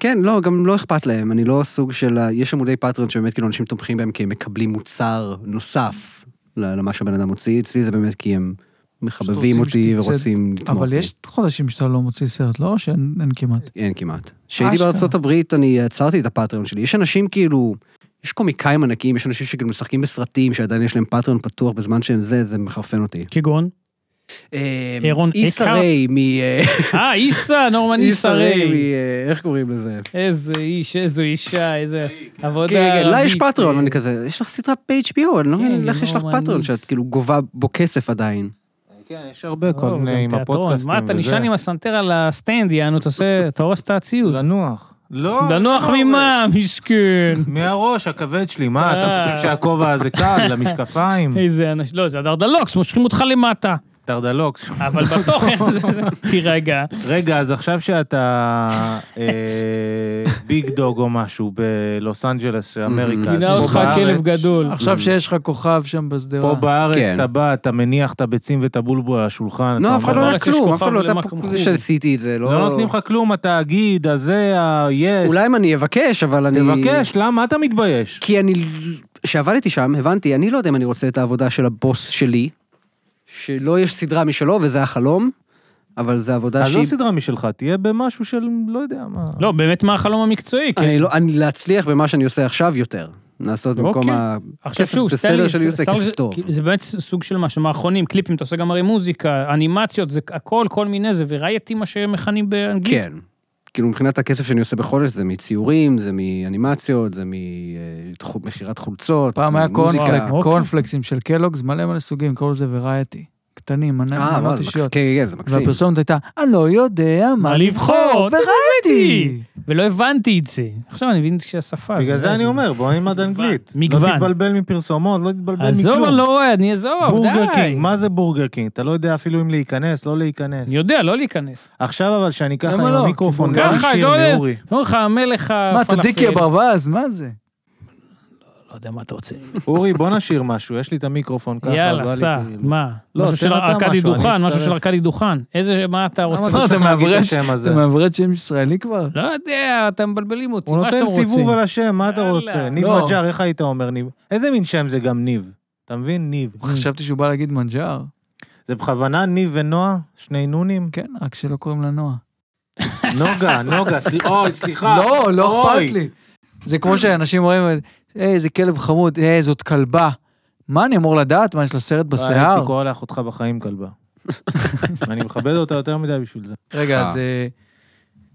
כן, לא, גם לא אכפת להם. אני לא סוג של, ה- יש עמודי פטריון שבאמת כאילו אנשים תומכים בהם כי הם מקבלים מוצר נוסף ל- למה שהבן אדם מוציא. אצלי זה באמת כי הם מחבבים
רוצים
אותי
שתצא-
ורוצים לתמוך.
אבל
בי.
יש חודשים שאתה לא מוציא סרט, לא? שאין אין כמעט.
אין כמעט. כשהייתי
אשכרה.
בארצות הברית, אני עצרתי את הפטריון שלי. יש אנשים כאילו, יש קומיקאים ענקיים, יש אנשים שכאילו משחקים בסרטים שעדיין יש להם פטריון פתוח בזמן שהם זה, זה מחרפן אותי.
כגון? אירון
אה, איסה
אקהרט?
ריי מ...
אה, איסה, נורמן איסה
מ...
ריי.
אה, איך קוראים לזה?
איזה איש, איזו אישה, איזה עבודה
כן, כן,
ערבית.
לה יש פטריון,
אה,
אני כזה, יש לך סדרה ב-HBO, אני לא
כן,
מבין, לך יש לך
נורמן
פטריון
איס.
שאת כאילו גובה בו כסף עדיין.
כן, יש הרבה, כל
טוב,
מיני,
לא, גם
עם
תיאטרון.
הפודקאסטים
מה, אתה נשען עם הסנטר על הסטנד, יענו, אתה עושה, אתה הורס את הציוד.
לנוח. לא,
לנוח
לא,
ממה, מסכן.
מהראש, הכבד שלי, מה, אתה
אה.
חושב שהכובע הזה קל, למשקפיים?
איזה אנשים, לא, זה הדרדלוקס, מושכים אותך למטה.
דרדלוקס.
אבל בתוכן, זה- תירגע.
רגע, אז עכשיו שאתה אה, ביג דוג או משהו בלוס אנג'לס, אמריקה, אז
גינה
פה
אותך
בארץ-
כלב גדול.
אה.
אה.
עכשיו שיש לך כוכב שם
פה
בשדרה.
בארץ
כן.
אתה בא, אתה מניח את הביצים ואת הבולבול על השולחן.
לא,
אתה
אף אחד
אומר,
לא
אבל
יודע
רק יש
כלום, אף
כוכב
אחד לא יודע
למקום
פה
חוג.
זה שעשיתי את זה,
לא נותנים לך כלום, אתה הגיד, הזה, ה-yes.
אולי אם אני אבקש, אבל אני...
תבקש, למה אתה מתבייש?
כי אני... כשעבדתי שם, הבנתי, אני לא יודע אם אני רוצה את העבודה של הבוס שלי, שלא יש סדרה משלו, וזה החלום, אבל זו עבודה
אז
שהיא...
לא סדרה משלך, תהיה במשהו של לא יודע מה.
לא, באמת, מה החלום המקצועי? כן.
אני לא... אני להצליח במה שאני עושה עכשיו יותר. לעשות במקום
אוקיי. עכשיו
הכסף
שוב,
בסדר
סטנלי-
שאני עושה,
סטנלי-
כסף טוב.
כאילו, זה באמת סוג של משהו, מערכונים, קליפים, אתה עושה גם הרי מוזיקה, אנימציות, זה הכל, כל מיני, זה ורייטי מה שמכנים באנגלית.
כן. כאילו מבחינת הכסף שאני עושה בחודש, זה מציורים, זה מאנימציות, זה ממכירת חולצות,
פעם
זה
היה
ממוזיקה.
קורנפלק-
אוקיי.
קורנפלקסים של קלוגס, מלא מלא סוגים, קוראים לזה ורייטי. קטנים, מנה-
אה, וואו,
מנות
זה מקסים,
אישיות.
כן, כן, זה מקסים.
והפרסומת הייתה, אני לא יודע מה
מה לבחור,
לבחור, ורייטי.
ולא הבנתי את זה. עכשיו אני מבין שהשפה... לא-
בגלל זה אני אומר, בוא נלמד אנגלית.
מגוון.
לא תתבלבל מפרסומות, לא תתבלבל מכלום.
עזוב, אני לא רואה, אני עזוב,
בורגר
די.
קינג, מה זה בורגר קינג? אתה לא יודע אפילו אם להיכנס, לא להיכנס.
אני יודע, לא להיכנס.
עכשיו אבל שאני ככה
למה
עם
לא?
המיקרופון,
כי
גם
ככה,
שיר
לא יודע.
מאורי.
אומר לך, המלך הפלאפל.
מה, אתה דיקי הברווז? מה זה?
לא יודע מה אתה רוצה.
אורי, בוא נשיר משהו, יש לי את המיקרופון ככה.
יאללה,
בא לי
סע,
כאילו.
מה?
לא,
משהו
תן
של
אתה משהו,
ארכדי
אני
דוכן, משהו
אצטרף.
של ארכדי דוכן. איזה, מה אתה
למה
רוצה?
אתה
אתה
צריך להגיד את
מעברת-
השם הזה?
אתה מעברת שם ישראלי כבר?
לא יודע, אתם מבלבלים אותי,
הוא
מה שאתם
נותן
רוצים.
סיבוב על השם, מה אתה
יאללה.
רוצה? ניב
לא.
מג'אר, איך היית אומר ניב? איזה מין שם זה גם ניב? אתה מבין? ניב.
חשבתי שהוא בא להגיד מנג'אר.
זה בכוונה ניב ונועה? שני נונים?
כן, רק שלא קוראים לה נועה.
נוגה, נוגה, סליחה, אוי, סליחה.
לא, לא
אוי.
אכפת לי. זה כמו שאנשים רואים, היי, איזה כלב חמוד, היי, זאת כלבה. מה אני אמור לדעת? מה, יש לה סרט
אה, הייתי
בשיער?
קורא לאחותך בחיים כלבה. אני מכבד אותה יותר מדי בשביל זה.
רגע,
אה.
אז אה,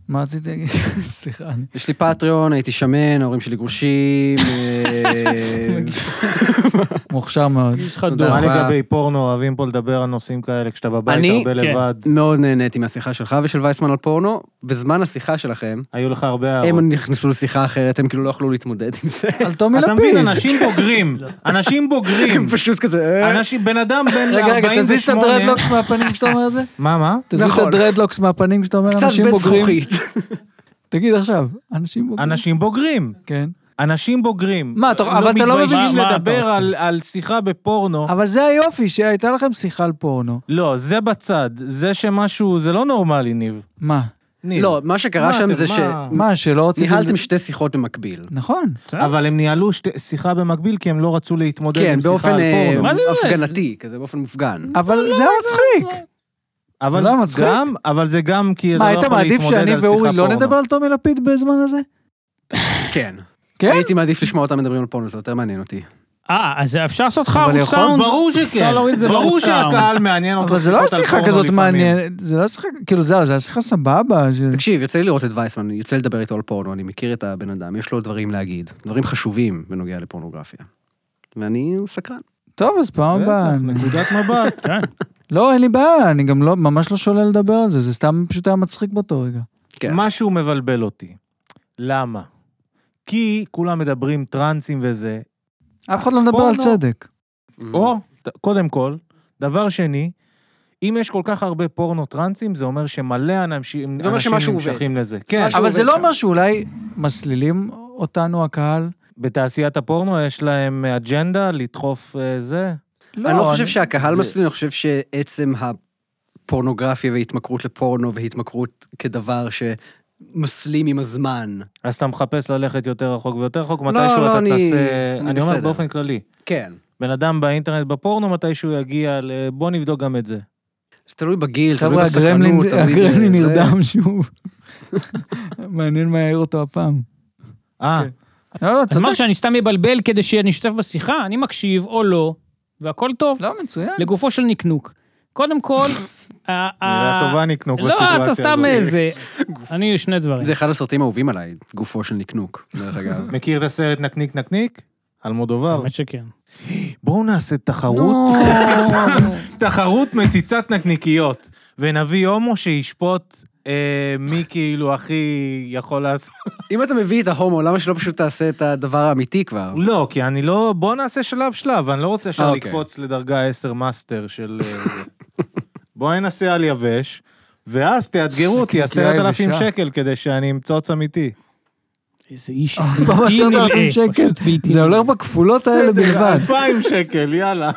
מה רציתי להגיד? סליחה, אני...
יש לי פטריון, הייתי שמן, ההורים שלי גרושים. אה,
מוכשר מאוד.
יש לך
תודה.
מה
דוח.
אבל-
לגבי פורנו, אוהבים פה לדבר על נושאים כאלה כשאתה בבית
אני?
הרבה
כן.
לבד.
מאוד נהניתי מהשיחה שלך ושל וייסמן על פורנו. בזמן השיחה שלכם,
היו לך
אה,
הרבה הערות.
אוקיי.
הם נכנסו לשיחה אחרת, הם כאילו לא יכלו להתמודד עם זה.
על טומי
אתה מבין,
לפיד.
אנשים בוגרים,
לא.
אנשים בוגרים.
הם פשוט כזה... אה.
אנשים, בן אדם בן
רגע, רגע, תזיז את
48...
הדרדלוקס מהפנים כשאתה אומר את זה?
מה, מה?
תזיז את
נכון.
הדרדלוקס מהפנים כשאתה אומר
קצת
אנשים
בן
בוגרים.
זכוכית.
תגיד עכשיו, אנשים בוגרים.
אנשים בוגרים.
כן.
אנשים בוגרים.
מה, אתה- אבל אתה לא מבין-
מתביישים
מה- מה אתה
לדבר
רוצה?
על- על שיחה בפורנו.
אבל זה היופי, שהייתה לכם שיחה על פורנו.
לא, זה בצד. זה שמשהו, זה לא נורמלי, ניב.
מה?
ניב.
לא, מה שקרה
מה
שם
אתם-
זה ש...
מה?
מה, שלא רציתם...
ניהלתם שתי שיחות במקביל.
נכון.
אבל הם ניהלו שתי- שיחה במקביל כי הם לא רצו להתמודד
כן,
עם שיחה
באופן
על
אה,
פורנו.
מה זה זה?
הפגנתי, כזה באופן מופגן.
אבל זה היה מצחיק.
אבל
זה לא
זה
מצחיק?
גם, אבל זה גם כי אתה
מה,
לא
היית
יכול
מעדיף
להתמודד על שיחה פורנו.
שאני ואורי לא נדבר על טומי לפיד בזמן הזה?
כן.
כן?
הייתי מעדיף לשמוע אותם מדברים על פורנו, זה יותר מעניין אותי.
אה, אז אפשר לעשות לך
אבל
ארוט
יכול-
סאונד?
ברור שכן.
אפשר להוריד את זה
ברור
לאורך סאונד.
שהקהל מעניין אותו.
אבל זה לא
שיחות על
שיחה
פורנו
כזאת
לפעמים.
מעניינת, זה לא שיחה, כאילו זהו, זה היה שיחה סבבה. של-
תקשיב, יוצא לי לראות את וייסמן, יוצא לי לדבר איתו על פורנו, אני מכיר את הבן אדם, יש לו דברים להגיד, דברים חשובים בנוגע לפורנוגרפיה. ואני סקרן.
טוב, אז פעם הבאה.
בטח, נקודת מבט.
כן.
לא, אין לי בעיה, אני גם לא, ממש לא שולל לדבר על זה, זה סתם פשוט היה מצחיק באותו רגע.
כן.
משהו מבלבל אותי. למה? כי כולם מדברים טרנסים וזה.
אף אחד לא מדבר
בוא,
על
נו.
צדק.
Mm-hmm.
או, ת- קודם כל. דבר שני, אם יש כל כך הרבה פורנו טרנסים, זה אומר שמלא אנשים
זה אומר
אנשים
שמשהו
נמשכים לזה. כן,
משהו-
אבל זה
עובד
לא
שם.
אומר שאולי מסלילים אותנו, הקהל.
לא, בתעשיית הפורנו יש להם אג'נדה לדחוף אה, זה.
לא,
אני לא חושב שהקהל
זה-
מסלול, אני חושב שעצם הפורנוגרפיה והתמכרות לפורנו והתמכרות כדבר שמסלים עם הזמן.
אז אתה מחפש ללכת יותר רחוק ויותר רחוק, מתישהו
לא,
אתה
אני-
תעשה...
אני
אני אומר
בסדר.
באופן כללי.
כן.
בן אדם באינטרנט בפורנו, מתישהו יגיע ל... בוא נבדוק גם את זה.
זה תלוי בגיל, תלוי
חבר'ה,
בסקרנות.
הגרמלין
תלוי
הגרמלין
אה,
בזה.
נרדם שוב. מעניין מה יעיר אותו הפעם.
אה,
לא, לא,
אז
צודק.
אמרת שאני סתם מבלבל כדי שאני אשתף בשיחה? אני מקשיב או לא, והכל טוב.
לא, מצוין.
לגופו של נקנוק. קודם כל... ה-
מילה
ה-
טובה נקנוק בסיטואציה
לא,
הזאת.
אתה סתם איזה... אני שני דברים.
זה אחד הסרטים האהובים עליי, גופו של נקנוק, דרך אגב.
מכיר את הסרט נקניק נקניק? אלמודובר.
האמת שכן.
בואו נעשה תחרות, מציצה- תחרות מציצת נקניקיות, ונביא הומו שישפוט אה, מי כאילו הכי יכול לעשות.
אם אתה מביא את ההומו, למה שלא פשוט תעשה את הדבר האמיתי כבר?
לא, כי אני לא... בואו נעשה שלב שלב, אני לא רוצה
אה,
ישר
אוקיי.
לקפוץ לדרגה 10 מאסטר של... אה, זה. בואו ננסה על יבש, ואז תאתגרו
כן,
אותי
הקרקעייה
10,000
היבשה.
שקל כדי שאני אמצוץ אמיתי.
איזה איש
טוב,
בלתי
עשרת אלפים
נראה.
שקל.
פשוט בלתי
זה לא-
נראה.
הולך בכפולות האלה בלבד.
2,000 שקל, יאללה.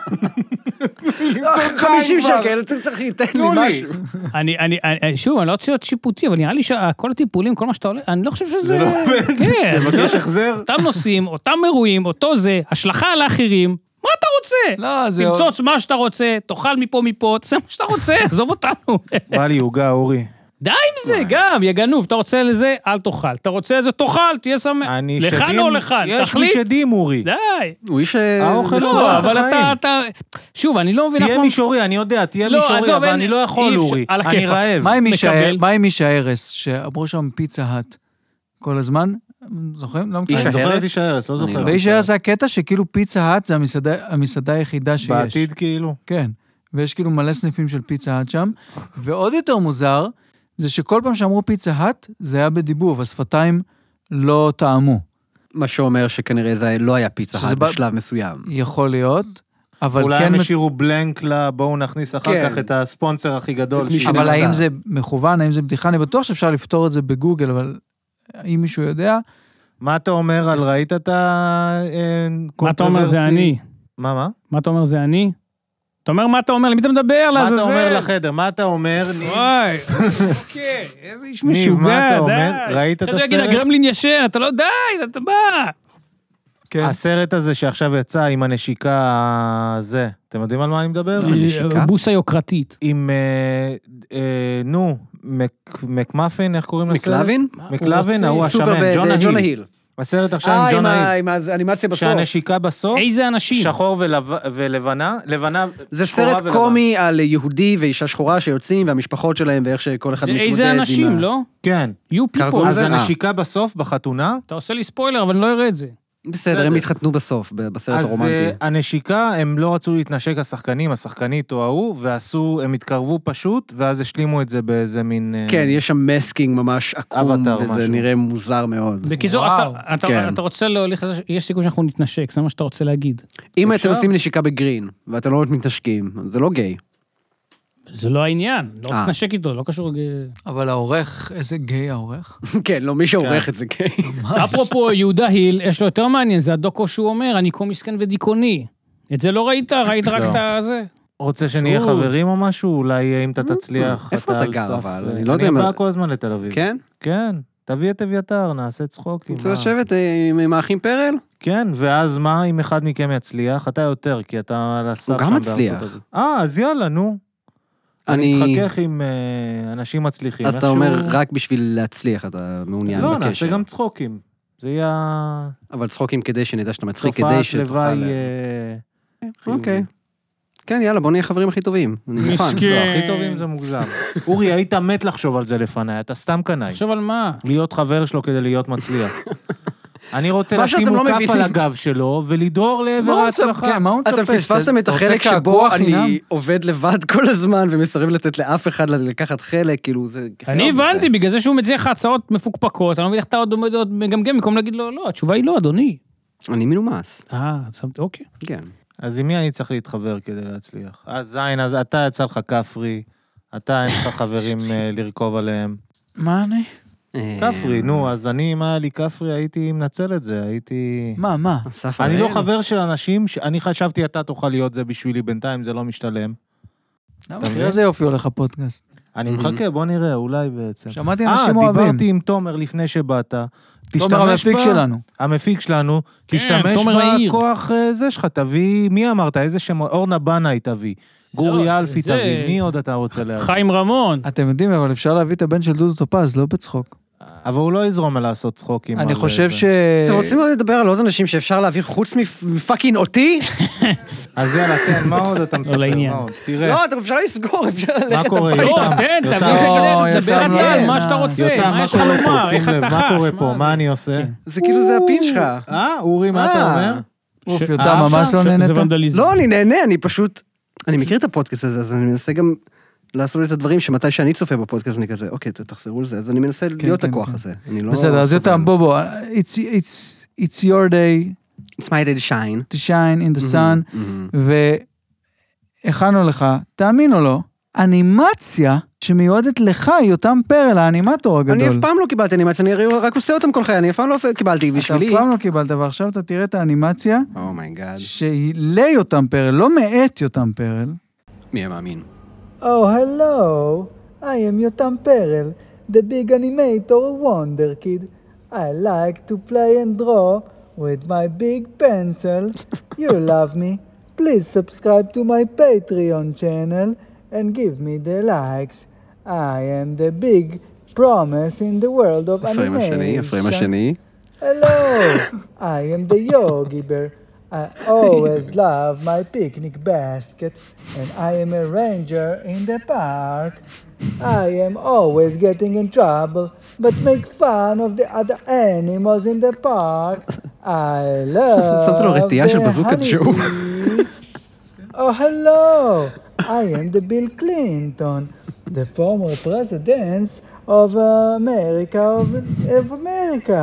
50 לא, שקל, אתה צריך לתת לי
תנו לי.
משהו.
אני, אני, אני, שוב, אני לא רוצה להיות שיפוטי, אבל נראה לי שכל הטיפולים, כל מה שאתה עולה, אני לא חושב שזה...
זה לא עובד.
כן.
לבקש החזר?
אותם נושאים, אותם אירועים, אותו זה, השלכה על האחרים, מה אתה רוצה?
לא, זה...
תמצוץ מה שאתה רוצה, תאכל מפה מפה, תעשה מה שאתה רוצה, עזוב אותנו.
בא לי עוגה, אורי.
די עם
לא.
זה, גם, יא גנוב, אתה רוצה לזה, אל תאכל. אתה רוצה לזה, תאכל, תהיה שמח.
אני
לכאן
שדים-
או לכאן,
יש לי
תחליט.
שדים, אורי.
די.
הוא איש... אה,
האוכל
מסודר.
לא,
לא, אבל אתה,
בחיים.
אתה... שוב, אני לא מבין אף
תהיה
פעם...
מישורי, אני יודע, תהיה
לא,
מישורי,
עזוב,
אבל
אין-
אני לא יכול,
אי אפשר,
אורי.
על
אני
הכיפאק.
רעב.
מה עם איש
מקבל.
ה- מה עם איש ההרס, שאמרו שם פיצה האט כל הזמן? זוכרים? לא
איש
אני
מכירים.
זוכר את
ההרס?
איש ההרס, לא
אני
זוכר.
לא.
ואיש ההרס זה הקטע שכאילו פיצה האט זה המסעדה- המסעדה היחידה שיש.
בעתיד כאילו.
כן. ויש כאילו מלא סניפים של פיצה האט שם. ועוד יותר מוזר, זה שכל פעם שאמרו פיצה האט, זה היה בדיבוב, השפתיים לא טעמו.
מה שאומר שכנראה זה לא היה פיצה
שזה
האט
בא-
בשלב מסוים.
יכול להיות, אבל
אולי
כן...
הם השאירו בלנק ל... בואו נכניס אחר
כן.
כך את הספונסר הכי גדול.
מי
ש-
ש-
אבל
מזל.
האם זה מכוון, האם זה בדיחה? אני בטוח שאפשר לפתור את זה בגוגל, אבל אם מישהו יודע,
מה אתה אומר על ראית את הקונטרוברסי?
מה אתה אומר זה אני?
מה, מה?
מה אתה אומר זה אני? אתה אומר מה אתה אומר? למי אתה מדבר?
מה
לעזאזל?
אתה אומר לחדר? מה אתה אומר?
וואי, אוקיי, איזה איש
ניב,
משוגע,
מה אתה
די.
אומר? ראית את
אחרי זה
הסרט?
יגיד, הגרמלין ישן, אתה לא, די, אתה בא.
כן.
הסרט הזה שעכשיו יצא עם הנשיקה... אה, זה. אתם יודעים על מה אני
לא,
מדבר?
הנשיקה?
אה, בוסה יוקרתית.
עם... אה, אה, נו, מק- מקמפין, איך קוראים לסרט?
מקלבין?
מקלבין, ההוא
סופר
השמן,
בד-
ג'ונה
ג'ונה
היל.
היל.
בסרט עכשיו
אה,
עם
עם
ג'ון
ה-
האי,
עם האנימציה בסוף.
שהנשיקה בסוף,
איזה אנשים?
לא? שחור ולבן- ולבנה, לבנה,
זה
שחורה
סרט
ולבנה.
קומי על יהודי ואישה שחורה שיוצאים, והמשפחות שלהם, ואיך שכל אחד
זה
מתמודד עם...
איזה אנשים,
ה-
לא?
כן.
You
קרגון
people.
אז
זה- אה.
הנשיקה בסוף, בחתונה,
אתה עושה לי ספוילר, אבל אני לא אראה את זה.
בסדר, הם התחתנו בסוף, ב- בסרט
אז
הרומנטי.
אה, הנשיקה, הם לא רצו להתנשק השחקנים, השחקנית או ההוא, ועשו, הם התקרבו פשוט, ואז השלימו את זה באיזה מין... אה,
כן, יש שם מסקינג ממש עקום,
אבטאר,
וזה
משהו.
נראה מוזר מאוד.
בקיצור,
וואו.
אתה- אתה-
כן.
אתה רוצה להוליך, לזה ש- יש סיכוי שאנחנו נתנשק, זה מה שאתה רוצה להגיד.
אם
אפשר?
אתם עושים נשיקה בגרין, ואתם לא מתנשקים, זה לא גיי.
זה לא העניין, לא
אה.
מתנשק איתו, לא קשור...
אבל העורך, איזה גיי העורך.
כן, לא, מי שעורך את זה גיי.
אפרופו יהודה היל, יש לו יותר מעניין, זה הדוקו שהוא אומר, אני כה מסכן ודיכאוני. את זה לא ראית? ראית רק
לא.
את הזה.
רוצה שנהיה
שוב.
חברים או משהו? אולי אה, אם אתה תצליח,
איפה אתה
על
גר,
סף,
אבל?
אה,
אני לא יודע
אני
מה-
בא כל הזמן לתל אביב.
כן?
כן, תביא את אביתר, נעשה צחוקים.
רוצה
מה?
לשבת אה, עם- עם האחים פרל?
כן, ואז מה אם אחד מכם יצליח? אתה יותר, כי אתה על הסף שם
הוא גם
בארצות
מצליח.
הברית. אה, אז יאללה, נו. אני...
אני...
מתחכך עם אה, אנשים מצליחים.
אז אתה
איכשהו-
אומר, רק בשביל להצליח אתה מעוניין
לא, נעשה
בקשר.
גם צחוקים. זה יהיה
אבל צחוקים כדי שנדע שאתה מצחיק, כדי
תופעת
שתוכל...
לוואי...
לה-
אה, חיובית.
אוקיי. כן, יאללה, בוא נהיה חברים הכי טובים. אני מוכן.
מסכן.
לא, הכי טובים זה מוגזם. אורי, היית מת לחשוב על זה לפניי, אתה סתם קנאי.
תחשוב על מה.
להיות חבר שלו כדי להיות מצליח. אני רוצה
מה
לשים
שאתם לא
מוקף
מבינים.
על הגב שלו ולדהור לעבר
מה הוא צפ-
ההצלחה.
כן, מה הוא מצפה?
אתם פספסתם את
אתה רוצה
החלק שבו
קעקוע חינם?
אני עובד לבד כל הזמן ומסרב לתת לאף אחד לקחת חלק, כאילו זה...
אני
חרב, זה-
הבנתי, בגלל לא, זה שהוא מציע לך הצעות מפוקפקות, אני לא מבין איך אתה עוד עומד עוד מגמגם במקום להגיד לו, לא, התשובה היא לא, אדוני.
אני מנומס,
אה, שמתי, אוקיי.
כן.
אז עם מי אני צריך להתחבר כדי להצליח? אז זין, אז אתה יצא לך כפרי, אתה אין לך חברים אה, לרכוב עליהם.
מה אני?
אה,
כפרי, נו, אז אני, אם היה לי כפרי, הייתי מנצל את זה, הייתי...
מה, מה?
אסף
אני
הראל?
לא חבר של אנשים, ש- אני חשבתי אתה תוכל להיות זה בשבילי, בינתיים זה לא משתלם.
למה?
אתה מבין?
תראה איזה יופי הולך הפודקאסט.
אני
Mhm.
מחכה, בוא נראה, אולי בעצם.
שמעתי
אה,
אנשים אוהבים.
דיברתי עם תומר לפני שבאת. תשתמש
תומר המפיק
בה-
לא שלנו.
המפיק שלנו,
כן,
תשתמש
תומר יאיר.
בכוח אה, זה שלך, תביא, מי אמרת? איזה שם? אורנה בנאי תביא, גורי
לא,
אלפי
זה-
תביא, מי עוד אתה רוצה להביא?
חיים רמון.
אתם יודעים, אבל אפשר להביא את הבן של דודו טופז, לא בצחוק.
אבל הוא לא יזרום על לעשות צחוקים.
אני
על
חושב
זה.
ש...
אתם רוצים לדבר על עוד אנשים שאפשר להעביר חוץ מפ- מפאקינג אותי?
כן.
אז יאללה, כן, מה עוד אתה מספר?
לא לעניין.
מה עוד? תראה,
לא, אתם- אפשר לסגור, אפשר ללכת
מה קורה,
הביתה.
לא,
יותם?
תן,
יותם,
תביא
לא,
את זה,
יותם,
תדבר
לא.
על מה שאתה רוצה,
יותם,
מה
מה
יש לך
קורה פה?
לומר,
שים
איך
לב,
אתה חש. כן.
מה קורה פה?
זה?
מה אני עושה?
זה כאילו זה הפין שלך.
אה, אורי, מה אתה
אה.
אומר?
אוף,
ש-
יותם,
אה,
ממש
אפשר?
לא
זה
נהנית?
ונדליזם.
לא, אני נהנה, אני פשוט... אני מכיר את הפודקאסט הזה, אז אני מנסה גם לעשות את הדברים שמתי שאני צופה בפודקאסט, אני כזה, אוקיי, ת- תחזרו לזה, אז אני מנסה להיות
כן,
הכוח
כן.
הזה. אני לא...
בסדר, אז
סובל.
יותם, בוא, בוא. It's- it's- It's your day
It's my day to shine.
to shine in the sun.
Mhm.
והכנו לך, תאמין או לא, אנימציה שמיועדת לך, יותם פרל, האנימטור הגדול.
אני אף פעם לא קיבלתי אנימציה, אני הרי רק עושה אותם כל חיי, אני אף פעם לא קיבלתי
אתה
בשבילי.
אף פעם לא קיבלת, ועכשיו אתה תראה את האנימציה
אומייגאד,
שהיא ליותם פרל, לא מאת יותם פרל.
מי היה מאמין?
Oh, hello, I am Yotam Perel, the big animator wonder kid. I like to play and draw with my big pencil. You love me. Please subscribe to my Patreon channel and give me the likes. I am the big promise in the world of
הפריים השני, הפריים
animation.
השני.
Hello, I am the yogi bear. I always love my picnic basket, and I am a ranger in the park. I am always getting in trouble, but make fun of the other animals in the park. I love
שמת לו רתיעה של
the
בזוקה ג'ו.
honeybee. Oh, hello! I am the Bill Clinton, the former president of America of, of America.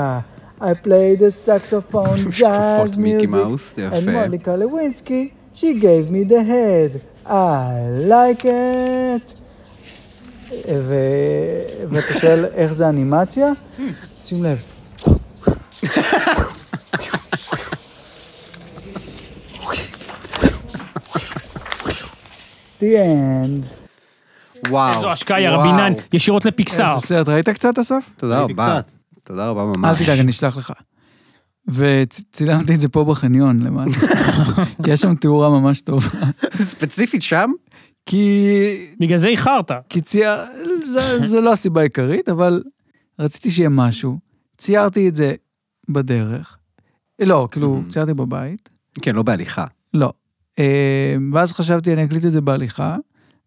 I play the saxophone,
כפפות
jazz
מיקי
music,
מאוס, זה
and
יפה.
Monica Lewinsky, she gave me the head. I like it. ו... ואתה שואל איך זה אנימציה? שים לב. The end.
וואו.
איזו השקעה, יא
וואו.
רבינן, ישירות לפיקסאר.
איזה סרט, ראית קצת אסף?
תודה
ראיתי
רבה.
קצת.
תודה רבה
אל
ממש.
תדאג, אני אשלח לך. וצילמתי את זה פה בחניון למטה. יש שם תאורה ממש טובה.
ספציפית שם?
כי
בגלל זה איחרת.
כי צייר, זה, זה לא הסיבה העיקרית, אבל רציתי שיהיה משהו. ציירתי את זה בדרך. לא, כאילו,
Mm-hmm.
ציירתי בבית.
כן, לא בהליכה.
לא. אה, ואז חשבתי, אני אקליט את זה בהליכה,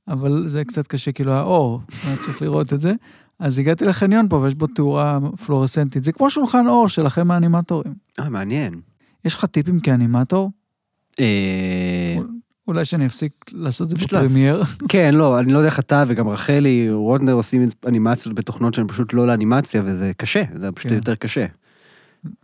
אבל זה קצת קשה, כאילו היה אור, היה צריך לראות את זה. אז הגעתי לחניון פה ויש בו תאורה פלורסנטית. זה כמו שולחן אור שלכם האנימטורים.
אה, מעניין.
יש לך טיפים כאנימטור?
אה,
אולי שאני אפסיק לעשות את זה
פשוט לעשות.
בפרמייר.
כן, לא, אני לא יודע איך אתה וגם רחלי, רודנר עושים אנימציות בתוכנות שהן פשוט לא לאנימציה, וזה קשה, זה פשוט
כן.
יותר קשה.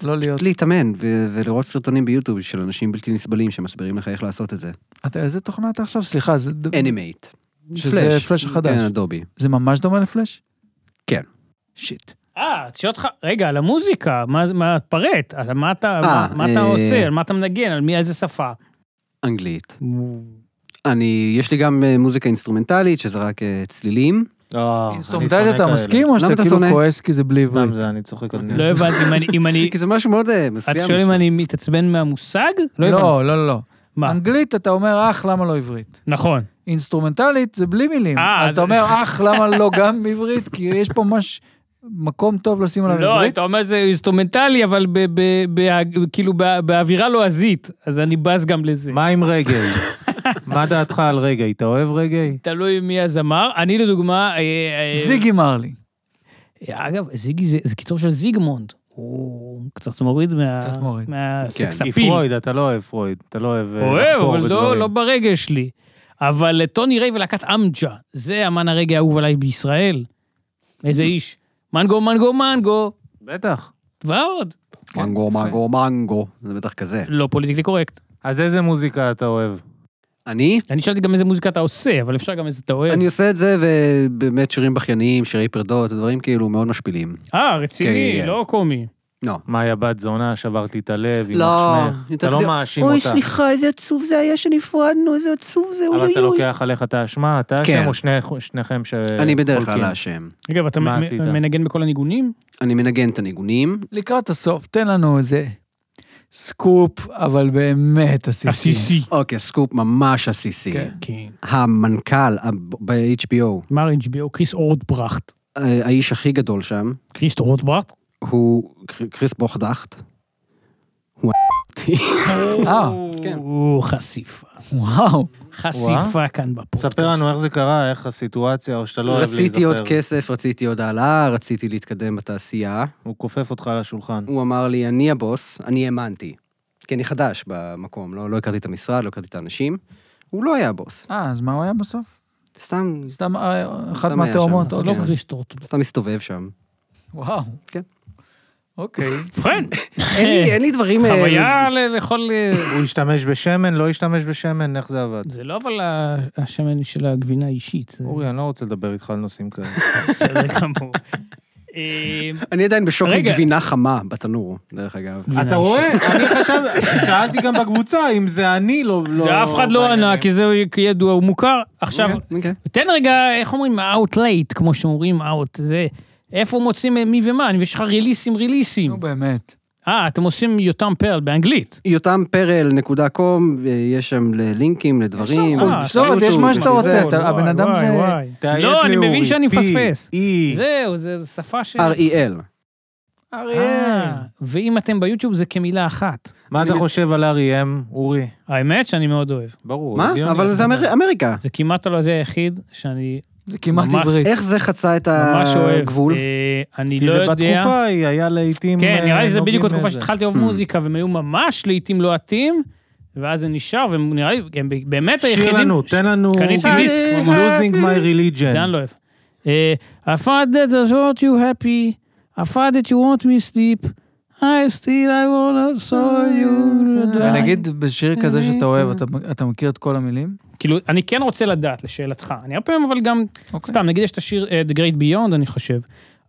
לא להיות...
פשוט להתאמן ו- ולראות סרטונים ביוטיוב של אנשים בלתי נסבלים שמסבירים לך איך לעשות את זה.
אתה איזה תוכנה אתה עכשיו? סליחה, זה... ד-
אנימייט.
שזה פלאש החדש.
כן, אדובי.
זה ממש דומה לפלאש?
כן.
שיט.
אה, תשאל אותך, רגע, על המוזיקה, מה, מה, פרט, על מה אתה,
אה,
מה, מה אתה
אה.
עושה, על מה אתה מנגן, על מי, איזה שפה.
אנגלית. אני, יש לי גם אה, מוזיקה אינסטרומנטלית, שזה רק אה, צלילים.
אוקיי.
אה, אני
אינסטרומנטלית
שונא
אתה
כאלה.
מסכים או
למה
שאתה
אתה
כאילו
שונא?
כועס כי זה בלי
סתם
עברית?
זה, אני צוחק על
לא הבנתי אם אני, אם אני,
כי זה משהו מאוד אה,
אתה
מסוים.
שואל אם אני מתעצבן מהמושג? לא הבנתי.
לא, לא, לא.
מה?
אנגלית אתה אומר אח, למה לא עברית?
נכון.
אינסטרומנטלית זה בלי מילים.
אה,
אז
אז-
אתה אומר אח, למה לא גם בעברית? כי יש פה ממש מקום טוב לשים עליו
לא,
עברית.
אתה אומר זה אינסטרומנטלי, אבל ב- ב- ב- כאילו ב- באווירה לועזית, אז אני בז גם לזה.
מה עם רגעי? מה דעתך על רגעי? אתה אוהב רגעי?
תלוי מי הזמר. אני לדוגמה... אה, אה,
זיגי מרלי.
אגב, זיגי זה זה קיצור של זיגמונד. הוא קצת מוריד מה...
קצת מוריד.
כי
מהסקספיל.
פרויד, אתה לא אוהב פרויד. אתה לא אוהב אה,
אוהב,
לחפור
אבל לא,
בדברים.
לא ברגע שלי. אבל אה, טוני ריי ולהקת אמג'ה, זה אמן הרגע האהוב עליי בישראל. איזה איש. מנגו, מנגו, מנגו,
בטח.
ועוד.
כן,
מנגו, מנגו, מנגו. זה בטח כזה.
לא פוליטיקלי קורקט.
אז איזה מוזיקה אתה אוהב?
אני?
אני שאלתי גם איזה מוזיקה אתה עושה, אבל אפשר גם איזה אתה אוהב.
אני עושה את זה, ובאמת שירים בכייניים, שירי פרדות, דברים כאילו מאוד משפילים.
אה, רציני,
כן.
לא קומי.
לא.
מאיה בת זונה, שברת לי את הלב, עם שמך.
יותר
אתה לא
כזה,
מאשים אותה.
איזה עצוב זה היה שנפרדנו, איזה עצוב זה,
אבל אתה לוקח אה, עליך את האשמה, אתה
כן.
אשם או שני- שניכם שחולקים?
אני בדרך כלל האשם.
רגע, ואתה
מה
מ-
עשית?
מנגן בכל הניגונים?
אני מנגן את הניגונים.
לקראת הסוף, תן לנו איזה סקופ, אבל באמת עסיסי.
אוקיי, סקופ ממש עסיסי.
כן.
כן.
המנכ"ל ה- ב-HBO,
מר HBO, קריס אורטברכט.
אה, האיש הכי גדול שם,
קריס אורטברכט?
הוא קר- קריס בוכדכט. הוא ה-
אה,
כן.
או, חשיפה.
וואו.
חשיפה כאן בפודקאסט.
ספר לנו איך זה קרה, איך הסיטואציה, או שאתה לא אוהב להיזכר.
רציתי עוד כסף, רציתי עוד העלאה, רציתי להתקדם בתעשייה.
הוא כופף אותך על השולחן.
הוא אמר לי, אני הבוס, אני האמנתי. כי אני חדש במקום, לא, לא הכרתי את המשרד, לא הכרתי את האנשים. הוא לא היה הבוס.
אה, אז מה הוא היה בסוף?
סתם,
סתם אה, אחת
סתם היה
מהתאומות.
שם,
זה
אז
לא
כן.
קריס אורטברכט.
סתם מסתובב שם.
וואו.
כן.
אוקיי.
ובכן,
אין לי, אין לי דברים... אה,
חוויה ל- לכל... אה,
הוא השתמש בשמן, לא השתמש בשמן, איך זה עבד?
זה לא אבל ה- השמן של הגבינה האישית. זה
אורי, אני לא רוצה לדבר איתך על נושאים כאלה.
בסדר
לא-
גמור. אה,
אני עדיין בשוק
רגע.
מגבינה חמה בתנור, דרך אגב.
גבינה
אתה רואה? אני חשב, שאלתי גם בקבוצה אם זה אני לא...
אף אחד לא
בעניינים.
ענה, כי זה ידוע, הוא מוכר. עכשיו,
אוקיי.
תן רגע, איך אומרים, out late, כמו שאומרים out, זה... איפה מוצאים מי ומה? אני- יש לך ריליסים ריליסים.
נו באמת.
אה, אתם עושים יותם פרל באנגלית.
יותם פרל נקודה קום, יש שם לינקים לדברים.
יש שם חולצות,
יוטיוב,
יש מה שאתה
וזה.
רוצה,
וואי,
אתה- הבן
וואי,
אדם
וואי,
זה-
וואי.
תאיית
לא, אני
לאורי,
מבין שאני
P,
מפספס.
E.
זהו, זו שפה של...
R.E.L.
אה, ואם אתם ביוטיוב זה כמילה אחת.
מה אתה חושב על R.E.M, אורי?
האמת שאני מאוד אוהב.
ברור.
מה?
הגיוני.
אבל זה אמר- אמריקה.
זה כמעט הלא זה היחיד שאני
זה כמעט
ממש-
עברית.
איך זה חצה את
ממש אוהב.
הגבול?
אה, אני
כי
לא
זה
יודע...
בתקופה ההיא, היה להיטים...
כן,
אה,
נראה לי שזה
נוגעים
בדיוק התקופה
לזה.
שהתחלתי
Hmm.
לאהוב מוזיקה, והם היו ממש לעיתים לוהטים, ואז זה נשאר, ונראה לי, הם באמת היחידים...
שיר לנו, תן לנו...
קניתי דיסק.
Losing my
כן.
religion.
זה אני לא אוהב. אה, I thought that I want you happy, I thought that you want me sleep, I still I want to saw you.
ונגיד בשיר כזה שאתה אוהב, אתה- אתה מכיר את כל המילים?
כאילו, אני כן רוצה לדעת, לשאלתך. אני הרבה פעמים, אבל גם,
אוקיי.
סתם, נגיד יש את השיר אה, The Great Beyond, אני חושב.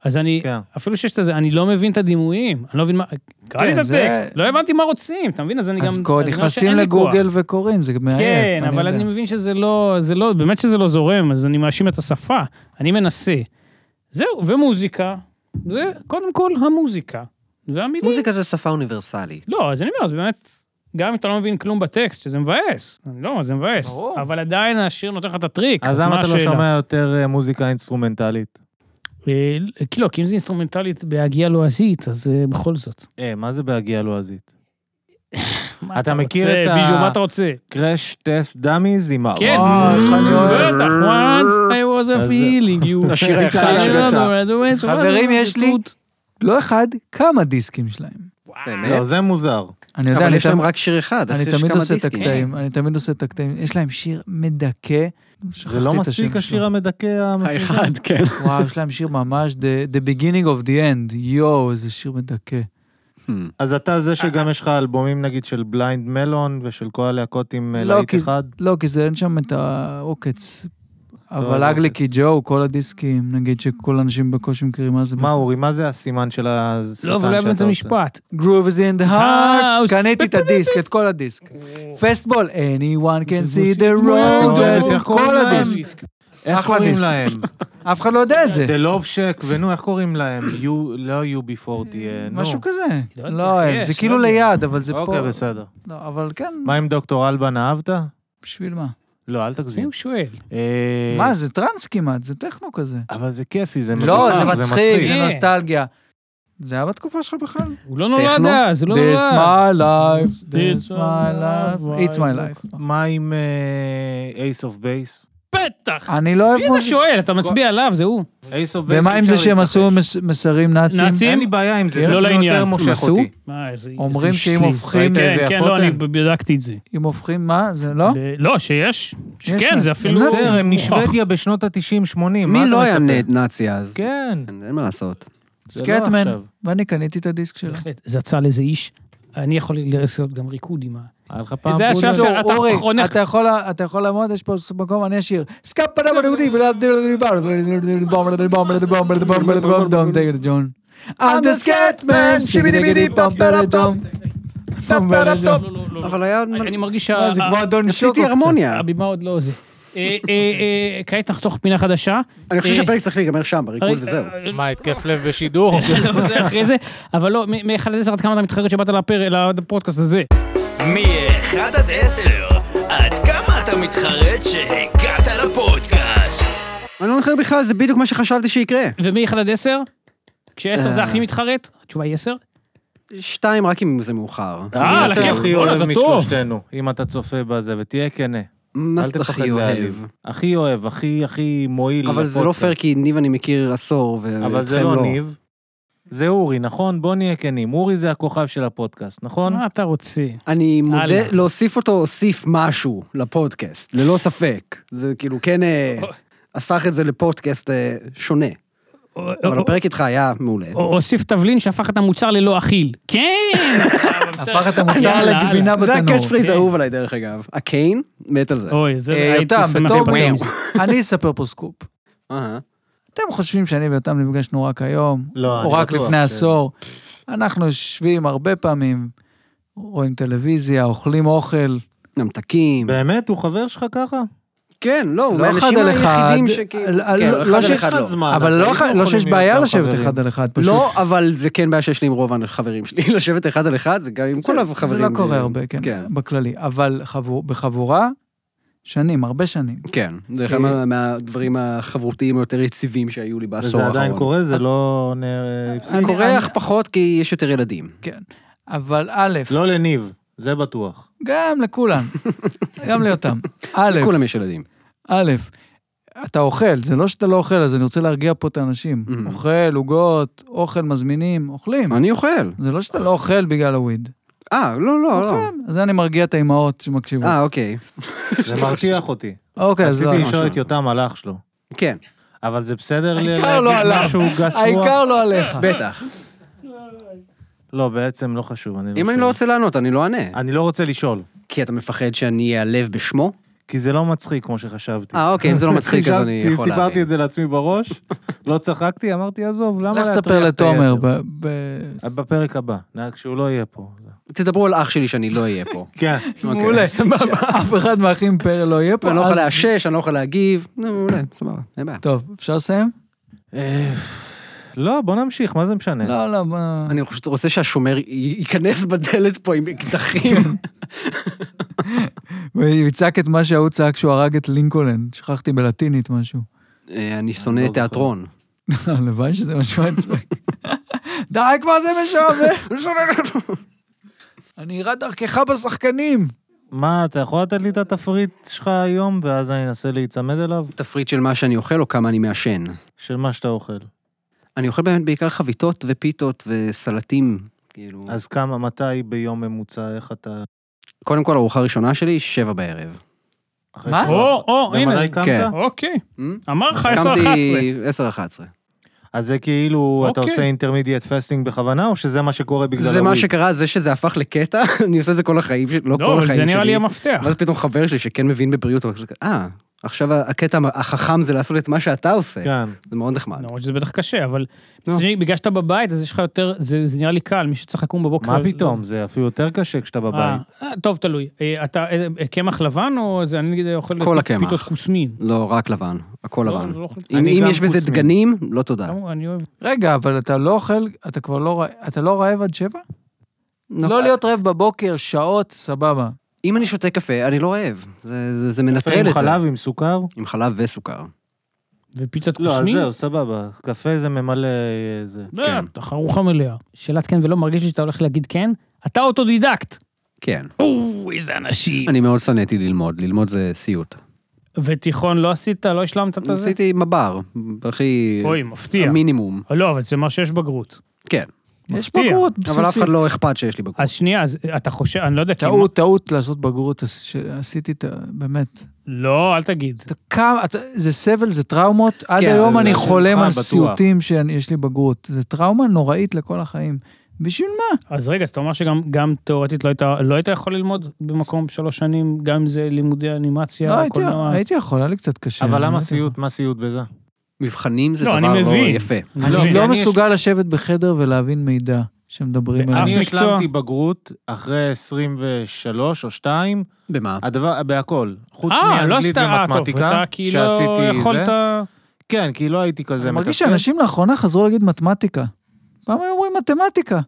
אז אני,
כן.
אפילו שיש את זה, אני לא מבין את הדימויים, אני לא מבין מה, קראתי את
כן, זה-
הטקסט, לא הבנתי מה רוצים, אתה מבין? אז אני גם...
אז כל-
אני אומר
נכנסים
שאין לי כוח.
לגוגל וקוראים, זה מעייף.
כן, אבל
יודע.
אני מבין שזה לא, זה לא, באמת שזה לא זורם, אז אני מאשים את השפה, אני מנסה. זהו, ומוזיקה, זה קודם כל המוזיקה, והמילים.
מוזיקה זה שפה אוניברסלית.
לא, אז אני אומר, זה באמת, גם אם אתה לא מבין כלום בטקסט, שזה מבאס, אני לא, זה מבאס.
ברור.
אבל עדיין השיר נותן לך את הטריק,
אז
מה
למה אתה לא
השאלה?
שומע יותר אה, מוזיקה אינסטרומנטלית?
אה, כי לא, כי אם זה אינסטרומנטלית בהגייה לועזית, אז אה, בכל זאת.
אה, מה זה בהגייה לועזית?
מה
אתה מכיר
רוצה,
את ה-
ביז'ו, מה אתה רוצה?
קראש טסט דאמיז עם ארבע.
כן,
אה, איך אני אוהב.
בטח, once I was a
אז-
feeling you.
השיר האחד
שהגשת.
שהגשת.
חברים, יש לי לא אחד, כמה דיסקים שלהם.
באמת?
אה.
לא, זה מוזר.
אני יודע,
אבל
אני
יש להם
אמ-
תמ-
רק שיר אחד,
אני
אחרי שיש
תמיד
כמה
עושה את
דיסקים.
הקטעים, אני תמיד עושה את הקטעים. יש להם שיר מדכא.
זה לא מספיק השיר המדכא
אה,
המפורסם.
האחד, כן.
וואו, יש להם שיר ממש, The- The Beginning of the End. יואו, איזה שיר מדכא.
Hmm.
אז אתה זה שגם יש לך אלבומים נגיד של בליינד מלון ושל כל הלהקות עם אה,
לא,
להיט
כי-
אחד?
לא, כי זה אין שם את העוקץ. אבל
העוקץ.
אגליקי ג'ו, כל הדיסקים, נגיד שכל האנשים בקושי מכירים מה זה.
מה אורי, מה זה הסימן של השטן
לא, אבל הוא היה באמצע
שאתה עושה?
משפט.
Groove is in the heart.
House.
קניתי את הדיסק, את כל הדיסק. פסטבול, anyone can
לא
see the road.
איך קוראים
כל
להם?
הדיסק.
איך
אחלה
קוראים
דיסק.
להם?
אף אחד לא יודע את זה.
The Love Shack, ונו, איך קוראים להם? You- לא you before the... אה, נו.
משהו כזה.
לא יודע,
לא אוהב,
יש,
זה
לא
כאילו
יודע.
ליד, אבל זה פה.
אוקיי, בסדר.
לא, אבל כן,
מה עם דוקטור אלבן, אהבת?
בשביל מה?
לא, אל
מי
תגזים.
הוא שואל?
אה,
מה, זה טראנס כמעט, זה טכנו כזה.
אבל זה כיפי, זה מדובר,
לא, זה מצחיק, זה
אה.
נוסטלגיה. זה היה בתקופה שלך בכלל?
הוא לא נולד
טכנו?
אז, הוא לא
This
נולד.
my life, this
It's
my
my
life,
life,
it's my
my
life.
מה עם אה, אייס אוף בייס?
בטח.
אני לא אוהב
מי אתה
מוזיקה.
שואל? אתה מצביע עליו, זה הוא.
אייס אוף בייס...
ומה עם זה שהם עשו מס- מסרים נאצים?
נאצים?
אין לי בעיה עם זה, זה
לא
אפילו יותר
לעניין.
מושך
מסו?
אותי.
מה, איזה... איזה
אומרים שאם
שליט.
הופכים,
ראית? איזה
כן, כן,
יפות
לא, אני
הן.
בדקתי את זה.
אם הופכים, מה? זה לא?
ב- לא, שיש.
מה.
כן, זה אפילו...
הם
בסדר, הם
מוכח.
משוודיה בשנות ה-90-80, מה אתה מצפה?
מי לא היה נ- נאצי אז?
כן,
כן, אין מה לעשות.
זה לא
סקטמן,
עכשיו.
ואני קניתי את הדיסק שלו.
בהחלט, זצה אה, לאיזה איש. אני יכול לעשות גם ריקוד עם ה...
היה לך פעם
זה היה
פודל?
עכשיו-
בקיצור,
אתה
אורי,
חונך.
אתה יכול- אתה יכול לעמוד, יש פה מקום, אני אשיר. סקאפה דה בדודי Don't take it, John. I'm the scatman, שיבי דיבי דיבי פום פרה טום. פום פרה טום.
אבל היה...
אני מרגיש
מה, זה כבר
שה- אה,
אדון שוקו
עשיתי
קצת.
הרמוניה.
הבימה עוד לא זה. אה, אה, אה, כעת נחתוך פינה חדשה.
אני חושב
אה,
שהפרק צריך להיגמר שם, בריקוד
אה,
וזהו.
אה,
מה, התקף לב בשידור?
לא, זה אחרי זה, אבל לא, מ-1 עד 10 עד כמה אתה מתחרט שבאת לפר- לפודקאסט הזה.
מ-1 עד 10, עד כמה אתה מתחרט שהגעת לפודקאסט?
אני לא מתחרט בכלל, זה בדיוק מה שחשבתי שיקרה.
ומ-1 עד 10? כש-10 זה הכי מתחרט? התשובה היא 10?
שתיים, רק אם זה מאוחר.
אה, על הכיף,
הכי
בואנה,
אוהב
זה טוב.
משלושתנו, אם אתה צופה בזה, ותהיה כנה.
מה
אל
זאת
תפחד
הכי אוהב?
להעליב. הכי אוהב, הכי הכי מועיל.
אבל זה לא
לפודקאסט.
פייר, כי ניב אני מכיר עשור, ואתכם לא.
אבל זה לא ניב. זה אורי, נכון? בוא נהיה כנים. אורי זה הכוכב של הפודקאסט, נכון?
מה אתה רוצה?
אני מודה,
הלאה.
להוסיף אותו, הוסיף משהו לפודקאסט, ללא ספק. זה כאילו, כן, אה, הפך את זה לפודקאסט אה, שונה. אבל לא- הפרק איתך היה מעולה.
או- הוסיף תבלין שהפך את המוצר ללא אכיל. כן!
הפך את המוצר
יאללה, כן.
לגבינה
זה
בתנור.
הקאץ' פריז האהוב עליי, דרך אגב. הקיין, מת על זה.
אוי, זה...
אה,
הייתי
יותם,
שמח
בתור
להיפטר
ווינס,
מזה.
אני אספר פה סקופ.
אהה.
אתם חושבים שאני ויותם נפגשנו רק היום,
לא,
או
אני
רק
בטוח
לפני
שזה-
עשור. אנחנו יושבים הרבה פעמים, רואים טלוויזיה, אוכלים אוכל.
ממתקים.
באמת? הוא חבר שלך ככה?
כן, לא, הוא
לא אחד
מהאנשים
על אחד.
היחידים שכאילו...
על- על-
כן,
לא-
אחד
לא
על
שיש
אחד
לך
לא.
זמן.
אבל
אז
לא
היינו
ח- לא
יכולים
שיש
להיות
בעיה
גם
לשבת
חברים.
אחד על אחד, פשוט.
לא, אבל זה כן בעיה שיש לי עם רוב החברים שלי, לשבת אחד על אחד, זה גם עם כל
זה-
החברים.
זה לא קורה הרבה, כן,
כן.
בכללי. אבל חבור- בחבורה, שנים, הרבה שנים.
כן, זה אחד
אה,
מה- מהדברים החברותיים היותר יציבים שהיו לי בעשור
וזה
האחרון.
עדיין קורה, זה לא... נ- הפסיק.
קורה אך פחות כי יש יותר ילדים.
כן. אבל א',
לא לניב, זה בטוח.
גם לכולם, גם ליותם. א',
לכולם יש ילדים.
א', אתה אוכל, זה לא שאתה לא אוכל, אז אני רוצה להרגיע פה את האנשים.
Mm.
אוכל, עוגות, אוכל מזמינים, אוכלים.
אה.
אני אוכל.
זה לא שאתה לא אוכל בגלל הוויד.
אה, לא, לא, לא.
אוכל. אז זה אני מרגיע את האימהות שמקשיבות.
אה, אוקיי.
זה מרתיח אותי.
אוקיי, אז לא.
רציתי לשאול את יותם על אח שלו.
כן,
אבל זה בסדר ל-
העיקר לא
להגיד
עליו.
משהו גס
העיקר
רוח?
לא עליך.
בטח.
לא, בעצם לא חשוב, אני לא
אם אני
שואל.
לא רוצה לענות, אני לא אענה.
אני לא רוצה לשאול,
כי אתה מפחד שאני איעלב בשמו?
כי זה לא מצחיק כמו שחשבתי.
אה, אוקיי, אם זה לא מצחיק, אז אני
חשבתי,
יכול
סיפרתי
להבין.
את זה לעצמי בראש, לא צחקתי, אמרתי, עזוב, למה
לא
לך
להטריח
תספר
את
לתומר.
היתר?"
ב- ב-
בפרק הבא, נהג שהוא לא יהיה פה.
תדברו על אח שלי שאני לא אהיה פה.
כן.
אוקיי.
מעולה. שאף אחד מהאחים פרל לא יהיה פה.
אני לא יכול
אז-
לאשש, אני לא יכול להגיב. נו, מעולה, סבבה, אין בעיה.
טוב, אפשר לסיים?
לא, בוא נמשיך, מה זה משנה?
כן.
לא, לא, בוא...
אני פשוט רוצה שהשומר י- ייכנס בדלת פה עם אקדחים.
כן.
הוא יצעק את מה שההוא צעק כשהוא הרג את לינקולן. שכחתי בלטינית משהו.
אה, אני
לא
שונא
זוכר.
תיאטרון.
הלוואי שזה משהו עצמי. די כבר זה משעמם. אני אראה דרכך בשחקנים.
מה, אתה יכול לתת לי את התפריט שלך היום, ואז אני אנסה להיצמד אליו?
תפריט של מה שאני אוכל או כמה אני מעשן.
של מה שאתה אוכל.
אני אוכל באמת בעיקר חביתות ופיתות וסלטים, כאילו... אז...
אז כמה, מתי ביום ממוצע, איך אתה...
קודם כל, ארוחה ראשונה שלי, שבע בערב.
אחרי
מה?
ש-
או, או,
גם
הנה.
עליי קמת?
כן.
אוקיי.
אה?
Hmm?
אמר לך 10-11.
קמתי 10-11.
אז זה כאילו, אתה
אוקיי.
עושה אינטרמידיאט פסטינג בכוונה, או שזה מה שקורה בגלל
זה מה
הוויד?
שקרה, זה שזה הפך לקטע, אני עושה את זה כל החיים שלי, לא
לא,
כל
אבל
החיים
זה
שלי.
נראה לי המפתח.
ואז פתאום חבר שלי שכן מבין בבריאות, הוא כזה, אה, עכשיו הקטע החכם זה לעשות את מה שאתה עושה.
כן.
זה מאוד נחמד.
למרות שזה בטח קשה, אבל
לא.
מצד שני, בגלל שאתה בבית, אז יש לך יותר, זה זה נראה לי קל, מי שצריך לקום בבוקר.
מה פתאום? זה אפילו יותר קשה כשאתה
אוקיי. אה,
בבית.
אה, טוב, תלוי. אה, אתה איזה- אה, קמח לבן או זה, אני נגיד אוכל...
כל
פ-
הקמח.
פיתות כוסמין.
לא, רק לבן, הכל
לא,
לבן.
לא אוכל-
אם
אני
אם
גם
יש בזה
כוסמין.
דגנים, לא תודה.
למה? אני אוהב...
רגע, אבל אתה לא אוכל, אתה כבר לא, רע- אתה לא רעב עד שבע?
לא,
לא
אה-
להיות רעב בבוקר, שעות, סבבה.
אם אני שותה קפה, אני לא רעב. זה- זה- זה
קפה
מנטרל
עם
את זה.
חלב, עם סוכר?
עם חלב וסוכר.
ופיתת
לא, אז
כוסמין?
זהו, סבבה. קפה זה ממלא אה, זה.
אה, אתה חרוכה מלאה. שאלת כן ולא, מרגיש לי שאתה הולך להגיד כן? אתה אוטודידקט.
כן.
או, איזה אנשים.
אני מאוד שנאתי ללמוד, ללמוד זה סיוט.
ותיכון לא עשית? לא השלמת את זה?
עשיתי מב"ר, הכי...
אוי, מפתיע.
המינימום.
לא, אבל זה אומר שיש בגרות.
כן.
יש
מפתיע.
בגרות
אבל אף
בסיסית.
אחד לא אכפת שיש לי בגרות.
אז שנייה, אז אתה חושב, אני לא יודע, כי מה-
טעות, טעות לעשות בגרות, עש- שעשיתי את ה... באמת.
לא, אל תגיד.
אתה כמה, אתה, זה סבל, זה טראומות. עד
כן,
היום
זה-
אני
זה
חולם
שלך,
על
בטוח.
סיוטים שיש לי בגרות. זה טראומה נוראית לכל החיים. בשביל מה?
אז רגע, אז אתה אומר שגם גם תיאורטית לא היית, לא היית יכול ללמוד במקום שלוש שנים, גם אם זה לימודי אנימציה,
לא, הייתי,
כל דבר?
הייתי יכול, היה לי קצת קשה.
אבל
אני לא
למה
יודע.
סיוט? מה סיוט בזה?
מבחנים זה
לא,
דבר
אני
לא
מבין.
יפה.
אני
לא,
מבין.
אני
אני
לא
יש-
מסוגל לשבת בחדר ולהבין מידע שמדברים
באף
עליו.
אני
מקצוע.
השלמתי בגרות אחרי 23 או 2,
במה?
הדבר, בהכל. חוץ
אה, לא
מאנגלית
עשית, אה, טוב,
ומתמטיקה,
אתה כאילו
שעשיתי
יכולת...
זה. כן, כי לא הייתי כזה
אני מרגיש
מתפקד.
שאנשים לאחרונה חזרו להגיד מתמטיקה. פעם היו אומרים מתמטיקה.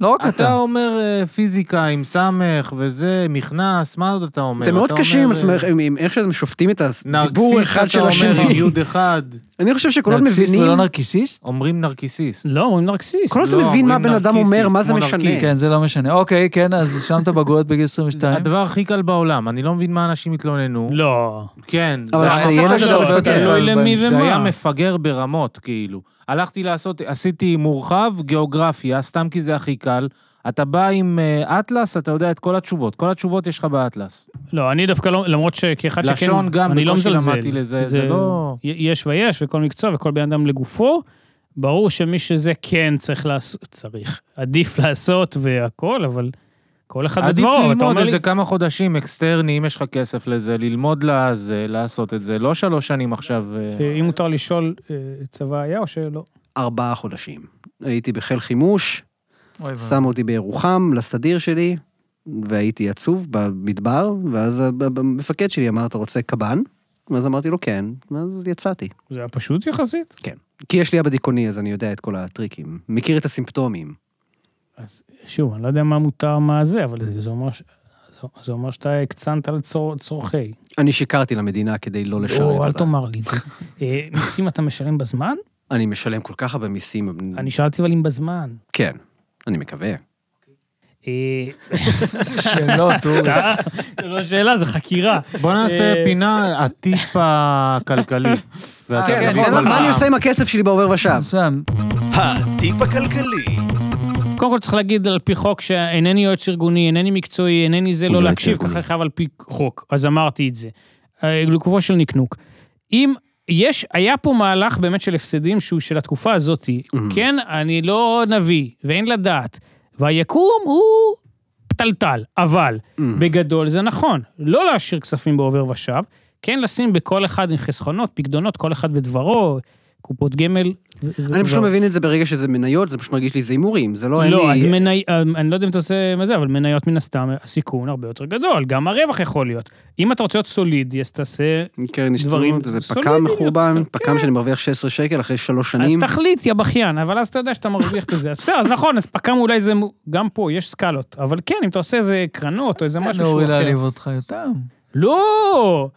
לא רק
אתה
אתה.
אומר אה, פיזיקה עם סמך וזה, מכנס, מה עוד אתה אומר?
אתם מאוד
אתה
קשים עם
אומר,
עצמך,
אה,
עם- עם איך שאתם שופטים את הדיבור
נרקסיסט,
אחד של
אתה אומר,
השני.
יוד אחד.
אני חושב שכולם
נרקסיסט
מבינים,
ולא נרקיסיסט?
אומרים נרקיסיסט.
לא, הוא נרקסיסט.
כל עוד אתה
לא,
מבין מה
אומרים
בן אדם
נרקיסיסט,
אומר, מה זה
כמו
משנה.
נרקיס.
כן, זה לא משנה. אוקיי, כן, אז שמת בגרויות בגיל 22.
הדבר הכי קל בעולם, אני לא מבין מה אנשים התלוננו.
לא.
כן,
אבל
זה
כשאתה
היה-
ילד
זה
אתה
היה-
מפגר.
זה
תלוי למי
זה היה
ומה.
מפגר ברמות, כאילו. הלכתי לעשות, עשיתי מורחב, גיאוגרפיה, סתם כי זה הכי קל. אתה בא עם אה, אטלס, אתה יודע את כל התשובות. כל התשובות יש לך באטלס.
לא, אני דווקא לא, למרות שכאחד שכן...
לשון גם,
אני לא
בקושי
מזלזל.
למדתי לזה, זה לא-
י- יש ויש, וכל מקצוע וכל בן אדם לגופו. ברור שמי שזה כן צריך לעשות, צריך. עדיף לעשות והכל, אבל כל אחד
עדיף
בדברו. אבל אתה
ללמוד
אומר לי-
איזה כמה חודשים אקסטרני, אם יש לך כסף לזה, ללמוד לזה, לעשות את זה. לא שלוש שנים עכשיו. אה,
אם מותר לשאול, אה, צבא היה או שלא?
ארבעה חודשים. הייתי בחיל חימוש,
אוי ואבוי.
שמו אותי בירוחם לסדיר שלי, והייתי עצוב במדבר, ואז ה- המפקד שלי אמר, אתה רוצה קב"ן? ואז אמרתי לו, כן, ואז יצאתי.
זה היה פשוט יחסית.
כן. כי יש לי אבא דיכאוני, אז אני יודע את כל הטריקים. מכיר את הסימפטומים.
אז שוב, אני לא יודע מה מותר, מה זה, אבל זה- זה אומר ש- זה- זה אומר שאתה הקצנת על צור- צורכי.
אני שיקרתי למדינה כדי לא לשרת
או,
אותה.
אל תאמר לי את זה. אה, מיסים אתה משלם בזמן?
אני משלם כל כך הרבה מיסים.
אני שאלתי אבל אם בזמן.
כן, אני מקווה.
אה,
שאלות, אורי.
זה לא שאלה, זה חקירה.
בוא נעשה
אה,
פינה הטיפ הכלכלי. ואתה
כן,
תביא
נכון,
כל
אבל מה
פעם.
אני עושה עם הכסף שלי בעובר ושב?
מסוים.
הטיפ הכלכלי.
קודם כל צריך להגיד על פי חוק שאינני יועץ ארגוני, אינני מקצועי, אינני זה
הוא
לא
לא
להקשיב,
יועץ ארגוני.
ככה חייב על פי חוק. אז אמרתי את זה. אה, לגופו של נקנוק. אם יש, היה פה מהלך באמת של הפסדים שהוא של התקופה הזאת,
Mhm.
כן, אני לא נביא ואין לדעת, והיקום הוא פתלתל, אבל
Mhm.
בגדול זה נכון, לא להשאיר כספים בעובר ושב, כן לשים בכל אחד עם חסכונות, פקדונות, כל אחד ודברו, קופות גמל. ו- ו-
אני פשוט לא
ו-
מבין את זה ברגע שזה מניות, זה פשוט מרגיש לי זה הימורים, זה לא, אין
לא, אז
לי...
מני... אה, אני לא יודע אם אתה עושה מה זה, אבל מניות מן הסתם, הסיכון הרבה יותר גדול, גם הרווח יכול להיות. אם אתה רוצה להיות סולידי, אז תעשה...
קרן
דברים
השתלמות, זה פק"ם
סולידיים
מחורבן,
יותר, כן.
פק"ם שאני מרוויח 16 שקל אחרי שלוש
אז
שנים.
תחליט, יא בכיין, אבל אז אתה יודע שאתה מרוויח את זה. אז בסדר, אז נכון, אז פק"ם אולי זה... מו- גם פה, יש סקלות. אבל
לא
כן, אם אתה עושה איזה קרנות או איזה משהו
נורי
שהוא אחר.
להעליב אותך יותר.
לא!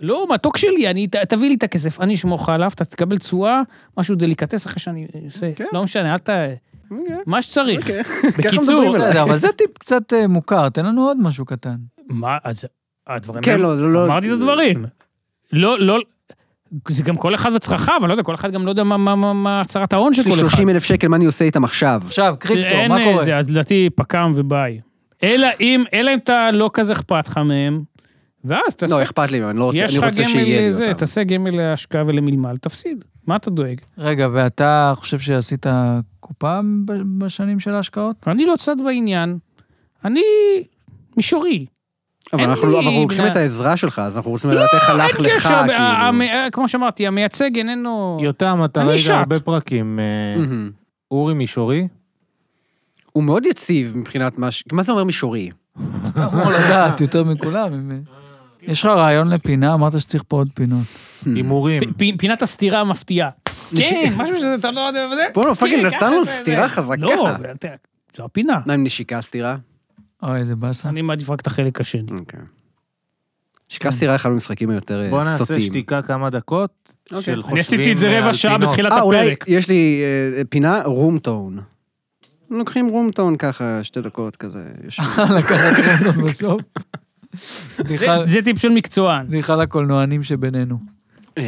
לא, מתוק שלי, אני, ת, תביא לי את הכסף, אני אשמור לך עליו, אתה תקבל תשואה, משהו דליקטס אחרי שאני עושה,
כן.
לא משנה, אל ת... מה שצריך.
אוקיי. מדברים
בקיצור,
עליי.
בסדר, אבל זה טיפ קצת אה, מוכר, תן לנו עוד משהו קטן.
מה, אז הדברים...
כן,
האלה-
לא, זה לא...
אמרתי את הדברים. לא, לא... זה גם כל אחד וצרכיו, אני לא יודע, כל אחד גם לא יודע מה- מה- מה מה הצהרת ההון של
יש לי
כל אחד.
30 אלף שקל, מה אני עושה איתם עכשיו?
עכשיו, קריפטו,
אין אה,
מה קורה?
זה, אז לדעתי פק"ם וביי. אלא אם, אלא אם אתה לא כזה אכפת לך מהם, ואז תעשה...
לא, אכפת לי, אני לא רוצה,
יש
אני
לך
רוצה שיהיה
גמל לזה,
לי אותם.
תעשה גמל להשקעה ולמלמל, תפסיד. מה אתה דואג?
רגע, ואתה חושב שעשית קופה ב- בשנים של ההשקעות?
אני לא צד בעניין. אני מישורי.
אבל
אין
אנחנו
לי
לא- אבל אנחנו לוקחים
בנה-
את העזרה שלך, אז אנחנו רוצים לדעת איך הלך
אין
לך,
קשר, אה, ה- ה-
כאילו.
המ- כמו שאמרתי, המייצג איננו...
יותם, אתה
אני
ראית
שט.
הרבה פרקים. אה,
מהמם.
אורי מישורי?
הוא מאוד יציב מבחינת מה ש... מה זה אומר מישורי?
אמור לדעת יותר מכולם. אם- יש לך רעיון לפינה? אמרת שצריך פה עוד פינות.
הימורים.
פ- פ- פינת הסתירה המפתיעה. כן, משהו שזה, אתה לא יודע, וזה...
בוא'נה, פאקינג
תראה,
נתן לו
ככה זה-
סטירה חזקה. נכון.
לא, תראה, זו הפינה.
מה עם נשיקה סטירה?
אוי, איזה באסה.
אני מעדיף רק את החלק השני.
אוקיי. נשיקה סטירה היא אחד המשחקים היותר אה,
בוא נעשה
סוטים.
שתיקה כמה דקות של
אוקיי.
חושבים
אני עשיתי את זה
אה,
רבע
על
שעה
פינות.
בתחילת
אה, אולי
הפרק.
יש לי אה, פינה רום טון. לוקחים רום טון ככה, שתי דקות כזה. יש-
לקחת רעיון בסוף.
זה-
בדיחה-
זה טיפ של מקצוען.
בדיחה לקולנוענים שבינינו.
אמ,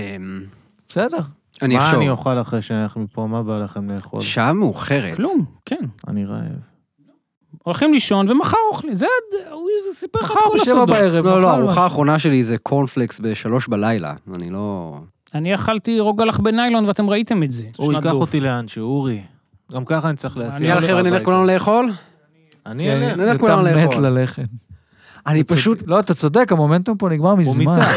בסדר.
אני
מה אני
אחשוב.
אוכל אחרי שנלך מפה? מה בא לכם לאכול?
שעה מאוחרת.
כלום, כן.
אני רעב.
הולכים לישון ומחר אוכלים. זה, הד- הוא סיפר לך את
מחר
כל
בשבע
הסודות.
בערב.
לא, לא,
מחר
הארוחה האחרונה שלי זה קורנפלקס בשלוש בלילה. אני לא...
אני אכלתי רוגלח בניילון ואתם ראיתם את זה.
הוא
שנת
ייקח
דוב.
אותי לאנשהו, אורי. גם ככה אני צריך להסיע
יאללה
אותך
חבר'ה, נלך
הביתה. אה,
כולנו לאכול?
אני
כן,
אלך.
נלך
אתה
כולנו
מת
לא לאכול.
ללכת.
אני פשוט...
לא, אתה צודק, המומנטום פה נגמר
הוא
מזמן.
מיצה.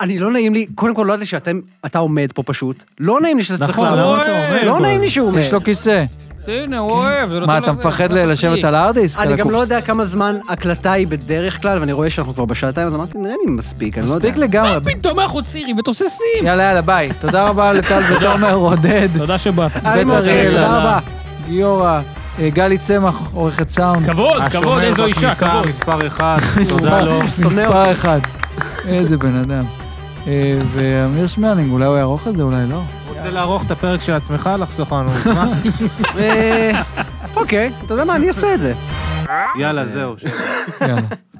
אני לא נעים לי, קודם כל לא ידעתי שאתם, אתה עומד פה פשוט. לא נעים לי שאתה צריך
נכון,
לעמוד.
למה אתה עומד?
לא נעים לי שהוא עומד.
יש לו כיסא.
הנה, הוא אוהב. זה
מה,
נותן
אתה
לו-
מפחד
זה לא נותן לו
לשבת
פרי.
על הארדיסק?
אני
על
גם לא
הקופס-
יודע כמה זמן הקלטה היא בדרך כלל, ואני רואה שאנחנו כבר בשעתיים, אז אמרתי, נראה לי מספיק, אני לא יודע.
מספיק לגמרי.
פתאום אנחנו צירים ותוססים.
יאללה, יאללה, ביי. תודה רבה לטל ודומר, עודד.
תודה שבאת.
היי,
בית
מוריאל,
אריאל,
תודה רבה.
גיורא, אה, גלי צמח, עורכת סאונד.
כבוד, כבוד,
השומר
איזו אישה,
בכניסה,
כבוד.
מספר אחד, תודה לו.
מספר אחד. איזה בן אדם. אה, ואמיר שמרלינג, אולי הוא יערוך את זה, אולי לא.
רוצה לערוך את הפרק של עצמך, לחסוך לנו זמן?
אה, אוקיי, אתה יודע מה, אני אעשה את זה.
יאללה, זהו. ש-
יאללה.